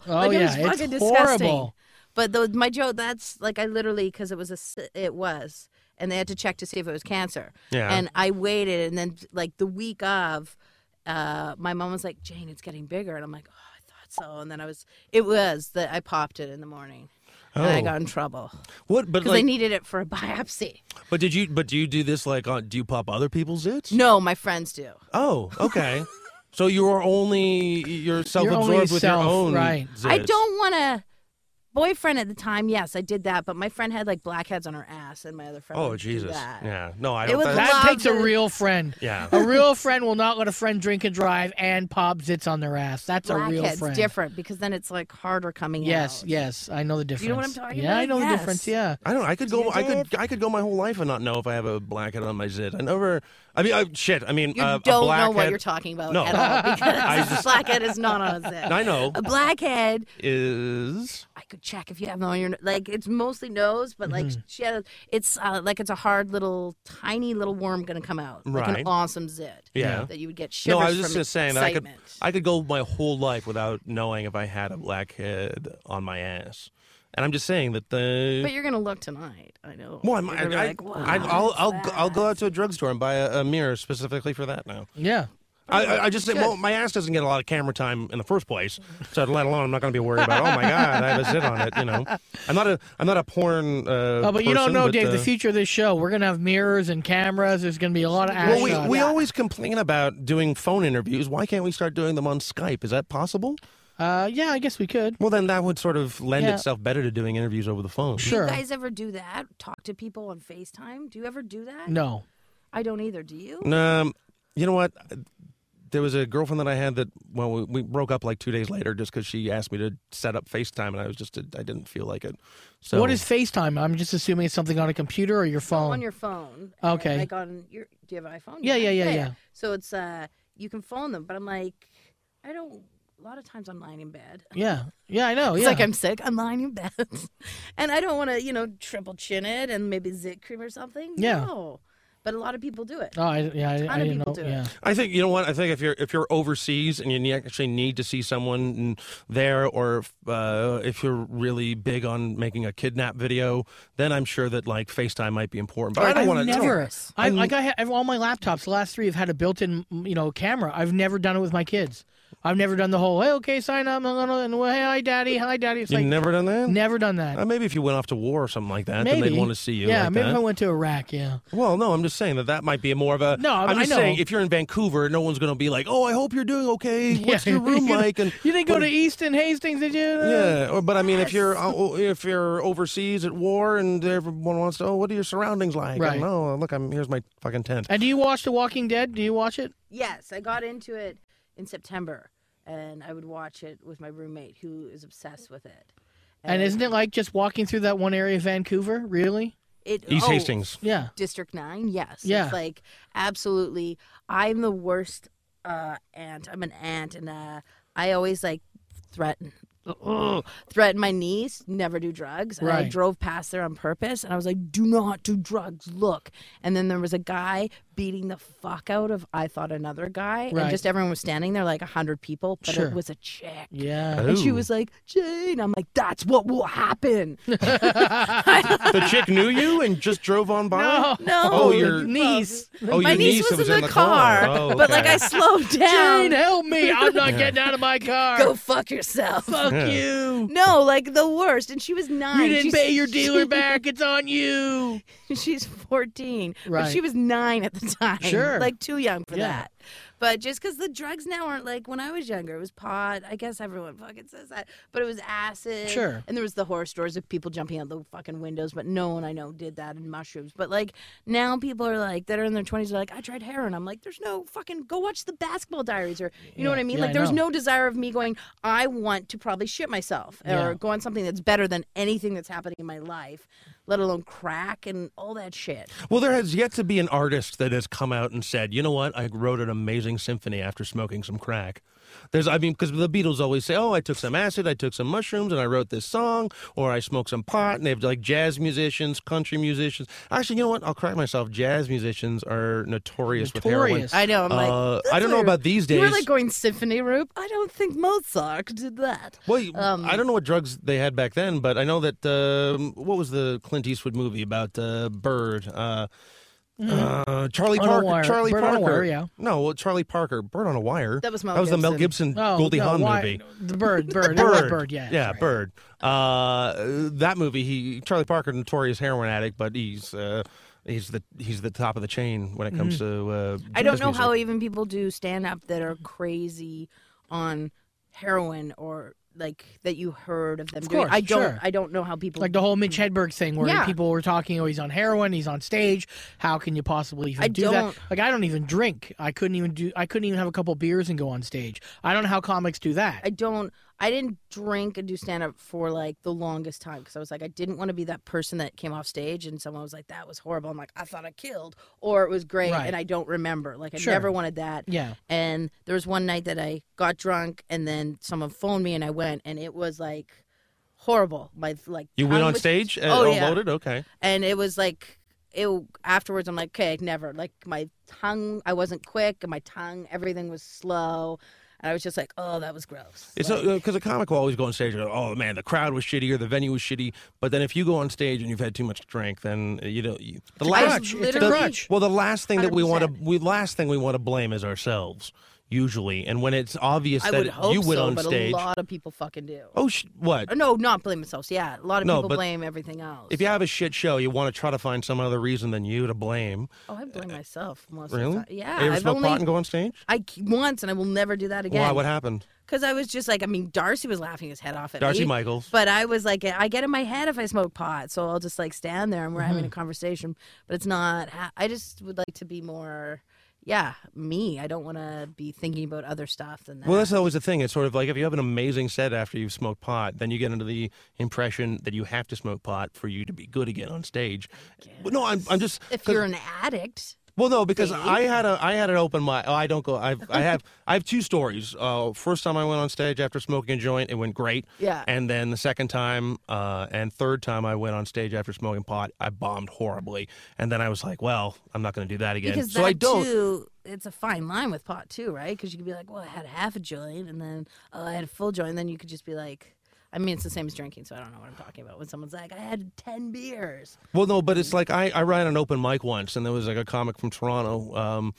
Speaker 4: Oh,
Speaker 10: like it was
Speaker 4: yeah, it's
Speaker 10: fucking disgusting.
Speaker 4: horrible.
Speaker 10: But the, my joke, that's like I literally because it was a s- it was, and they had to check to see if it was cancer.
Speaker 3: Yeah.
Speaker 10: And I waited, and then like the week of, uh, my mom was like, Jane, it's getting bigger, and I'm like, oh, I thought so, and then I was, it was that I popped it in the morning, and I
Speaker 3: Oh.
Speaker 10: got in trouble
Speaker 3: what? But
Speaker 10: because
Speaker 3: like,
Speaker 10: they needed it for a biopsy.
Speaker 3: but did you? But do you do this like on? Do you pop other people's zits?
Speaker 10: No, my friends do.
Speaker 3: Oh, okay. so you are only you're self-absorbed with
Speaker 4: self,
Speaker 3: your own.
Speaker 4: right.
Speaker 3: Zits.
Speaker 10: I don't want to. Boyfriend at the time, yes, I did that, but my friend had like blackheads on her ass, and my other friend.
Speaker 3: Oh
Speaker 10: would do
Speaker 3: Jesus!
Speaker 10: that.
Speaker 3: Yeah. No, I
Speaker 10: It
Speaker 3: don't.
Speaker 10: was
Speaker 3: that's-
Speaker 10: like-
Speaker 4: that
Speaker 10: Love
Speaker 4: takes a
Speaker 10: the-
Speaker 4: real friend.
Speaker 3: yeah.
Speaker 4: A real friend will not let a friend drink and drive and pop zits on their ass. That's a real
Speaker 10: Blackhead's
Speaker 4: friend.
Speaker 10: different because then it's like harder coming
Speaker 4: Yes,
Speaker 10: out.
Speaker 4: yes, I know the difference.
Speaker 10: You know what I'm talking
Speaker 4: yeah, I know
Speaker 10: about?
Speaker 4: the
Speaker 10: Yes.
Speaker 4: difference. Yeah,
Speaker 3: I don't. I could go.
Speaker 10: you,
Speaker 3: I could.
Speaker 10: Dave?
Speaker 3: I could go my whole life and not know if I have a blackhead on my zit. I never. I mean, I, shit. I mean,
Speaker 10: You
Speaker 3: uh, a
Speaker 10: don't know
Speaker 3: blackhead,
Speaker 10: what you're talking about
Speaker 3: No.
Speaker 10: at all because
Speaker 3: just-
Speaker 10: blackhead is not on a zip.
Speaker 3: I know.
Speaker 10: A blackhead,
Speaker 3: Is
Speaker 10: I could check if you have them on your like. It's mostly nose, but like
Speaker 3: Mm-hmm.
Speaker 10: she had. A, it's uh, like it's a hard little, tiny little worm gonna come out, like
Speaker 3: Right.
Speaker 10: an awesome zit.
Speaker 3: Yeah.
Speaker 10: that you would get
Speaker 3: no.
Speaker 10: shivers
Speaker 3: I was just
Speaker 10: from
Speaker 3: just saying that I could.
Speaker 10: excitement.
Speaker 3: I could go my whole life without knowing if I had a blackhead on my ass. And I'm just saying that the.
Speaker 10: But you're gonna look tonight. I know.
Speaker 3: well, I'm,
Speaker 10: You're
Speaker 3: I,
Speaker 10: gonna be
Speaker 3: I,
Speaker 10: like, "Wow,
Speaker 3: I, I'll
Speaker 10: what's
Speaker 3: I'll go, I'll go
Speaker 10: that?"
Speaker 3: out to a drugstore and buy a, a mirror specifically for that now.
Speaker 4: yeah.
Speaker 3: I, I, I just think, well, my ass doesn't get a lot of camera time in the first place, so let alone I'm not going to be worried about. Oh my god, I have a zit on it. You know, I'm not a I'm not a porn. Uh,
Speaker 4: Oh, but
Speaker 3: person,
Speaker 4: you don't know, Dave.
Speaker 3: uh,
Speaker 4: the future of this show, we're gonna have mirrors and cameras. There's gonna be a lot of ass
Speaker 3: Well, we,
Speaker 4: shots.
Speaker 3: we always complain about doing phone interviews. Why can't we start doing them on Skype? Is that possible?
Speaker 4: uh, yeah, I guess we could.
Speaker 3: Well, then that would sort of lend
Speaker 4: Yeah.
Speaker 3: itself better to doing interviews over the phone.
Speaker 10: Do
Speaker 4: Sure.
Speaker 10: you guys ever do that? Talk to people on FaceTime? Do you ever do that?
Speaker 4: No.
Speaker 10: I don't either. Do you?
Speaker 3: Um, you know what? There was a girlfriend that I had that well, we, we broke up like two days later just because she asked me to set up FaceTime, and I was just I didn't feel like it. So
Speaker 4: What is FaceTime? I'm just assuming it's something on a computer or your phone.
Speaker 10: on your phone. and,
Speaker 4: Okay.
Speaker 10: Like on your, do you have an iPhone?
Speaker 4: Yeah, yeah, yeah, yeah.
Speaker 10: So it's uh, you can phone them, but I'm like, I don't. A lot of times I'm lying in bed.
Speaker 4: yeah, yeah, I know.
Speaker 10: It's
Speaker 4: yeah.
Speaker 10: like I'm sick. I'm lying in bed, and I don't want to, you know, triple chin it and maybe zit cream or something.
Speaker 4: Yeah.
Speaker 10: No. But a lot of people do it.
Speaker 4: Oh, I, yeah, I, I
Speaker 10: of
Speaker 4: didn't know.
Speaker 10: people do it.
Speaker 4: Yeah.
Speaker 3: I think you know what I think if you're if you're overseas and you ne- actually need to see someone there, or uh, if you're really big on making a kidnap video, then I'm sure that like FaceTime might be important. But I don't
Speaker 4: I've
Speaker 3: want to
Speaker 4: never. I
Speaker 3: I'm-
Speaker 4: like I have all my laptops. The last three have had a built-in, you know, camera. I've never done it with my kids. I've never done the whole. Hey, okay, sign up, and well, hey, hi, daddy, hi, daddy. It's
Speaker 3: You've
Speaker 4: like
Speaker 3: never done that.
Speaker 4: never done that.
Speaker 3: Uh, maybe if you went off to war or something like that, then
Speaker 4: maybe
Speaker 3: they'd want to see you.
Speaker 4: Yeah,
Speaker 3: like
Speaker 4: maybe
Speaker 3: that.
Speaker 4: if I went to Iraq. Yeah.
Speaker 3: Well, no, I'm just saying that that might be more of a.
Speaker 4: No, I-
Speaker 3: I'm
Speaker 4: I
Speaker 3: just
Speaker 4: know.
Speaker 3: saying if you're in Vancouver, no one's going to be like, "Oh, I hope you're doing okay. What's
Speaker 4: Yeah.
Speaker 3: your room
Speaker 4: You-
Speaker 3: like?" And
Speaker 4: You didn't go
Speaker 3: but-
Speaker 4: to Easton Hastings, did you?
Speaker 3: Yeah, or, but I mean, if you're uh, o- if you're overseas at war and everyone wants to, oh, what are your surroundings like?
Speaker 4: Right.
Speaker 3: No, look, I'm here's my fucking tent.
Speaker 4: And do you watch The Walking Dead? Do you watch it?
Speaker 10: Yes, I got into it in September, and I would watch it with my roommate who is obsessed with it.
Speaker 4: And isn't it like just walking through that one area of Vancouver? Really?
Speaker 10: it
Speaker 3: East
Speaker 10: oh,
Speaker 3: Hastings.
Speaker 4: Yeah.
Speaker 10: District Nine. Yes.
Speaker 4: Yeah.
Speaker 10: It's like absolutely. I'm the worst uh, aunt. I'm an aunt, and uh, I always like threaten. Ugh. threaten my niece never do drugs and i
Speaker 4: Right.
Speaker 10: drove past there on purpose and i was like do not do drugs look and then there was a guy beating the fuck out of i thought another guy
Speaker 4: Right.
Speaker 10: and just everyone was standing there like a hundred people but
Speaker 4: Sure.
Speaker 10: it was a chick
Speaker 4: Yeah.
Speaker 10: and she was like jane i'm like that's what will happen
Speaker 3: the chick knew you and just drove on by.
Speaker 10: no
Speaker 3: Oh, your
Speaker 4: niece.
Speaker 3: Oh,
Speaker 10: my
Speaker 3: your
Speaker 10: niece,
Speaker 3: niece
Speaker 10: was, in, the
Speaker 3: car.
Speaker 10: car,
Speaker 3: Oh,
Speaker 10: but like
Speaker 3: okay.
Speaker 10: I slowed down.
Speaker 4: Jane, help me! I'm not getting out of my car.
Speaker 10: Go fuck yourself.
Speaker 4: Fuck you.
Speaker 10: No, like the worst. And she was nine.
Speaker 4: You didn't
Speaker 10: She's-
Speaker 4: pay your dealer back. It's on you.
Speaker 10: She's fourteen,
Speaker 4: Right.
Speaker 10: but she was nine at the time.
Speaker 4: Sure.
Speaker 10: Like too young for
Speaker 4: Yeah.
Speaker 10: that. But just because the drugs now aren't like when I was younger, it was pot. I guess everyone fucking says that, but it was acid.
Speaker 4: Sure.
Speaker 10: And there was the horror stories of people jumping out the fucking windows, but no one I know did that and mushrooms. But like now people are like that are in their twenties are like, I tried heroin. I'm like, there's no fucking go watch the basketball diaries or you know what I mean?
Speaker 4: Yeah,
Speaker 10: like
Speaker 4: I
Speaker 10: there was
Speaker 4: know.
Speaker 10: no desire of me going, I want to probably shit myself
Speaker 4: Yeah.
Speaker 10: or go on something that's better than anything that's happening in my life, let alone crack and all that shit.
Speaker 3: Well, there has yet to be an artist that has come out and said, you know what, I wrote an amazing symphony after smoking some crack. There's, I mean, because the Beatles always say, oh, I took some acid, I took some mushrooms, and I wrote this song, or I smoked some pot, and they have like jazz musicians, country musicians. Actually, you know what? I'll crack myself. Jazz musicians are notorious, with heroin.
Speaker 4: Notorious.
Speaker 10: I know. I'm like,
Speaker 3: Uh,
Speaker 10: "That's
Speaker 3: I don't know
Speaker 10: a-
Speaker 3: about these
Speaker 10: You were
Speaker 3: days.
Speaker 10: like going symphony route. I don't think Mozart did that.
Speaker 3: Well, you-
Speaker 10: Um,
Speaker 3: I don't know what drugs they had back then, but I know that um what was the Clint Eastwood movie about uh, Bird? Uh, uh, Charlie
Speaker 4: Mm-hmm. On a
Speaker 3: Parker.
Speaker 4: wire.
Speaker 3: Charlie
Speaker 4: Bird on
Speaker 3: Parker.
Speaker 4: a wire, yeah.
Speaker 3: No, well, Charlie Parker. Bird on a Wire.
Speaker 10: That was Mel
Speaker 3: that was the Mel
Speaker 10: Gibson.
Speaker 3: Gibson
Speaker 4: Oh,
Speaker 3: Goldie
Speaker 4: no,
Speaker 3: Hawn
Speaker 4: why-
Speaker 3: movie.
Speaker 4: The bird, bird, It was
Speaker 3: Bird.
Speaker 4: bird. Yeah,
Speaker 3: yeah,
Speaker 4: sorry.
Speaker 3: Bird. Uh, that movie. He Charlie Parker, notorious heroin addict, but he's uh, he's the he's the top of the chain when it comes
Speaker 4: Mm-hmm.
Speaker 3: to. Uh,
Speaker 10: I don't
Speaker 3: jazz
Speaker 10: know
Speaker 3: music.
Speaker 10: how even people do stand up that are crazy on heroin or like that you heard of them
Speaker 4: Of
Speaker 10: doing. I
Speaker 4: course,
Speaker 10: don't.
Speaker 4: sure.
Speaker 10: I don't know how people
Speaker 4: Like the whole Mitch Hedberg thing, where
Speaker 10: Yeah.
Speaker 4: people were talking, "Oh, he's on heroin, he's on stage. How can you possibly even
Speaker 10: I
Speaker 4: do
Speaker 10: don't-
Speaker 4: that?" Like, I don't even drink. I couldn't even do. I couldn't even have a couple beers and go on stage. I don't know how comics do that.
Speaker 10: I don't. I didn't drink and do stand up for like the longest time because I was like, I didn't want to be that person that came off stage and someone was like, that was horrible. I'm like, I thought I killed, or it was great,
Speaker 4: Right.
Speaker 10: and I don't remember. Like, I
Speaker 4: Sure.
Speaker 10: never wanted that.
Speaker 4: yeah,
Speaker 10: And there was one night that I got drunk, and then someone phoned me, and I went, and it was like horrible. My like
Speaker 3: You went
Speaker 10: tongue
Speaker 3: on
Speaker 10: was-
Speaker 3: stage and
Speaker 10: Oh, yeah.
Speaker 3: loaded. Okay.
Speaker 10: and it was like it afterwards i'm like okay never like my tongue i wasn't quick and my tongue everything was slow and i was just like oh that was gross
Speaker 3: It's
Speaker 10: Like,
Speaker 3: not because a comic will always go on stage and go, oh man, the crowd was shitty or the venue was shitty. But then if you go on stage and you've had too much drink, then uh, you know you, the
Speaker 10: a
Speaker 3: last
Speaker 10: crutch.
Speaker 3: the-
Speaker 10: It's a crutch.
Speaker 3: Well, the last thing that we want to
Speaker 10: 100%.
Speaker 3: we last thing we want to blame is ourselves usually. And when it's obvious
Speaker 10: i
Speaker 3: that
Speaker 10: would hope
Speaker 3: you went
Speaker 10: so
Speaker 3: on
Speaker 10: but
Speaker 3: stage,
Speaker 10: a lot of people fucking do
Speaker 3: oh sh- what?
Speaker 10: Or no not blame themselves yeah a lot of
Speaker 3: No,
Speaker 10: people
Speaker 3: but
Speaker 10: blame everything else
Speaker 3: If you have a shit show, you want to try to find some other reason than you to blame.
Speaker 10: oh i blame myself most of
Speaker 3: Uh, Really?
Speaker 10: the time. yeah
Speaker 3: You ever
Speaker 10: i've
Speaker 3: smoke
Speaker 10: only
Speaker 3: pot and go on stage?
Speaker 10: i once and i will never do that again
Speaker 3: Why? What happened?
Speaker 10: Because I was just like, I mean, Darcy was laughing his head off at
Speaker 3: Darcy
Speaker 10: me.
Speaker 3: Michaels.
Speaker 10: But I was like, I get in my head if I smoke pot, so I'll just like stand there and we're
Speaker 3: Mm-hmm.
Speaker 10: having a conversation. But it's not. ha- I just would like to be more, yeah, me. I don't want to be thinking about other stuff than that.
Speaker 3: Well, that's always the thing. It's sort of like if you have an amazing set after you've smoked pot, then you get under the impression that you have to smoke pot for you to be good again on stage. Well, No, I'm, I'm just
Speaker 10: if
Speaker 3: 'cause-
Speaker 10: you're an addict,
Speaker 3: well, no, because I had a I had an open mic. Oh, I don't go. I've, I have I have two stories. Uh, first time I went on stage after smoking a joint, it went great.
Speaker 10: Yeah.
Speaker 3: And then the second time uh, and third time I went on stage after smoking pot, I bombed horribly. And then I was like, well, I'm not going to do that again.
Speaker 10: because
Speaker 3: so
Speaker 10: that
Speaker 3: I don't.
Speaker 10: too, it's a fine line with pot too, right? Because you could be like, well, I had half a joint, and then oh, I had a full joint, and then you could just be like. I mean, it's the same as drinking, so I don't know what I'm talking about. When someone's like, "I had ten beers,"
Speaker 3: Well, no, but it's like I, I ran an open mic once, and there was like a comic from Toronto. Um,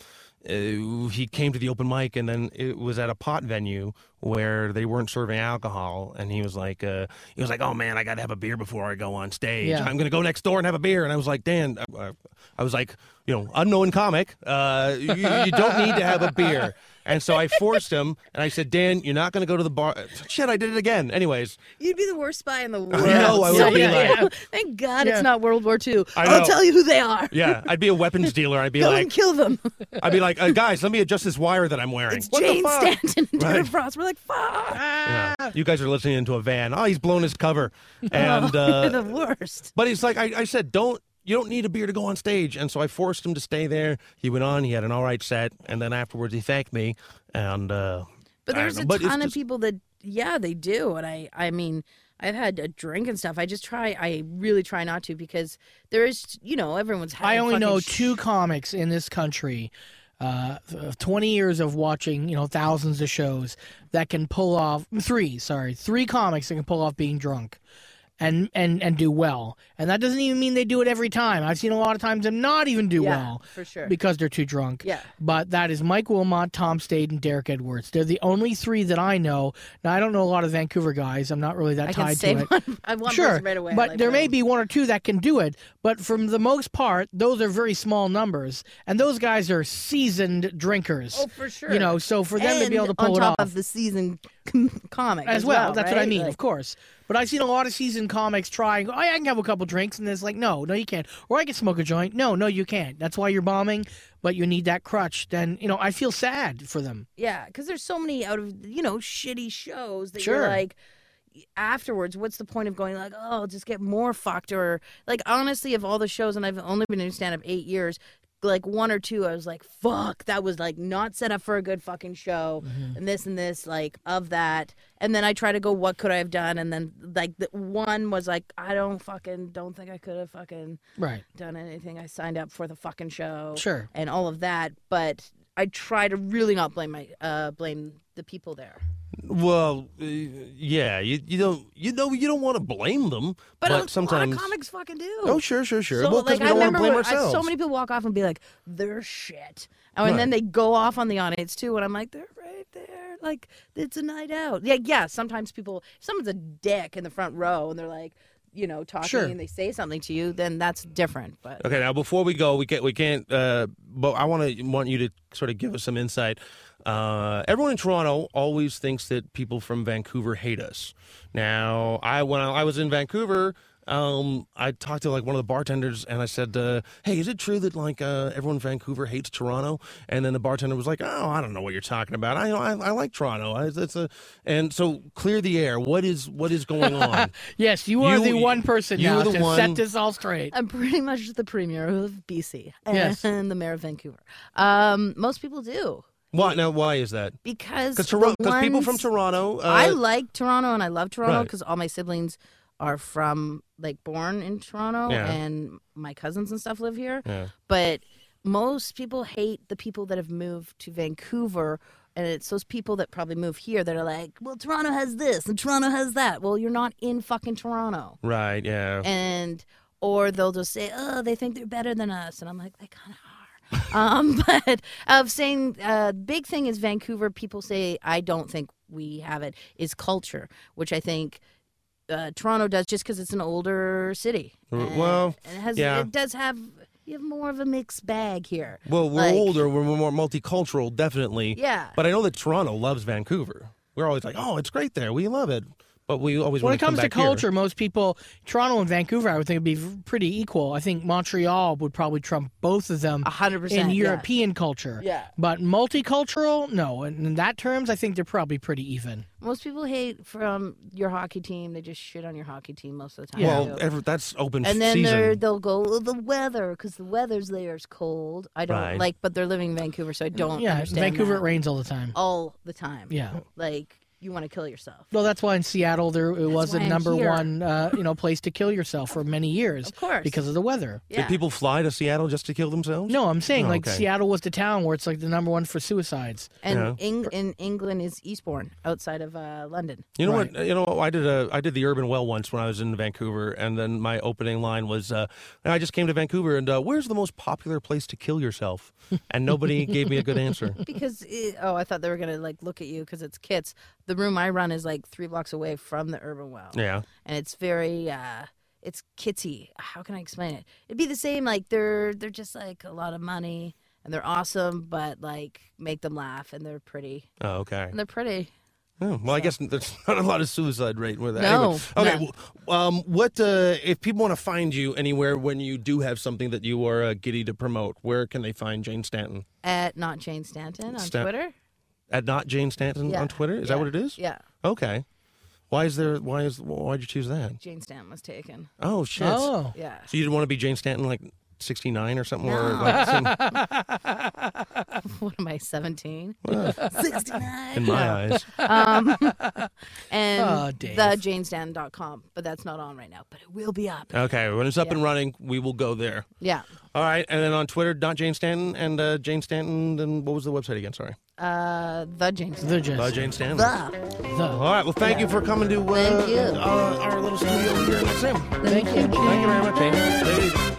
Speaker 3: uh, he came to the open mic, and then it was at a pot venue where they weren't serving alcohol, and he was like, uh, he was like, "Oh man, I got to have a beer before I go on stage.
Speaker 4: Yeah.
Speaker 3: I'm gonna go next door and have a beer." And I was like, "Dan, I, I- I was like, you know, unknown comic, uh, you, you don't need to have a beer." And so I forced him, and I said, "Dan, you're not gonna go to the bar." Shit, I did it again. Anyways,
Speaker 10: You'd be the worst spy in the world.
Speaker 3: know, I would
Speaker 10: So
Speaker 3: be
Speaker 10: many
Speaker 3: like-
Speaker 10: people- Thank God
Speaker 4: Yeah.
Speaker 10: it's not World War II.
Speaker 3: I
Speaker 10: I'll
Speaker 3: know.
Speaker 10: tell you who they are.
Speaker 3: yeah, I'd be a weapons dealer. I'd be
Speaker 10: Go
Speaker 3: like,
Speaker 10: and kill them.
Speaker 3: I'd be like, uh, guys, let me adjust this wire that I'm wearing.
Speaker 10: It's Jane Stanton and Dana
Speaker 3: Right.
Speaker 10: Frost. We're like, fuck.
Speaker 3: Yeah. You guys are listening into a van. Oh, he's blown his cover.
Speaker 10: Oh,
Speaker 3: And
Speaker 10: You're
Speaker 3: uh,
Speaker 10: the worst.
Speaker 3: but it's like I, I said, don't you don't need a beer to go on stage. And so I forced him to stay there. He went on. He had an all right set. And then afterwards, he thanked me. And uh,
Speaker 10: But
Speaker 3: I don't
Speaker 10: there's
Speaker 3: know,
Speaker 10: a
Speaker 3: but it's
Speaker 10: ton of
Speaker 3: just-
Speaker 10: people that, yeah, they do. And I, I mean, I've had a drink and stuff. I just try, I really try not to because there is, you know, everyone's had
Speaker 4: I
Speaker 10: a
Speaker 4: only
Speaker 10: fucking
Speaker 4: know
Speaker 10: sh-
Speaker 4: two comics in this country. Uh, th- twenty years of watching, you know, thousands of shows that can pull off three. Sorry, three comics that can pull off being drunk, and and and do well. And that doesn't even mean they do it every time. I've seen a lot of times them not even do
Speaker 10: Yeah,
Speaker 4: well
Speaker 10: for sure.
Speaker 4: because they're too drunk.
Speaker 10: Yeah.
Speaker 4: But that is Mike Wilmot, Tom Stade, and Derek Edwards. They're the only three that I know. Now I don't know a lot of Vancouver guys. I'm not really that
Speaker 10: I
Speaker 4: tied
Speaker 10: can say
Speaker 4: to it.
Speaker 10: one. I want
Speaker 4: sure,
Speaker 10: person right away.
Speaker 4: but
Speaker 10: like,
Speaker 4: there may
Speaker 10: boom.
Speaker 4: be one or two that can do it. But from the most part, those are very small numbers, and those guys are seasoned drinkers.
Speaker 10: Oh, for sure.
Speaker 4: You know, so for them to be able to
Speaker 10: And
Speaker 4: pull
Speaker 10: on
Speaker 4: it
Speaker 10: top
Speaker 4: off
Speaker 10: of the season comic
Speaker 4: as well. That's what I
Speaker 10: right?
Speaker 4: mean,
Speaker 10: Like-
Speaker 4: of course. But I've seen a lot of seasoned comics trying. Oh, yeah, I can have a couple drinks, and it's like, no, no, you can't. Or I can smoke a joint. No, no, you can't. That's why you're bombing. But you need that crutch. Then you know, I feel sad for them.
Speaker 10: Yeah, because there's so many out of you know shitty shows that
Speaker 4: Sure.
Speaker 10: you're like afterwards. What's the point of going like oh I'll just get more fucked or like honestly of all the shows and I've only been in stand up eight years. Like one or two, I was like, "Fuck, that was like not set up for a good fucking show," and this and this, like of that. And then I try to go, "What could I have done?" And then like the, one was like, "I don't fucking don't think I could have fucking
Speaker 4: Right.
Speaker 10: done anything. I signed up for the fucking show,
Speaker 4: Sure.
Speaker 10: and all of that. But I try to really not blame my uh, blame the people there.
Speaker 3: Well, uh, yeah, you, you don't you know you don't want to blame them,
Speaker 10: But, a
Speaker 3: sometimes
Speaker 10: lot of comics fucking do.
Speaker 3: Oh, sure, sure, sure.
Speaker 10: So
Speaker 3: Well, 'cause
Speaker 10: like
Speaker 3: we
Speaker 10: I
Speaker 3: don't wanna
Speaker 10: remember
Speaker 3: blame
Speaker 10: when I- so
Speaker 3: ourselves.
Speaker 10: many people walk off and be like, "They're shit," oh, and then
Speaker 3: Right.
Speaker 10: they go off on the audience too. And I'm like, "They're right there. Like it's a night out." Yeah, yeah. Sometimes people, if someone's a dick in the front row, and they're like, you know, talking,
Speaker 3: Sure.
Speaker 10: and they say something to you, then that's different. But
Speaker 3: Okay, now before we go, we can't we can't. Uh, but I want to want you to sort of give us some insight. Uh, everyone in Toronto always thinks that people from Vancouver hate us. Now, I when I was in Vancouver. Um, I talked to like one of the bartenders, and I said, uh, "Hey, is it true that like uh, everyone in Vancouver hates Toronto?" And then the bartender was like, "Oh, I don't know what you're talking about. I I, I like Toronto. I, that's a and so clear the air. What is what is going on?
Speaker 4: Yes, you are
Speaker 3: You-
Speaker 4: the one person
Speaker 3: you're
Speaker 4: now
Speaker 3: the
Speaker 4: to
Speaker 3: one-
Speaker 4: set this all straight.
Speaker 10: I'm pretty much the premier of BC and
Speaker 4: Yes.
Speaker 10: the mayor of Vancouver. Um, most people do
Speaker 3: Why now? Why is that? Because
Speaker 10: because the
Speaker 3: Toronto, because people
Speaker 10: ones-
Speaker 3: from Toronto, uh,
Speaker 10: I like Toronto and I love Toronto
Speaker 3: Right.
Speaker 10: because all my siblings are from like born in Toronto
Speaker 3: Yeah.
Speaker 10: and my cousins and stuff live here.
Speaker 3: Yeah.
Speaker 10: But most people hate the people that have moved to Vancouver. And it's those people that probably move here that are like, well, Toronto has this and Toronto has that. Well, you're not in fucking Toronto.
Speaker 3: Right. Yeah.
Speaker 10: and or they'll just say, "Oh, they think they're better than us," and I'm like, "They kind of are." um, but of saying, uh, big thing is Vancouver. People say, "I don't think we have it." Is culture, which I think uh, Toronto does, just because it's an older city.
Speaker 3: R-
Speaker 10: And-
Speaker 3: Uh, well,
Speaker 10: and it has
Speaker 3: yeah.
Speaker 10: it does have you have more of a mixed bag here.
Speaker 3: well, we're
Speaker 10: like-
Speaker 3: older. We're more multicultural, definitely.
Speaker 10: Yeah.
Speaker 3: But I know that Toronto loves Vancouver. We're always like, oh, it's great there. We love it. But we always
Speaker 4: When
Speaker 3: want
Speaker 4: it comes
Speaker 3: come
Speaker 4: to
Speaker 3: back here.
Speaker 4: culture, most people, Toronto and Vancouver, I would think would be v- pretty equal. I think Montreal would probably trump both of them
Speaker 10: A hundred
Speaker 4: in
Speaker 10: percent, yeah.
Speaker 4: European culture.
Speaker 10: Yeah.
Speaker 4: But multicultural, no. And in that terms, I think they're probably pretty even.
Speaker 10: Most people hate from your hockey team. They just shit on your hockey team most of the time.
Speaker 3: Well,
Speaker 10: too.
Speaker 3: ever, that's open
Speaker 10: and then they're,
Speaker 3: season.
Speaker 10: they'll go "Oh, the weather because the weather's there is cold. I don't
Speaker 3: Right.
Speaker 10: like, but they're living in Vancouver, so I don't.
Speaker 4: yeah,
Speaker 10: understand
Speaker 4: Vancouver
Speaker 10: that.
Speaker 4: it rains all the time.
Speaker 10: all the time.
Speaker 4: Yeah.
Speaker 10: like you want to kill yourself.
Speaker 4: Well, that's why in Seattle there it was the
Speaker 10: why I'm
Speaker 4: number
Speaker 10: here.
Speaker 4: one, uh, you know, place to kill yourself for many years. Of
Speaker 10: course.
Speaker 4: because of the weather.
Speaker 10: Yeah,
Speaker 3: Did people fly to Seattle just to kill themselves?
Speaker 4: No, I'm saying
Speaker 3: Oh,
Speaker 4: like
Speaker 3: okay.
Speaker 4: Seattle was the town where it's like the number one for suicides.
Speaker 10: and
Speaker 3: Yeah.
Speaker 10: Eng- in England is Eastbourne, outside of uh, London.
Speaker 3: You know what? You know what? I did a I did the Urban Well once when I was in Vancouver, and then my opening line was, uh, "I just came to Vancouver, and uh, where's the most popular place to kill yourself?" And nobody gave me a good answer.
Speaker 10: Because it, oh, I thought they were gonna like look at you because it's Kits. The room I run is like three blocks away from the Urban Well.
Speaker 3: Yeah.
Speaker 10: and it's very uh it's kitsy how can i explain it it'd be the same like they're they're just like a lot of money and they're awesome but like make them laugh and they're pretty
Speaker 3: Oh, okay.
Speaker 10: and they're pretty
Speaker 3: Oh, well, I guess there's not a lot of suicide rate with that.
Speaker 10: No,
Speaker 3: Anyway. Okay.
Speaker 10: no.
Speaker 3: Well, um, what uh, if people want to find you anywhere when you do have something that you are uh, giddy to promote? Where can they find Jane Stanton?
Speaker 10: at not jane stanton on
Speaker 3: Stan-
Speaker 10: twitter
Speaker 3: At not Jane Stanton
Speaker 10: Yeah,
Speaker 3: on Twitter? Is that
Speaker 10: yeah,
Speaker 3: what it is?
Speaker 10: yeah
Speaker 3: Okay. Why is there? Why is? Why'd you choose that?
Speaker 10: jane stanton was taken
Speaker 3: Oh shit.
Speaker 4: Oh,
Speaker 10: yeah
Speaker 3: So you didn't want to be Jane Stanton like 69 or something? Where,
Speaker 10: No.
Speaker 3: like, some-
Speaker 10: what am I, 17?
Speaker 3: Well,
Speaker 10: 69.
Speaker 3: in my eyes.
Speaker 10: Um, and
Speaker 3: Oh, Dave.
Speaker 10: the janestanton.com, but that's not on right now, but it will be up.
Speaker 3: okay, when it's up and running, we will go there.
Speaker 10: Yeah.
Speaker 3: All right, and then on Twitter, not Jane Stanton and uh, Jane Stanton. Then what was the website again? Sorry.
Speaker 10: Uh, the Jane Stanton.
Speaker 3: Jane. The Jane Stanton.
Speaker 10: The.
Speaker 3: All right. Well, thank you for coming to uh,
Speaker 10: Thank you.
Speaker 3: Uh, our little studio here in Sam.
Speaker 10: Thank you.
Speaker 3: Thank you very much. Amy. Take it easy.